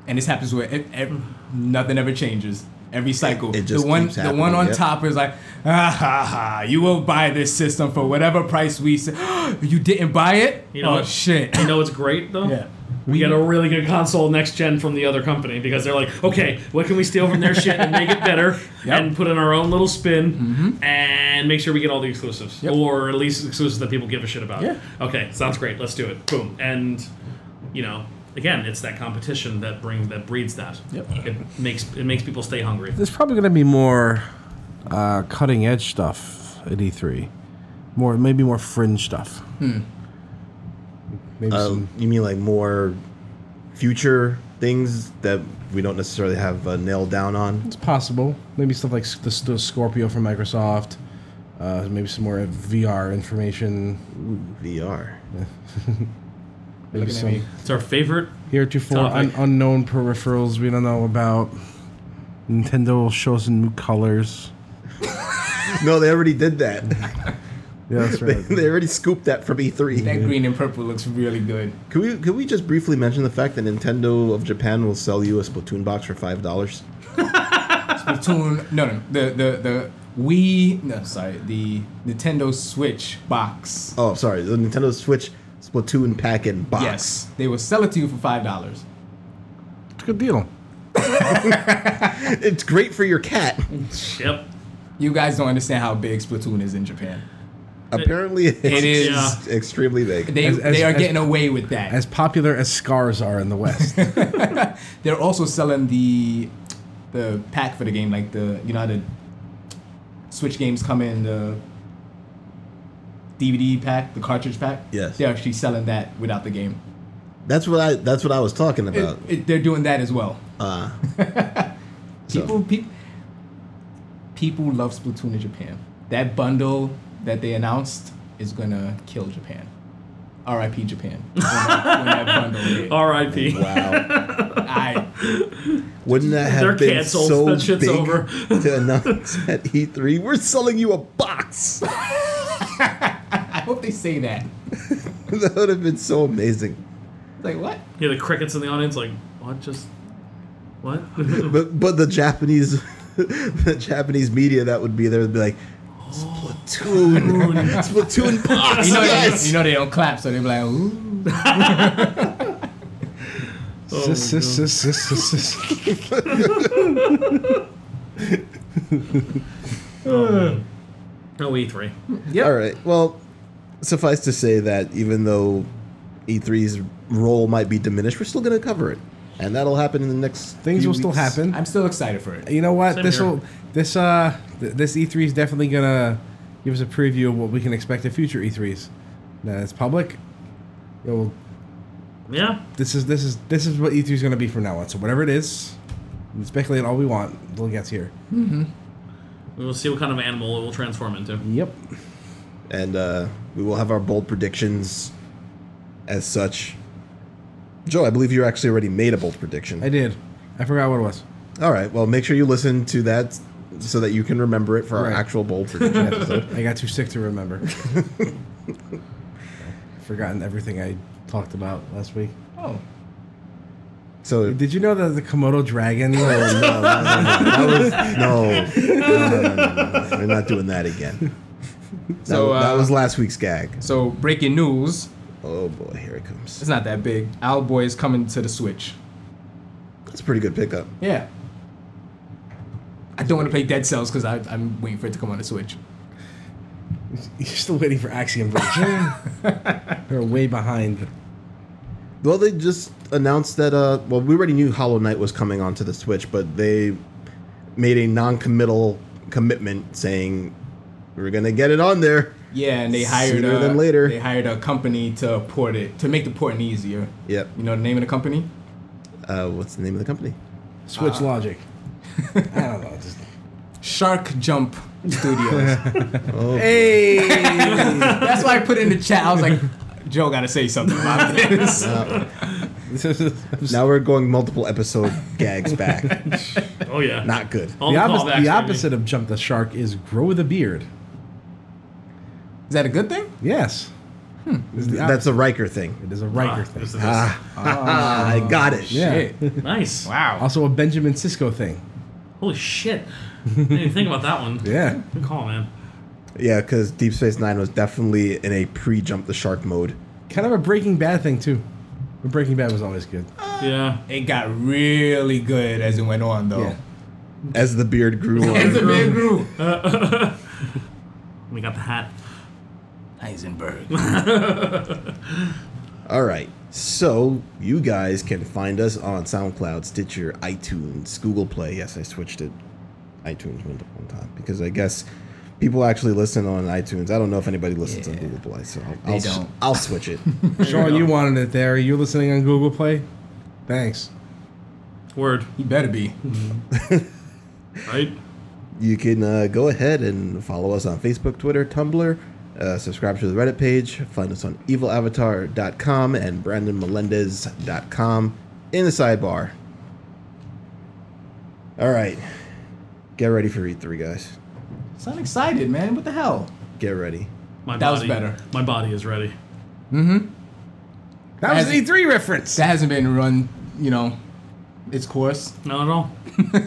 S4: And this happens with ev ev- nothing ever changes. Every cycle,
S1: it just
S4: the one
S1: keeps
S4: the
S1: happening,
S4: one on
S1: yep.
S4: top is like, ah, ha, ha, you will buy this system for whatever price we say. (gasps) you didn't buy it?
S3: You know
S4: oh
S3: what? (laughs)
S4: shit!
S3: You know what's great though?
S4: Yeah.
S3: We get a really good console next gen from the other company because they're like, okay, what can we steal from their shit and make it better and put in our own little spin and make sure we get all the exclusives or at least exclusives that people give a shit about.
S4: Yeah.
S3: Okay, sounds great. Let's do it. Boom. And you know, again, it's that competition that brings that breeds that.
S4: Yep.
S3: It makes it makes people stay hungry.
S2: There's probably going to be more uh, cutting edge stuff at E3. More, maybe more fringe stuff. Um, Maybe
S1: Uh,
S2: some,
S1: you mean like more future things that we don't necessarily have uh, nailed down on?
S2: it's possible. Maybe stuff like s- the, s- the Scorpio from Microsoft. Uh, maybe some more VR information.
S4: (laughs)
S1: VR.
S2: Maybe
S4: Looking at
S2: some
S4: me.
S3: It's our favorite.
S2: heretofore un-
S3: Topic.
S2: unknown peripherals we don't know about. Nintendo will show us new colors.
S1: No, they already did that. (laughs)
S2: Yeah, that's (laughs)
S1: they,
S2: right.
S1: they already scooped that from
S4: That
S1: E3.
S4: green and purple looks really good.
S1: Could we could we just briefly mention the fact that Nintendo of Japan will sell you a Splatoon box for five dollars?
S4: Platoon, no, no, the the the Wii, no, sorry, the Nintendo Switch box.
S1: Oh, sorry, the Nintendo Switch Splatoon pack and box.
S4: Yes, they will sell it to you for five dollars.
S2: it's a good deal.
S1: (laughs) It's great for your cat.
S3: Yep.
S4: You guys don't understand how big Splatoon is in Japan.
S1: Apparently, it's
S4: It is.
S3: Yeah.
S1: (laughs) extremely big.
S4: They,
S2: As- as-
S4: they are
S2: as-
S4: getting away with that.
S2: As popular as scars are in the West.
S4: They're also selling the the pack for the game, like the you know how the Switch games come in the DVD pack, the cartridge pack.
S1: Yes.
S4: they're actually selling that without the game.
S1: That's what I. That's what I was talking
S4: It- (laughs)
S1: about.
S4: it- they're doing that as well. (laughs)
S1: Uh, so-
S4: People, peop people love Splatoon in Japan. That bundle that they announced is gonna kill Japan.
S1: (laughs)
S4: R.I.P. Japan. When that, when that bundle (laughs) hit.
S3: R.I.P.
S1: wow.
S4: I-
S1: Wouldn't that have
S3: They're
S1: been
S3: canceled.
S1: so
S3: That shit's
S1: big
S3: over.
S1: (laughs) to announce at E3? We're selling you a box. (laughs)
S4: I hope they say that.
S1: that would have been so amazing.
S4: Like what?
S3: (laughs) Yeah, the crickets in the audience like, what just what? (laughs)
S1: But but the Japanese (laughs) the Japanese media that would be there would be like Splatoon, Splatoon box.
S4: You
S1: (laughs)
S4: know,
S1: yes.
S4: they, you know they don't clap, so they be like, ooh.
S2: (laughs) Sis, sis, sis, sis, sis, sis.
S3: No E three.
S1: All right. Well, suffice to say that even though E3's role might be diminished, we're still going to cover it, and that'll happen in the next.
S2: Things
S1: few
S2: will still
S1: weeks.
S2: happen.
S4: I'm still excited for it.
S2: You know what?
S3: Same
S2: This
S3: here.
S2: will this uh th- this E3 is definitely gonna give us a preview of what we can expect at future E3s. Now it's public. You know,
S3: Yeah.
S2: this is this is this is what E3 is gonna be from now on. So whatever it is, we speculate all we want until it gets here.
S3: We will see what kind of animal it will transform into.
S2: Yep.
S1: and uh, we will have our bold predictions. As such, Joe, I believe you actually already made a bold prediction.
S2: I did. I forgot what it was.
S1: All right. Well, make sure you listen to that so that you can remember it for our
S2: Right.
S1: actual
S2: (laughs)
S1: bold prediction episode.
S2: I got too sick to (laughs) remember. Forgotten everything I talked about last week.
S4: Oh.
S1: So.
S2: Did you know that the Komodo dragon?
S1: No, no, no, no, no. That was- no. No, no, no, no, no. We're not doing that
S2: (laughs)
S1: again. That,
S4: So,
S1: that
S4: uh,
S1: was last week's gag.
S4: So breaking news,
S1: Oh boy, here it
S4: it's
S1: comes.
S4: not that big. Owlboy is coming to the Switch.
S1: That's a pretty good pickup.
S4: Yeah. I don't want to play Dead Cells because I'm waiting for it to come on the Switch.
S2: (laughs) You're still waiting for Axiom Verge. They're way behind.
S1: Well, they just announced that. Uh, well, we already knew Hollow Knight was coming onto the Switch, but they made a non-committal commitment saying we're gonna get it on there.
S4: Yeah, and they hired
S1: Sooner
S4: a,
S1: than later.
S4: They hired a company to port it to make the porting easier.
S1: Yep.
S4: You know the name of the company?
S1: Uh, what's the name of the company?
S2: Switch logic. I don't know. Just,
S4: Shark Jump
S1: (laughs)
S4: (laughs) Studios.
S1: Oh,
S2: Hey,
S4: That's why I put it in the chat. I was like, Joe got to say
S1: (laughs)
S4: something about this.
S1: Now we're going multiple episode (laughs) gags back.
S3: Oh yeah.
S1: Not good.
S3: All
S2: the,
S3: callbacks,
S2: opposite,
S3: baby.
S2: the opposite of jump the shark is grow the beard.
S4: Is that a good thing?
S2: Yes, It's the
S1: That's a Riker thing.
S2: (laughs) opposite. it is a
S3: Ah,
S2: Riker
S3: this
S2: thing.
S1: I
S3: is-
S1: got it.
S2: Yeah.
S4: Shit.
S3: Nice.
S4: Wow.
S2: Also a Benjamin Cisco thing.
S3: Holy shit. I didn't even think about that one.
S2: Yeah,
S3: Good call, man.
S1: Yeah, because Deep Space Nine was definitely in a pre jump the shark mode.
S2: kind of a Breaking Bad thing too. But Breaking Bad was always good.
S3: Yeah.
S4: It got really good as it went on, though.
S2: Yeah.
S1: As the beard grew
S4: It's a
S1: on.
S4: big group.
S3: (laughs) We got the hat.
S4: Heisenberg.
S1: All right. So you guys can find us on SoundCloud, Stitcher, iTunes, Google Play. Yes, I switched it. iTunes went up one time because I guess people actually listen on iTunes. I don't know if anybody listens on
S4: Yeah.
S1: Google Play, so I'll,
S4: They
S1: I'll,
S4: don't.
S1: will switch
S4: (laughs)
S1: it.
S2: Sean, you wanted it there. Are you listening on Google Play? Thanks.
S3: Word.
S4: He better be.
S3: Right?
S1: you can uh, go ahead and follow us on Facebook, Twitter, Tumblr. Uh, subscribe to the Reddit page. Find us on evilavatar.com and brandonmelendez.com in the sidebar. All right. Get ready for E3, guys.
S4: So I'm excited, man. What the hell?
S1: Get ready.
S3: My
S4: That was
S3: body,
S4: better.
S3: My body is ready.
S2: That was
S4: As-
S2: an E3
S4: (laughs)
S2: reference.
S4: That hasn't been run, you know, its course.
S3: Not at all.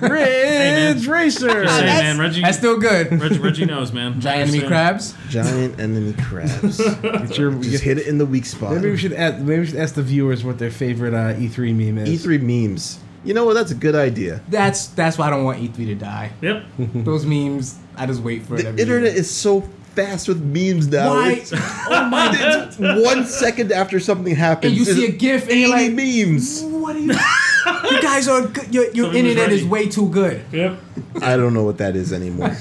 S2: Ridge Racer.
S3: Just saying,
S4: that's-
S3: man. Reggie,
S4: That's still good.
S3: Reg, Reggie knows, man.
S4: (laughs) Giant enemy
S3: Understand.
S4: crabs.
S2: (laughs)
S1: Giant enemy crabs.
S2: Get your-
S1: Just hit it in the weak spot.
S2: Maybe we should ask, maybe we should ask the viewers what their favorite uh, E3 meme is.
S1: E3 E memes. You know what? That's a good idea.
S4: That's that's why I don't want E3 to die.
S1: (laughs)
S3: Yep.
S4: Those memes, I just wait for it.
S1: The
S4: every
S1: internet
S4: year.
S1: is so fast with memes now.
S4: why?
S1: It's-
S4: (laughs) oh my!
S1: It's (laughs) one second after something happens.
S4: And you see a
S1: it's
S4: GIF and
S1: 80
S4: you're like,
S1: memes.
S4: what are you? you guys are good. Your, your
S3: Something was
S4: internet is
S3: ready.
S4: way too good.
S3: Yep.
S1: I don't know what that is
S4: (laughs)
S1: anymore.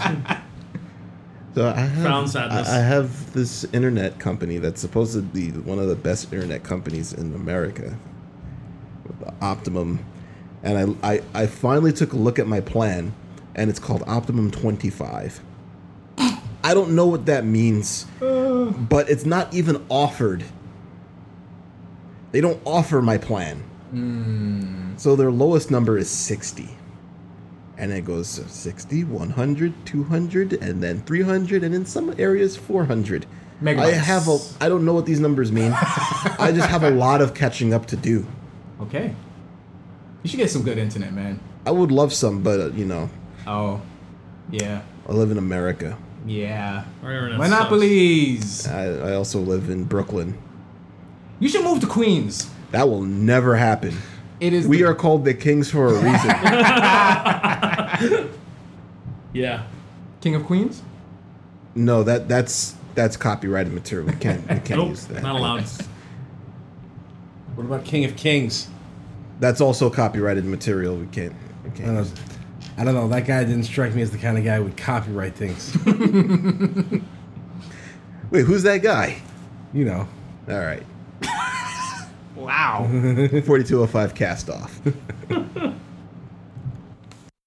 S1: So I have,
S3: Found sadness.
S1: I, I have this internet company that's supposed to be one of the best internet companies in America, Optimum, and I, I, I finally took a look at my plan, and it's called Optimum Twenty Five. I don't know what that means, but it's not even offered. They don't offer my plan,
S4: Hmm.
S1: so their lowest number is sixty and it goes to 60 100 200 and then 300 and in some areas 400
S4: Megabytes.
S1: i have a i don't know what these numbers
S4: (laughs)
S1: mean i just have a lot of catching up to do
S4: Okay. You should get some good internet, man.
S1: i would love some but uh, you know
S4: Oh, yeah,
S1: i live in america
S4: yeah.
S3: Our internet sucks.
S4: Monopolies.
S1: i, I also live in brooklyn
S4: You should move to Queens.
S1: that will never happen
S4: It is.
S1: we
S4: the-
S1: are called the kings for a
S4: (laughs)
S1: reason
S3: Yeah.
S4: king of Queens.
S1: no that that's that's copyrighted material we can't we can't
S3: Nope.
S1: use that
S3: Not allowed.
S2: What about King of Kings?
S1: that's also copyrighted material we can't we
S2: I don't,
S1: can't
S2: know, I don't know. That guy didn't strike me as the kind of guy who would
S1: (laughs)
S2: copyright things.
S1: wait who's that guy
S2: you know.
S1: all
S3: (laughs)
S1: right (laughs)
S4: Wow.
S1: 4205 cast off